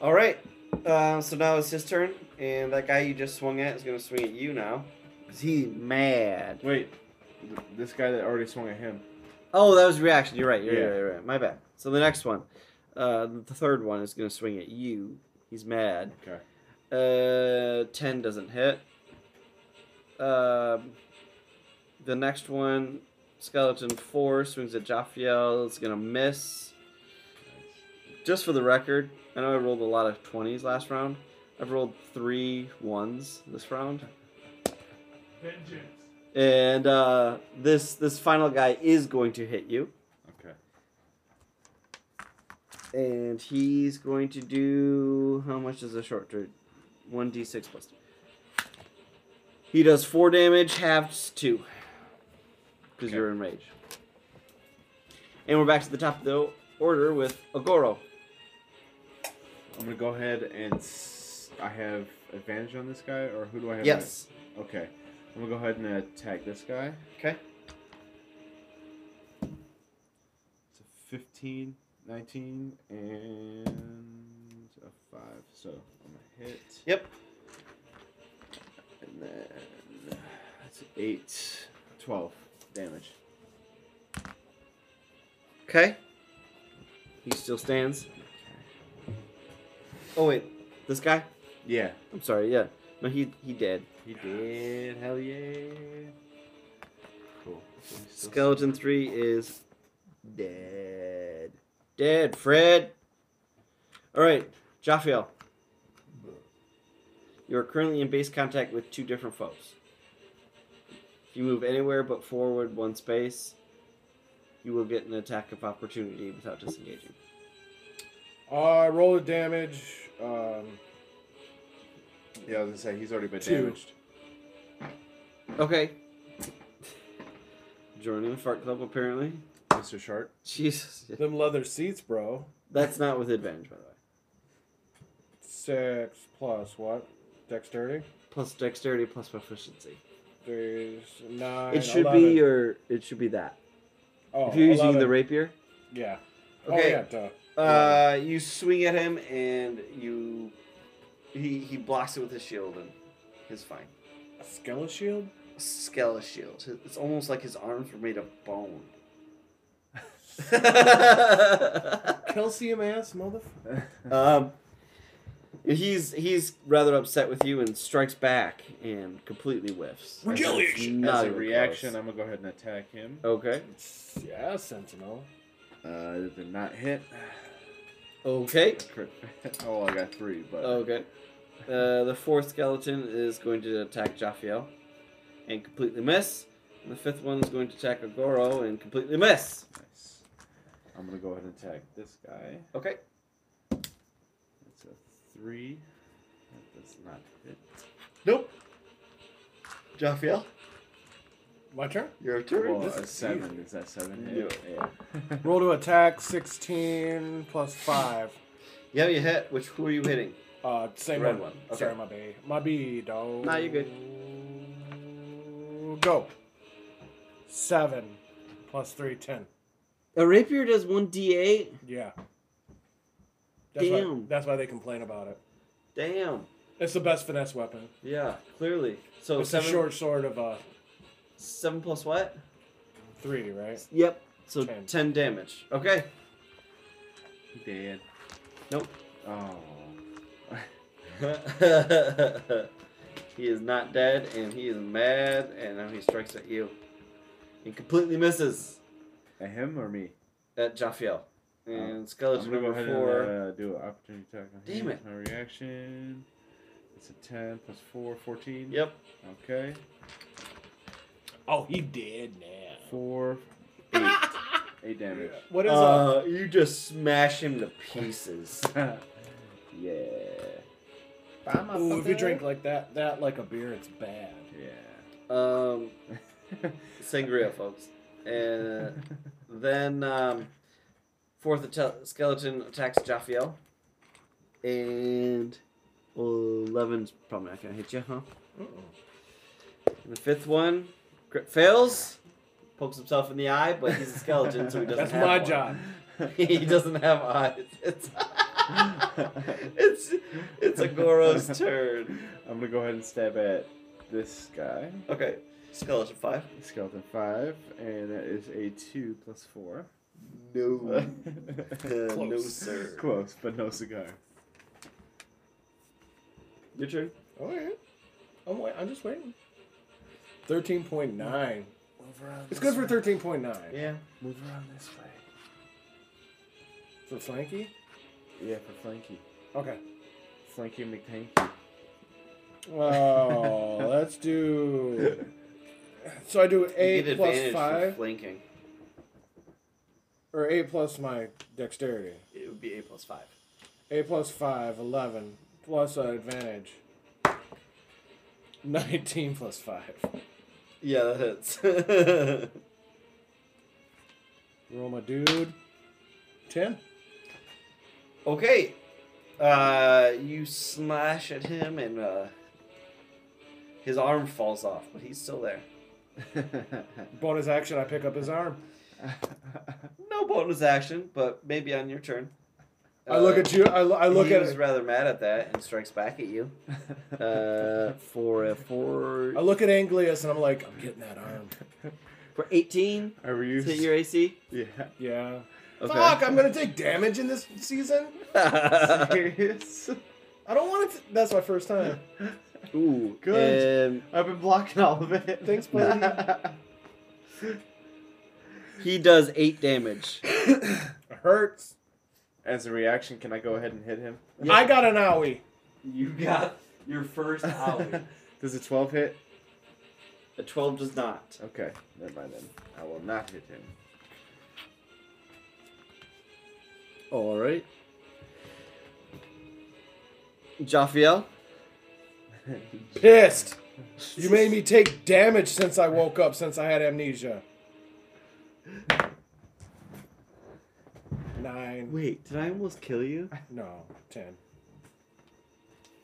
[SPEAKER 1] All right. Uh, so now it's his turn, and that guy you just swung at is gonna swing at you now. Cause he's mad.
[SPEAKER 3] Wait, th- this guy that already swung at him.
[SPEAKER 1] Oh, that was reaction. You're right. You're
[SPEAKER 3] Yeah.
[SPEAKER 1] right, you're right. My bad. So the next one, uh, the third one is gonna swing at you. He's mad.
[SPEAKER 3] Okay.
[SPEAKER 1] Uh, ten doesn't hit. Um, the next one, skeleton four swings at Jaffiel. It's gonna miss. Just for the record, I know I rolled a lot of twenties last round. I've rolled three ones this round.
[SPEAKER 2] Vengeance.
[SPEAKER 1] And uh, this this final guy is going to hit you,
[SPEAKER 3] Okay.
[SPEAKER 1] and he's going to do how much does a short dra- One d six plus. Two. He does four damage, halves two, because
[SPEAKER 3] Okay.
[SPEAKER 1] you're enraged. And we're back to the top of the order with Agoro.
[SPEAKER 3] I'm gonna go ahead and s- I have advantage on this guy, or who do I have?
[SPEAKER 1] Yes.
[SPEAKER 3] at- Okay. I'm gonna go ahead and attack this guy.
[SPEAKER 1] Okay.
[SPEAKER 3] It's a 15, 19, and a five. So I'm gonna hit.
[SPEAKER 1] Yep.
[SPEAKER 3] And then that's eight, 12 damage.
[SPEAKER 1] Okay. He still stands. Oh wait, this guy?
[SPEAKER 3] Yeah.
[SPEAKER 1] I'm sorry. Yeah. No, he he dead.
[SPEAKER 3] He did. Hell yeah. Cool. So he's still-
[SPEAKER 1] Skeleton three is dead. Dead, Fred. All right, Jaffiel. You are currently in base contact with two different foes. If you move anywhere but forward one space, you will get an attack of opportunity without disengaging.
[SPEAKER 2] Uh, I roll a damage. Um,
[SPEAKER 3] Yeah, I was gonna say he's already been
[SPEAKER 2] two.
[SPEAKER 3] damaged.
[SPEAKER 1] Okay. Joining the fart club, apparently.
[SPEAKER 3] Mr. Shark.
[SPEAKER 1] Jesus,
[SPEAKER 2] Them leather seats, bro.
[SPEAKER 1] that's not with advantage, by the way.
[SPEAKER 2] Six plus what? Dexterity.
[SPEAKER 1] Plus dexterity, plus proficiency.
[SPEAKER 2] There's nine.
[SPEAKER 1] It should
[SPEAKER 2] 11.
[SPEAKER 1] be your. It should be that.
[SPEAKER 2] Oh,
[SPEAKER 1] if you're using
[SPEAKER 2] 11.
[SPEAKER 1] the rapier,
[SPEAKER 2] Yeah.
[SPEAKER 1] Okay.
[SPEAKER 2] Oh, yeah, duh.
[SPEAKER 1] uh, you swing at him and you he he blocks it with his shield and he's fine.
[SPEAKER 2] A skeleton shield?
[SPEAKER 1] Skella shield. It's almost like his arms were made of bone.
[SPEAKER 2] Calcium ass, motherfucker.
[SPEAKER 1] um, he's he's rather upset with you and strikes back and completely whiffs.
[SPEAKER 2] Reaction.
[SPEAKER 1] Not
[SPEAKER 3] As a
[SPEAKER 1] even
[SPEAKER 3] reaction,
[SPEAKER 1] close.
[SPEAKER 3] I'm gonna go ahead and attack him.
[SPEAKER 1] Okay.
[SPEAKER 2] Yeah, Sentinel.
[SPEAKER 3] Uh, it did not hit.
[SPEAKER 1] Okay.
[SPEAKER 3] Crit- Oh, I got three, but
[SPEAKER 1] Okay. Uh, the fourth skeleton is going to attack Jaffiel and completely miss. And the fifth one is going to attack Agoro and completely miss.
[SPEAKER 3] nice. I'm gonna go ahead and attack this guy.
[SPEAKER 1] Okay.
[SPEAKER 3] It's a three. That does not hit.
[SPEAKER 1] Nope. Jaffiel,
[SPEAKER 2] My turn?
[SPEAKER 1] your
[SPEAKER 3] Well,
[SPEAKER 2] this
[SPEAKER 3] a
[SPEAKER 2] is
[SPEAKER 3] seven. Is that seven? Hit? Yeah.
[SPEAKER 2] Roll to attack 16 plus 5.
[SPEAKER 1] Yeah, you hit. Which who are you hitting?
[SPEAKER 2] Uh, same
[SPEAKER 1] Red
[SPEAKER 2] one.
[SPEAKER 1] one, okay.
[SPEAKER 2] Sorry, my B. My B, dog.
[SPEAKER 1] Nah, you're
[SPEAKER 2] good. Go. 7 plus 3, 10.
[SPEAKER 1] A rapier does one d8.
[SPEAKER 2] Yeah. That's Why,
[SPEAKER 1] Damn.
[SPEAKER 2] that's why they complain about it.
[SPEAKER 1] Damn.
[SPEAKER 2] It's the best finesse weapon.
[SPEAKER 1] Yeah, clearly. So
[SPEAKER 2] it's
[SPEAKER 1] seven.
[SPEAKER 2] a short sword of uh,
[SPEAKER 1] Seven plus what?
[SPEAKER 2] 3, right?
[SPEAKER 1] Yep. So
[SPEAKER 2] Ten.
[SPEAKER 1] ten damage. Okay.
[SPEAKER 3] Dead. Nope. Oh.
[SPEAKER 1] he is not dead, and he is mad, and now he strikes at you. He completely misses
[SPEAKER 3] At him or me?
[SPEAKER 1] at Jaffiel. And
[SPEAKER 3] Um, I'm
[SPEAKER 1] skeleton
[SPEAKER 3] gonna go
[SPEAKER 1] number
[SPEAKER 3] ahead
[SPEAKER 1] four.
[SPEAKER 3] and uh, do an opportunity attack on
[SPEAKER 1] Damn
[SPEAKER 3] him.
[SPEAKER 1] it.
[SPEAKER 3] My reaction. It's a 10 plus 4, 14.
[SPEAKER 1] Yep.
[SPEAKER 3] Okay.
[SPEAKER 2] Oh, he did now.
[SPEAKER 3] 4, 8. 8 damage.
[SPEAKER 2] What is up?
[SPEAKER 1] Uh, you just smash him to pieces.
[SPEAKER 3] yeah.
[SPEAKER 1] Uh,
[SPEAKER 2] Ooh, if you drink like that, that like a beer, it's bad.
[SPEAKER 3] Yeah.
[SPEAKER 1] Um, sangria, folks. And uh, then um, fourth atta- skeleton attacks Jaffiel. And 11's probably not going to hit you, huh? And the fifth one crit fails, pokes himself in the eye, but he's a skeleton, so he doesn't
[SPEAKER 2] That's
[SPEAKER 1] have
[SPEAKER 2] my
[SPEAKER 1] one.
[SPEAKER 2] job.
[SPEAKER 1] he doesn't have eyes. It's, it's, it's Agoro's turn.
[SPEAKER 3] I'm gonna go ahead and stab at this guy.
[SPEAKER 1] Okay, skeleton five.
[SPEAKER 3] Skeleton 5, and that is a 2 plus 4.
[SPEAKER 1] No. Uh, no,
[SPEAKER 2] Close.
[SPEAKER 1] sir.
[SPEAKER 3] Close, but no cigar.
[SPEAKER 1] Your turn.
[SPEAKER 2] All right. I'm, wait- I'm just waiting. 13.9. It's good for 13.9.
[SPEAKER 1] Yeah.
[SPEAKER 3] Move around this way.
[SPEAKER 2] For flanky?
[SPEAKER 3] Yeah, for flanky.
[SPEAKER 2] Okay.
[SPEAKER 3] Flanky McTanky.
[SPEAKER 2] Well, let's do. So I do
[SPEAKER 1] You get
[SPEAKER 2] 8 plus
[SPEAKER 1] advantage for
[SPEAKER 2] 5,
[SPEAKER 1] flanking.
[SPEAKER 2] or 8 plus my dexterity.
[SPEAKER 1] It would be eight plus five.
[SPEAKER 2] 8 plus 5, 11, plus uh, advantage. 19 plus 5.
[SPEAKER 1] Yeah, that hits.
[SPEAKER 2] Roll my dude. 10.
[SPEAKER 1] okay. Uh, you slash at him and uh, his arm falls off, but he's still there.
[SPEAKER 2] Bonus action, I pick up his arm.
[SPEAKER 1] No bonus action, but maybe on your turn. Uh,
[SPEAKER 2] I look at you, I, lo- I look
[SPEAKER 1] he
[SPEAKER 2] at
[SPEAKER 1] was
[SPEAKER 2] it.
[SPEAKER 1] rather mad at that and strikes back at you. Uh, for a four
[SPEAKER 2] I look at Anglius and I'm like, I'm getting that arm.
[SPEAKER 1] for eighteen.
[SPEAKER 3] I
[SPEAKER 1] Is
[SPEAKER 3] reused.
[SPEAKER 1] hit your AC?
[SPEAKER 3] yeah.
[SPEAKER 2] Yeah.
[SPEAKER 1] Okay.
[SPEAKER 2] Fuck, I'm gonna take damage in this season.
[SPEAKER 3] Serious?
[SPEAKER 2] I don't want it. To... That's my first time.
[SPEAKER 1] Ooh, um,
[SPEAKER 3] Good.
[SPEAKER 1] and
[SPEAKER 3] I've been blocking all of it.
[SPEAKER 2] Thanks, buddy.
[SPEAKER 1] he does eight damage.
[SPEAKER 2] It hurts.
[SPEAKER 3] As a reaction, can I go ahead and hit him?
[SPEAKER 2] I got an owie.
[SPEAKER 1] You got your first
[SPEAKER 3] Does a 12 hit?
[SPEAKER 1] A 12 does not.
[SPEAKER 3] Okay, never mind then. I will not hit him.
[SPEAKER 1] All right. Jaffiel?
[SPEAKER 2] Pissed. You made me take damage since I woke up, since I had amnesia. Nine.
[SPEAKER 1] Wait, did I almost kill you?
[SPEAKER 2] No, ten.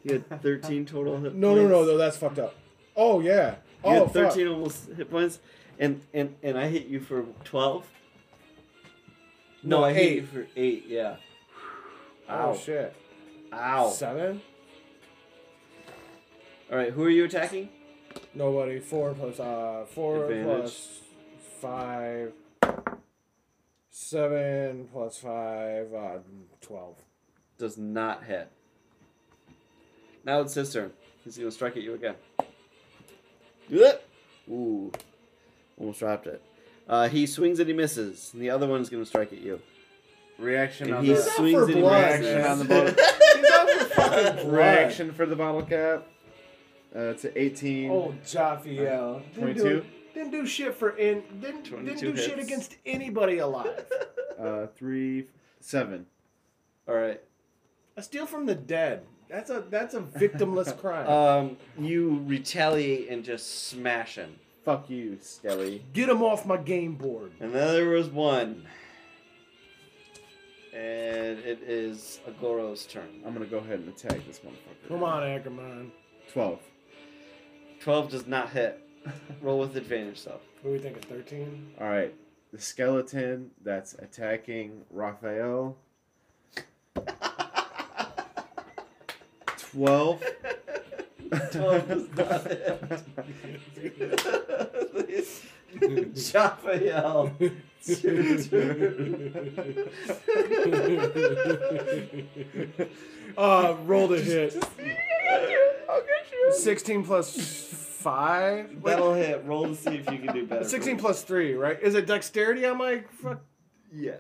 [SPEAKER 1] You had 13 total hit
[SPEAKER 2] No,
[SPEAKER 1] points.
[SPEAKER 2] no, no, no. That's fucked up. Oh yeah.
[SPEAKER 1] You
[SPEAKER 2] Oh,
[SPEAKER 1] had 13
[SPEAKER 2] thirteen.
[SPEAKER 1] almost hit points, and, and, and I hit you for 12? No,
[SPEAKER 2] No,
[SPEAKER 1] I hit you
[SPEAKER 2] eight.
[SPEAKER 1] for 8, yeah.
[SPEAKER 2] Oh
[SPEAKER 1] Ow.
[SPEAKER 2] shit.
[SPEAKER 1] Ow.
[SPEAKER 2] Seven.
[SPEAKER 1] Alright, who are you attacking?
[SPEAKER 2] Nobody. Four plus uh four
[SPEAKER 1] Advantage.
[SPEAKER 2] plus five. Seven plus five, uh, twelve.
[SPEAKER 1] Does not hit. Now it's his turn. He's gonna strike at you again. Do it! Ooh. Almost dropped it. Uh, he swings and he misses. And the other one's gonna strike at you.
[SPEAKER 3] Reaction
[SPEAKER 1] And
[SPEAKER 3] on
[SPEAKER 1] he
[SPEAKER 2] He's out
[SPEAKER 3] the
[SPEAKER 2] for
[SPEAKER 1] swings and he
[SPEAKER 2] blood.
[SPEAKER 1] misses.
[SPEAKER 3] Reaction on the bottom.
[SPEAKER 2] He's out for fucking blood.
[SPEAKER 3] reaction for the bottle cap. Uh, to 18.
[SPEAKER 2] Oh, Jaffiel. Didn't do,
[SPEAKER 3] 22?
[SPEAKER 2] didn't do shit for in. Didn't, didn't
[SPEAKER 1] 22
[SPEAKER 2] do shit
[SPEAKER 1] hits.
[SPEAKER 2] against anybody alive.
[SPEAKER 3] Uh, 3, 7.
[SPEAKER 1] Alright.
[SPEAKER 2] A steal from the dead. That's a that's a victimless crime.
[SPEAKER 1] Um, you retaliate and just smash him.
[SPEAKER 3] Fuck you, Skelly.
[SPEAKER 2] Get him off my game board.
[SPEAKER 1] And then there was one. And it is Agoro's turn.
[SPEAKER 3] I'm gonna go ahead and attack this motherfucker.
[SPEAKER 2] Come on, Ackerman.
[SPEAKER 3] 12.
[SPEAKER 1] 12 does not hit. Roll with advantage, though.
[SPEAKER 2] What are we thinking? Thirteen.
[SPEAKER 3] Alright. The skeleton that's attacking Raphael. 12.
[SPEAKER 1] 12 does not hit. Raphael.
[SPEAKER 2] uh, rolled a hit.
[SPEAKER 6] I'll get you.
[SPEAKER 2] 16 plus 5?
[SPEAKER 1] That'll hit. Roll to see if you can do better.
[SPEAKER 2] 16 plus 3, right? Is it dexterity on my. fuck-
[SPEAKER 1] Yeah.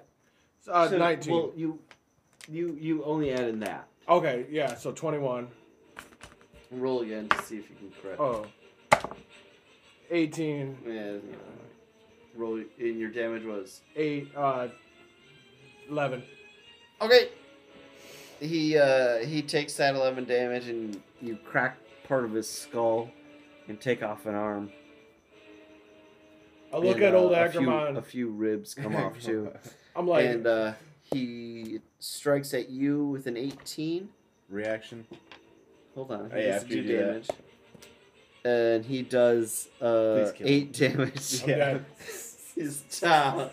[SPEAKER 2] Uh,
[SPEAKER 1] So,
[SPEAKER 2] 19.
[SPEAKER 1] Well, you, you, you only add in that.
[SPEAKER 2] okay, yeah, so 21.
[SPEAKER 1] Roll again to see if you can correct.
[SPEAKER 2] Oh. 18,
[SPEAKER 1] Yeah, you know. uh, Roll in your damage was
[SPEAKER 2] 8, uh, 11.
[SPEAKER 1] Okay. He uh he takes that eleven damage and you crack part of his skull and take off an arm.
[SPEAKER 2] I look
[SPEAKER 1] And,
[SPEAKER 2] at
[SPEAKER 1] uh,
[SPEAKER 2] old
[SPEAKER 1] a few-
[SPEAKER 2] Agramon.
[SPEAKER 1] A few ribs come off too.
[SPEAKER 2] I'm like,
[SPEAKER 1] and uh he strikes at you with an eighteen.
[SPEAKER 3] Reaction.
[SPEAKER 1] Hold on, he
[SPEAKER 3] Oh, yeah,
[SPEAKER 1] has to
[SPEAKER 3] after you
[SPEAKER 1] do
[SPEAKER 3] do that.
[SPEAKER 1] damage. And he does uh
[SPEAKER 3] Please kill him.
[SPEAKER 1] eight damage.
[SPEAKER 2] I'm dead.
[SPEAKER 1] He's down.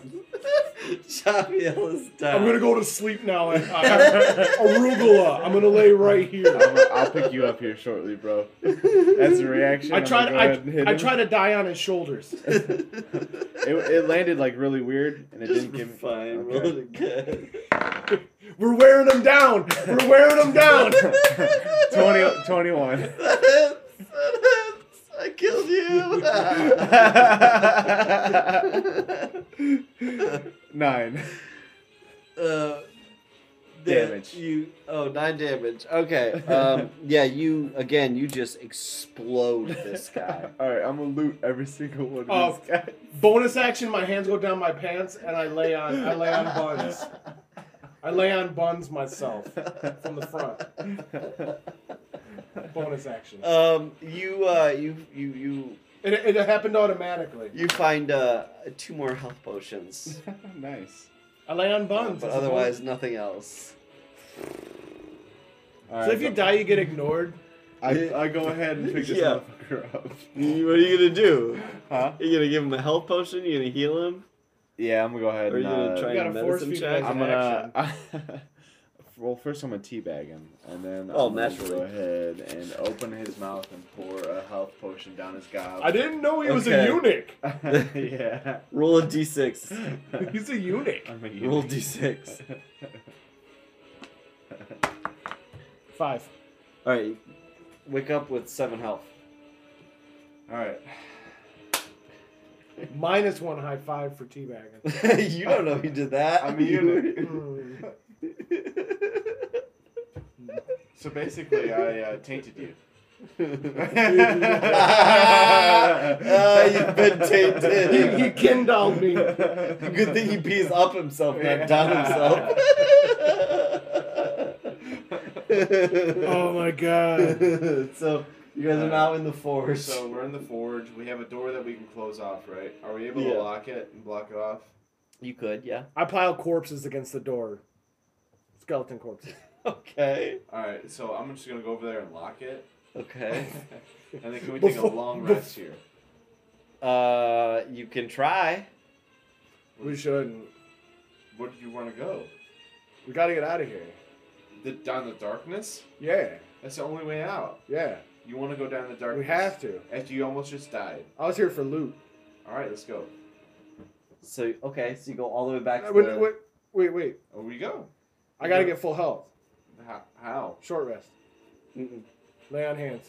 [SPEAKER 1] Javiel is down.
[SPEAKER 2] I'm gonna go to sleep now. And, uh, arugula. I'm gonna lay right here.
[SPEAKER 3] I'm, I'll pick you up here shortly, bro. That's a reaction.
[SPEAKER 2] I
[SPEAKER 3] I'm
[SPEAKER 2] tried.
[SPEAKER 3] gonna go ahead and hit
[SPEAKER 2] I, I
[SPEAKER 3] him.
[SPEAKER 2] tried to die on his shoulders.
[SPEAKER 3] It, it landed like really weird, and it
[SPEAKER 1] Just
[SPEAKER 3] didn't give me.
[SPEAKER 1] fine.
[SPEAKER 3] Okay.
[SPEAKER 1] Roll it again.
[SPEAKER 2] We're wearing him down. We're wearing him down.
[SPEAKER 3] 20, 21.
[SPEAKER 1] I killed you.
[SPEAKER 3] Nine.
[SPEAKER 1] uh,
[SPEAKER 3] Damage.
[SPEAKER 1] damage. You oh nine damage. Okay. Um, yeah. You again. You just explode this guy.
[SPEAKER 3] All right, I'm gonna loot every single one
[SPEAKER 2] Oh.
[SPEAKER 3] of these guys.
[SPEAKER 2] Bonus action: My hands go down my pants, and I lay on. I lay on buns. I lay on buns myself from the front. Bonus action.
[SPEAKER 1] Um, you uh, you you you
[SPEAKER 2] It, it happened automatically.
[SPEAKER 1] you find uh two more health potions,
[SPEAKER 3] nice.
[SPEAKER 2] I lay on buns.
[SPEAKER 1] but otherwise nothing else.
[SPEAKER 3] All
[SPEAKER 2] so if you
[SPEAKER 3] go-
[SPEAKER 2] die, you get ignored.
[SPEAKER 3] I, I go ahead and pick this
[SPEAKER 1] Yeah.
[SPEAKER 3] motherfucker up.
[SPEAKER 1] Mm, What are you gonna do?
[SPEAKER 3] Huh?
[SPEAKER 1] Are you gonna give him a health potion? Are you gonna heal him?
[SPEAKER 3] Yeah, I'm gonna go ahead.
[SPEAKER 1] Or are you
[SPEAKER 3] and,
[SPEAKER 1] gonna
[SPEAKER 3] uh,
[SPEAKER 1] try
[SPEAKER 2] You gotta
[SPEAKER 1] and
[SPEAKER 2] force
[SPEAKER 1] medicine
[SPEAKER 2] feed
[SPEAKER 1] check?
[SPEAKER 2] him.
[SPEAKER 3] I'm
[SPEAKER 2] an
[SPEAKER 3] gonna. well, first I'm gonna teabag him, and then
[SPEAKER 1] Oh,
[SPEAKER 3] I'm gonna
[SPEAKER 1] naturally.
[SPEAKER 3] go ahead and open his mouth and pour a health potion down his gob.
[SPEAKER 2] I didn't know he was a
[SPEAKER 1] Okay.
[SPEAKER 2] eunuch.
[SPEAKER 3] yeah.
[SPEAKER 1] Roll a d6.
[SPEAKER 2] He's a eunuch.
[SPEAKER 3] I'm a
[SPEAKER 1] Roll
[SPEAKER 3] eunuch.
[SPEAKER 1] d6.
[SPEAKER 2] Five.
[SPEAKER 1] All right, wake up with seven health.
[SPEAKER 3] All right.
[SPEAKER 2] Minus one high five for teabagging.
[SPEAKER 1] you don't know who did that.
[SPEAKER 3] I'm a eunuch.
[SPEAKER 2] Mm.
[SPEAKER 3] So basically, I uh, tainted you.
[SPEAKER 1] Ah, you've been tainted.
[SPEAKER 2] he, he kindled me.
[SPEAKER 1] Good thing he pees up himself, not down himself.
[SPEAKER 2] Oh my god.
[SPEAKER 1] so you guys are now in the forest.
[SPEAKER 3] So we're in the forge. We have a door that we can close off, right? Are we able
[SPEAKER 1] Yeah.
[SPEAKER 3] to lock it and block it off?
[SPEAKER 1] you could, yeah.
[SPEAKER 2] I pile corpses against the door. Skeleton corpses.
[SPEAKER 1] Okay.
[SPEAKER 3] All right. So I'm just gonna go over there and lock it.
[SPEAKER 1] Okay.
[SPEAKER 3] And then can we take a
[SPEAKER 2] Before-
[SPEAKER 3] long
[SPEAKER 2] bef-
[SPEAKER 3] rest here?
[SPEAKER 1] Uh, you can try.
[SPEAKER 2] We shouldn't.
[SPEAKER 3] Where do you want to go?
[SPEAKER 2] We gotta get out of here.
[SPEAKER 3] The, down the darkness?
[SPEAKER 2] Yeah,
[SPEAKER 3] That's the only way out.
[SPEAKER 2] yeah.
[SPEAKER 3] You want to go down the darkness?
[SPEAKER 2] We have to.
[SPEAKER 3] After you almost just died.
[SPEAKER 2] I was here for loot.
[SPEAKER 3] All right, let's go.
[SPEAKER 1] So okay, so you go all the way back to
[SPEAKER 2] Wait,
[SPEAKER 1] the.
[SPEAKER 2] wait, wait, wait.
[SPEAKER 3] Over we go.
[SPEAKER 2] I gotta get full health.
[SPEAKER 3] How? how?
[SPEAKER 2] Short rest.
[SPEAKER 1] Mm-mm.
[SPEAKER 2] Lay on hands.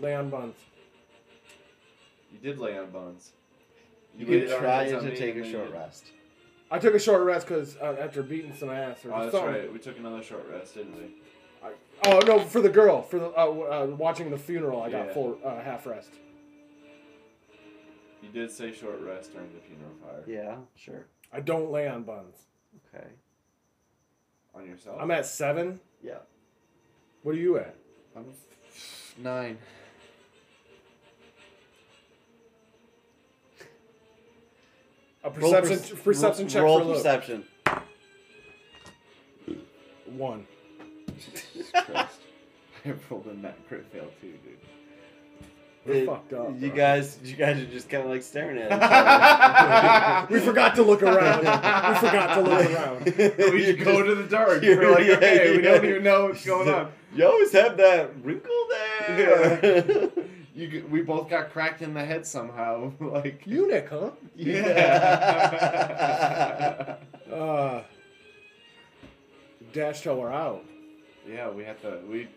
[SPEAKER 2] Lay on buns.
[SPEAKER 3] You did lay on buns.
[SPEAKER 1] You,
[SPEAKER 3] laid
[SPEAKER 1] can
[SPEAKER 3] on
[SPEAKER 1] try
[SPEAKER 3] hands on
[SPEAKER 1] to
[SPEAKER 3] me
[SPEAKER 1] take
[SPEAKER 3] and
[SPEAKER 1] a
[SPEAKER 3] then
[SPEAKER 1] short
[SPEAKER 3] you-
[SPEAKER 1] rest.
[SPEAKER 2] I took a short rest because uh, after beating some ass or
[SPEAKER 3] Oh, that's
[SPEAKER 2] something.
[SPEAKER 3] right. We took another short rest, didn't we?
[SPEAKER 2] Oh no, for the girl, for the uh, w- uh, watching the funeral, I
[SPEAKER 3] Yeah.
[SPEAKER 2] got full uh, half rest.
[SPEAKER 3] You did say short rest during the funeral fire.
[SPEAKER 1] Yeah, sure.
[SPEAKER 2] I don't lay on buns.
[SPEAKER 1] Okay.
[SPEAKER 3] On yourself?
[SPEAKER 2] I'm at seven.
[SPEAKER 1] Yeah.
[SPEAKER 2] What are you at?
[SPEAKER 1] I'm nine.
[SPEAKER 2] A perception perception check
[SPEAKER 1] roll
[SPEAKER 2] for loot.
[SPEAKER 1] perception.
[SPEAKER 2] One.
[SPEAKER 3] Jesus Christ. I rolled a not crit fail too, dude.
[SPEAKER 2] We're
[SPEAKER 1] It-
[SPEAKER 2] fucked up.
[SPEAKER 1] You
[SPEAKER 2] bro.
[SPEAKER 1] guys, you guys are just kind of like staring at each
[SPEAKER 2] we forgot to look around. we forgot to look around.
[SPEAKER 1] other.
[SPEAKER 3] we just go to the dark.
[SPEAKER 1] You're-
[SPEAKER 3] We're like,
[SPEAKER 1] yeah,
[SPEAKER 3] okay, we
[SPEAKER 1] yeah.
[SPEAKER 3] don't even know what's going on.
[SPEAKER 1] You always have that wrinkle there.
[SPEAKER 3] You You, g- we both got cracked in the head somehow. like
[SPEAKER 2] Eunuch, huh?
[SPEAKER 3] Yeah.
[SPEAKER 2] Uh, dash till we're out.
[SPEAKER 3] yeah, we have to. We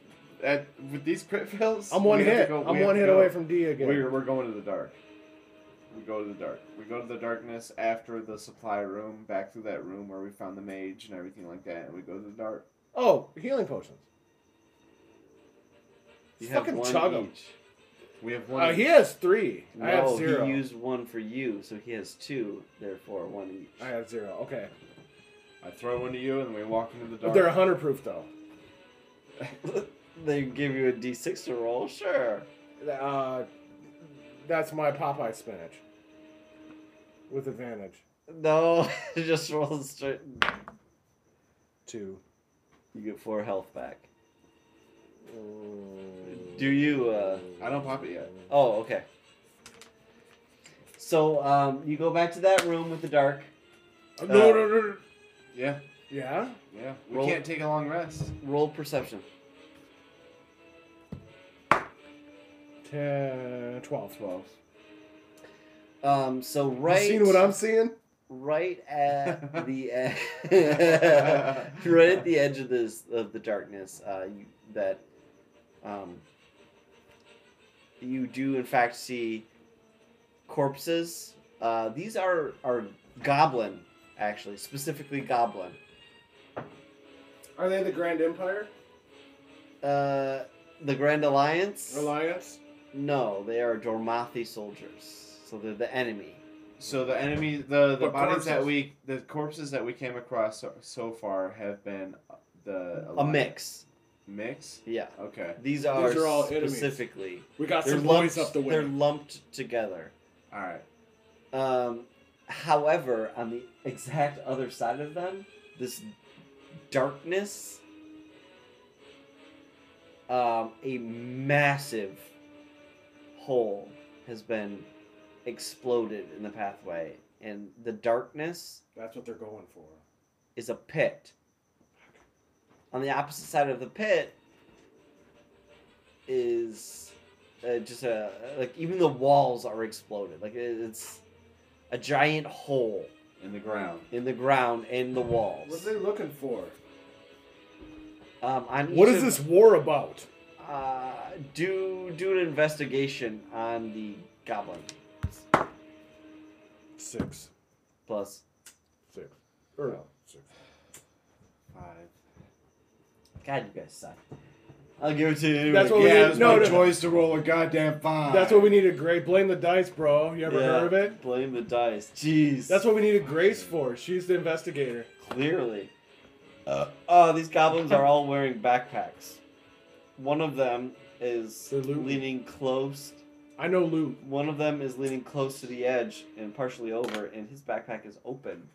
[SPEAKER 3] at with these crit fails.
[SPEAKER 2] I'm one
[SPEAKER 3] we have to
[SPEAKER 2] hit.
[SPEAKER 3] go- we
[SPEAKER 2] I'm
[SPEAKER 3] have
[SPEAKER 2] one
[SPEAKER 3] to
[SPEAKER 2] hit
[SPEAKER 3] go.
[SPEAKER 2] away from D again.
[SPEAKER 3] We're, we're going to the dark. We go to the dark. We go to the darkness after the supply room, back through that room where we found the mage and everything like that, and we go to the dark.
[SPEAKER 2] Oh, healing potions.
[SPEAKER 3] You
[SPEAKER 2] Fucking
[SPEAKER 3] have one
[SPEAKER 2] chug 'em.
[SPEAKER 1] Each.
[SPEAKER 3] We have one.
[SPEAKER 2] Uh, he has three. I have
[SPEAKER 1] No,
[SPEAKER 2] zero.
[SPEAKER 1] he used one for you, so he has two. Therefore, one each.
[SPEAKER 2] I have zero. Okay.
[SPEAKER 3] I throw one to you, and we walk into the dark.
[SPEAKER 2] They're 100 proof, though.
[SPEAKER 1] they give you a d6 to roll. Sure.
[SPEAKER 2] Uh, that's my Popeye spinach. With advantage.
[SPEAKER 1] No, just roll straight.
[SPEAKER 2] Two.
[SPEAKER 1] You get four health back.
[SPEAKER 2] Mm.
[SPEAKER 1] Do you? uh...
[SPEAKER 3] I don't pop it yet.
[SPEAKER 1] Oh, okay. So um, you go back to that room with the dark.
[SPEAKER 2] Uh, no, no, no, no.
[SPEAKER 3] Yeah,
[SPEAKER 2] Yeah?
[SPEAKER 3] yeah. We
[SPEAKER 1] Roll.
[SPEAKER 3] can't take a long rest.
[SPEAKER 1] Roll perception.
[SPEAKER 2] Ten, 12. 12.
[SPEAKER 1] Um, so right.
[SPEAKER 2] You seen what I'm seeing?
[SPEAKER 1] right at the edge, right at the edge of this of the darkness uh, you, that um, you do in fact see corpses uh, these are are goblin actually specifically goblin
[SPEAKER 2] Are they the Grand Empire?
[SPEAKER 1] uh, the grand alliance
[SPEAKER 2] Alliance?
[SPEAKER 1] no they are dormathi soldiers so they're the enemy
[SPEAKER 3] So the enemy, the the
[SPEAKER 2] But
[SPEAKER 3] bodies that
[SPEAKER 2] corpses.
[SPEAKER 3] we, the corpses that we came across so, so far have been uh, the
[SPEAKER 1] a mix
[SPEAKER 3] mix.
[SPEAKER 1] yeah
[SPEAKER 3] Okay,
[SPEAKER 1] these are,
[SPEAKER 2] are all enemies.
[SPEAKER 1] specifically
[SPEAKER 2] We got
[SPEAKER 1] they're
[SPEAKER 2] some boys
[SPEAKER 1] lumped,
[SPEAKER 2] up the
[SPEAKER 1] they're
[SPEAKER 2] way.
[SPEAKER 1] lumped together
[SPEAKER 3] all right.
[SPEAKER 1] Um, however, on the exact other side of them, this darkness, um, a massive hole has been exploded in the pathway, and the darkness
[SPEAKER 2] That's what they're going for.
[SPEAKER 1] is a pit. On the opposite side of the pit is uh, just a like even the walls are exploded. Like it- it's a giant hole
[SPEAKER 3] In the ground.
[SPEAKER 1] in the ground and the walls.
[SPEAKER 2] What are they looking for?
[SPEAKER 1] Um, on
[SPEAKER 2] What
[SPEAKER 1] each
[SPEAKER 2] is
[SPEAKER 1] of-
[SPEAKER 2] this war about?
[SPEAKER 1] Uh, do do an investigation on the goblin
[SPEAKER 2] Six.
[SPEAKER 1] plus.
[SPEAKER 2] Six. Or no. Oh, Six.
[SPEAKER 3] Five.
[SPEAKER 1] God, you guys suck. I'll give it to you. Anyway.
[SPEAKER 2] That's what we
[SPEAKER 3] yeah,
[SPEAKER 2] need-
[SPEAKER 3] it was
[SPEAKER 2] no,
[SPEAKER 3] my
[SPEAKER 2] no.
[SPEAKER 3] choice to roll a goddamn five.
[SPEAKER 2] That's what we needed Grace. Blame the dice, bro. You ever
[SPEAKER 1] Yeah,
[SPEAKER 2] heard of it?
[SPEAKER 1] Blame the dice. Jeez.
[SPEAKER 2] That's what we needed Grace for. She's the investigator.
[SPEAKER 1] Clearly. oh, these goblins are all wearing backpacks. One of them is
[SPEAKER 2] They're looting.
[SPEAKER 1] leaning close.
[SPEAKER 2] I know loot.
[SPEAKER 1] One of them is leaning close to the edge and partially over, and his backpack is open.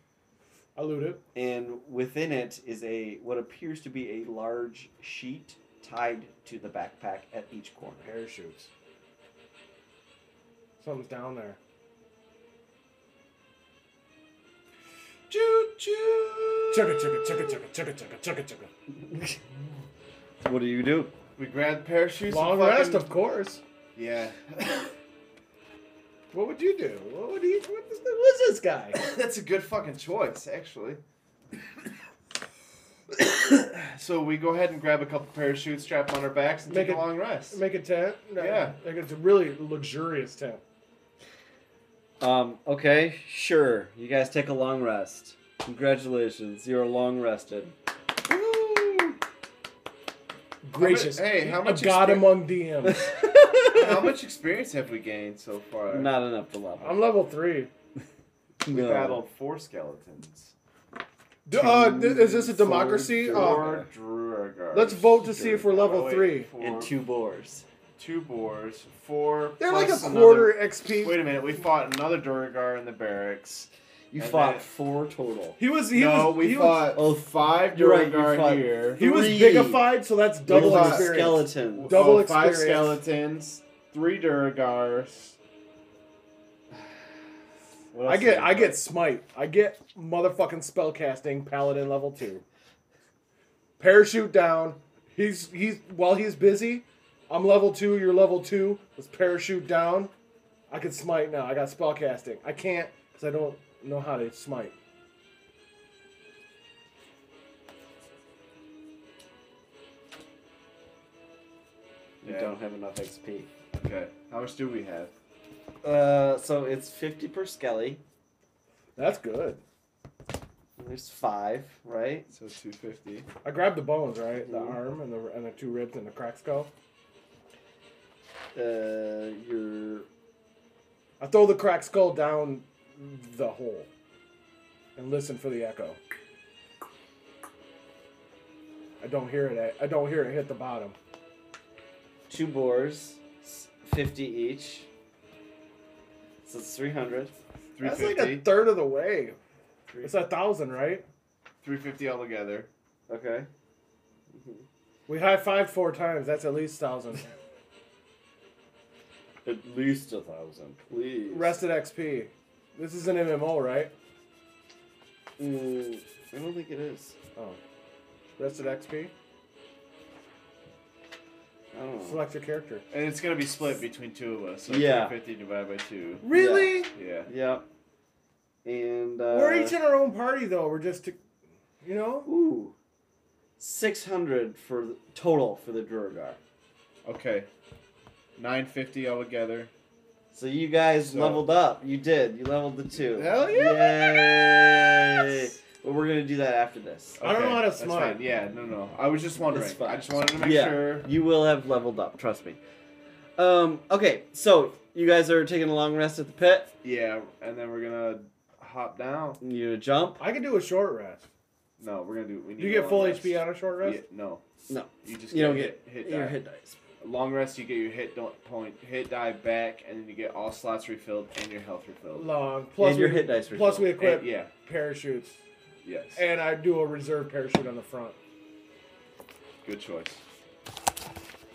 [SPEAKER 2] I loot it.
[SPEAKER 1] And within it is a what appears to be a large sheet tied to the backpack at each corner.
[SPEAKER 2] Parachutes. Something's down there. Choo choo. Chugga chugga chugga chugga chugga chugga chugga chugga.
[SPEAKER 1] What do you do?
[SPEAKER 3] We grabbed parachutes.
[SPEAKER 2] Long
[SPEAKER 3] and
[SPEAKER 2] rest,
[SPEAKER 3] fucking...
[SPEAKER 2] of course.
[SPEAKER 3] Yeah.
[SPEAKER 2] What would you do? What would you? What is, what's this guy?
[SPEAKER 3] That's a good fucking choice, actually. so we go ahead and grab a couple parachutes, strap 'em on our backs, and
[SPEAKER 2] Make
[SPEAKER 3] take
[SPEAKER 2] it-
[SPEAKER 3] a long rest.
[SPEAKER 2] Make a tent. No,
[SPEAKER 3] Yeah.
[SPEAKER 2] like it's a really luxurious tent.
[SPEAKER 1] Um, okay, sure. You guys take a long rest. Congratulations, you're long rested.
[SPEAKER 3] Woo!
[SPEAKER 2] Gracious.
[SPEAKER 3] How mu- hey, how much
[SPEAKER 2] a god
[SPEAKER 3] exper-
[SPEAKER 2] among DMs.
[SPEAKER 3] How much experience have we gained so far?
[SPEAKER 1] Not enough to level.
[SPEAKER 2] I'm level three.
[SPEAKER 3] We
[SPEAKER 1] No.
[SPEAKER 3] battled four skeletons.
[SPEAKER 2] D- uh, th- is this a democracy? Uh,
[SPEAKER 3] Four Druagar.
[SPEAKER 2] let's vote to see if we're level three.
[SPEAKER 3] Four,
[SPEAKER 1] and two boars.
[SPEAKER 3] two boars. Four.
[SPEAKER 2] they're like a
[SPEAKER 3] plus
[SPEAKER 2] quarter
[SPEAKER 3] another-
[SPEAKER 2] XP.
[SPEAKER 3] Wait a minute. We fought another Druagar in the barracks.
[SPEAKER 1] You
[SPEAKER 3] And
[SPEAKER 1] fought
[SPEAKER 3] then-
[SPEAKER 1] four total.
[SPEAKER 2] He was he
[SPEAKER 3] no,
[SPEAKER 2] was
[SPEAKER 3] we
[SPEAKER 2] he
[SPEAKER 3] fought
[SPEAKER 1] oh,
[SPEAKER 3] five
[SPEAKER 1] you're right, you
[SPEAKER 3] Duergar
[SPEAKER 1] fought-
[SPEAKER 3] here.
[SPEAKER 2] was, he was
[SPEAKER 1] three.
[SPEAKER 2] bigified, so that's double
[SPEAKER 3] fought
[SPEAKER 2] experience.
[SPEAKER 1] skeleton.
[SPEAKER 2] Double
[SPEAKER 3] oh, five
[SPEAKER 2] experience.
[SPEAKER 3] skeletons, three Durgars. What
[SPEAKER 2] I
[SPEAKER 3] else
[SPEAKER 2] get
[SPEAKER 3] did we
[SPEAKER 2] I
[SPEAKER 3] fight?
[SPEAKER 2] get smite. I get motherfucking spellcasting paladin level two. Parachute down. He's he's while he's busy, I'm level two. You're level two. Let's parachute down. I can smite now. I got spellcasting. I can't because I don't know how to smite.
[SPEAKER 1] You
[SPEAKER 3] Yeah.
[SPEAKER 1] don't have enough XP.
[SPEAKER 3] Okay. How much do we have?
[SPEAKER 1] Uh, so it's 50 per Skelly.
[SPEAKER 2] That's good.
[SPEAKER 1] There's five, right?
[SPEAKER 3] So 250.
[SPEAKER 2] I grabbed the bones, right? The
[SPEAKER 1] Mhm.
[SPEAKER 2] arm and the and the two ribs and the crack skull.
[SPEAKER 1] Uh, you're
[SPEAKER 2] I throw the cracked skull down the hole and listen for the echo. I don't hear it. I don't hear it hit the bottom.
[SPEAKER 1] two boars, s- 50 each. So it's 300.
[SPEAKER 2] That's like
[SPEAKER 3] 350.
[SPEAKER 2] a third of the way. It's a thousand, right?
[SPEAKER 3] 350 altogether.
[SPEAKER 1] Okay.
[SPEAKER 2] We high five four times. That's at least thousand.
[SPEAKER 1] At least a thousand, please.
[SPEAKER 2] Rested XP. This is an MMO, right?
[SPEAKER 1] Mm, I don't think it is.
[SPEAKER 2] Oh, rested XP.
[SPEAKER 1] I don't know.
[SPEAKER 2] Select your character.
[SPEAKER 3] And it's going to be split between two of us. So
[SPEAKER 1] Yeah.
[SPEAKER 3] 350 divided by two.
[SPEAKER 2] Really?
[SPEAKER 3] Yeah.
[SPEAKER 1] Yep. And uh,
[SPEAKER 2] We're each in our own party, though. We're just, to, you know.
[SPEAKER 1] Ooh, six hundred for the, total for the Durgar.
[SPEAKER 3] Okay. 950 altogether.
[SPEAKER 1] So you guys
[SPEAKER 3] So-
[SPEAKER 1] leveled up. You did. You leveled the two.
[SPEAKER 3] Hell
[SPEAKER 1] yeah! Yay! But we're gonna do that after this.
[SPEAKER 2] I don't know how to
[SPEAKER 3] that's
[SPEAKER 2] smite.
[SPEAKER 3] fine. Yeah, no, no. I was just wondering.
[SPEAKER 1] It's fine.
[SPEAKER 3] I just wanted to make
[SPEAKER 1] Yeah.
[SPEAKER 3] sure.
[SPEAKER 1] You will have leveled up. Trust me. Um. Okay. So you guys are taking a long rest at the pit.
[SPEAKER 3] Yeah, and then we're gonna hop down.
[SPEAKER 1] You gonna jump?
[SPEAKER 2] I can do a short rest.
[SPEAKER 3] No, we're gonna do. We need
[SPEAKER 2] You
[SPEAKER 3] a
[SPEAKER 2] get
[SPEAKER 3] long
[SPEAKER 2] full
[SPEAKER 3] rest.
[SPEAKER 2] HP on a short rest.
[SPEAKER 3] Yeah, no,
[SPEAKER 1] No.
[SPEAKER 3] you just
[SPEAKER 1] You don't
[SPEAKER 3] hit, hit
[SPEAKER 1] Your
[SPEAKER 3] die.
[SPEAKER 1] hit dice.
[SPEAKER 3] Long rest, you get your hit don't point hit die back, and then you get all slots refilled and your health refilled.
[SPEAKER 2] Long. Plus
[SPEAKER 1] your
[SPEAKER 2] we,
[SPEAKER 1] hit dice
[SPEAKER 2] Plus we
[SPEAKER 3] And-
[SPEAKER 2] equip
[SPEAKER 3] yeah,
[SPEAKER 2] parachutes,
[SPEAKER 3] yes,
[SPEAKER 2] and I do a reserve parachute on the front.
[SPEAKER 3] good choice.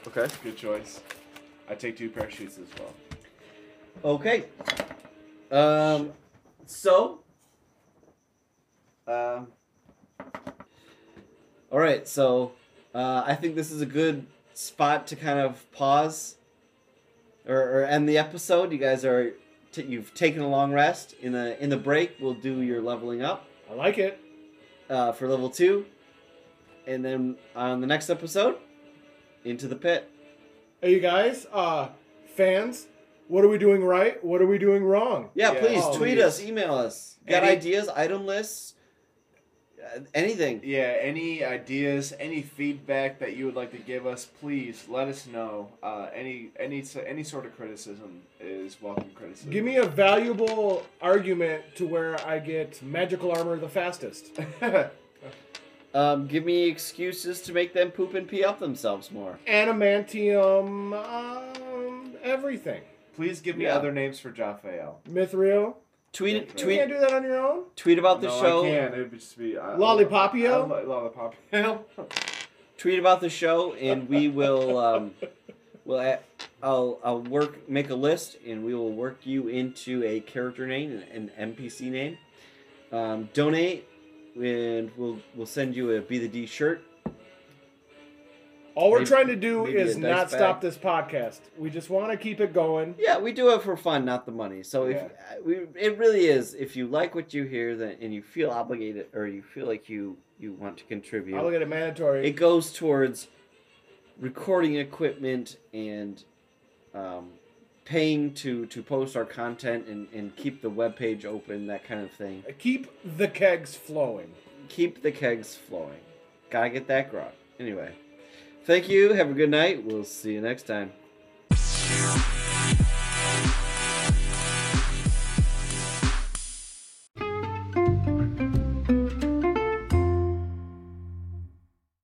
[SPEAKER 1] Okay.
[SPEAKER 3] Good choice. I take two parachutes as well.
[SPEAKER 1] Okay. Um, so. Um. All right. So, uh, I think this is a good spot to kind of pause, or, or end the episode. You guys are, t- you've taken a long rest. In the in the break, we'll do your leveling up
[SPEAKER 2] I like it.
[SPEAKER 1] uh, for level two, and then on the next episode, into the pit.
[SPEAKER 2] Hey, you guys, uh, fans, what are we doing right? What are we doing wrong?
[SPEAKER 1] Yeah,
[SPEAKER 3] Yeah.
[SPEAKER 1] please
[SPEAKER 2] Oh,
[SPEAKER 1] tweet
[SPEAKER 2] please.
[SPEAKER 1] us, email us. Got
[SPEAKER 3] Any-
[SPEAKER 1] ideas, item lists, uh, anything.
[SPEAKER 3] Yeah, any ideas, any feedback that you would like to give us, please let us know. Uh, any any s- any sort of criticism is welcome criticism.
[SPEAKER 2] Give me a valuable argument to where I get magical armor the fastest.
[SPEAKER 1] Um, give me excuses to make them poop and pee up themselves more.
[SPEAKER 2] Adamantium, um, everything.
[SPEAKER 3] Please give me
[SPEAKER 1] Yeah.
[SPEAKER 3] other names for Jaffael.
[SPEAKER 2] Mithril.
[SPEAKER 1] Tweet
[SPEAKER 3] That's
[SPEAKER 2] You
[SPEAKER 1] tweet
[SPEAKER 3] right.
[SPEAKER 2] can't do that on your own.
[SPEAKER 1] tweet about the
[SPEAKER 3] no, I
[SPEAKER 1] show.
[SPEAKER 3] can. It would just be I-
[SPEAKER 2] Lollipopio?
[SPEAKER 3] I lo- Lollipopio.
[SPEAKER 1] Tweet about the show, and we will. Um, we'll a- I'll I'll work make a list, and we will work you into a character name, an an NPC name. Um, donate, and we'll we'll send you a Be the D shirt.
[SPEAKER 2] All we're
[SPEAKER 1] Maybe-
[SPEAKER 2] trying to do
[SPEAKER 1] maybe
[SPEAKER 2] is
[SPEAKER 1] a dice
[SPEAKER 2] not stop
[SPEAKER 1] bag.
[SPEAKER 2] this podcast. We just want to keep it going.
[SPEAKER 1] Yeah, we do it for fun, not the money. So if uh we, it really is, if you like what you hear, then and you feel obligated or you feel like you you want to
[SPEAKER 2] I look
[SPEAKER 1] contribute,
[SPEAKER 2] at it mandatory.
[SPEAKER 1] it goes towards recording equipment and um, paying to to post our content and and keep the web page open, that kind of thing.
[SPEAKER 2] Keep the kegs flowing.
[SPEAKER 1] Keep the kegs flowing. Gotta get that grog. Anyway, thank you. Have a good night. We'll see you next time.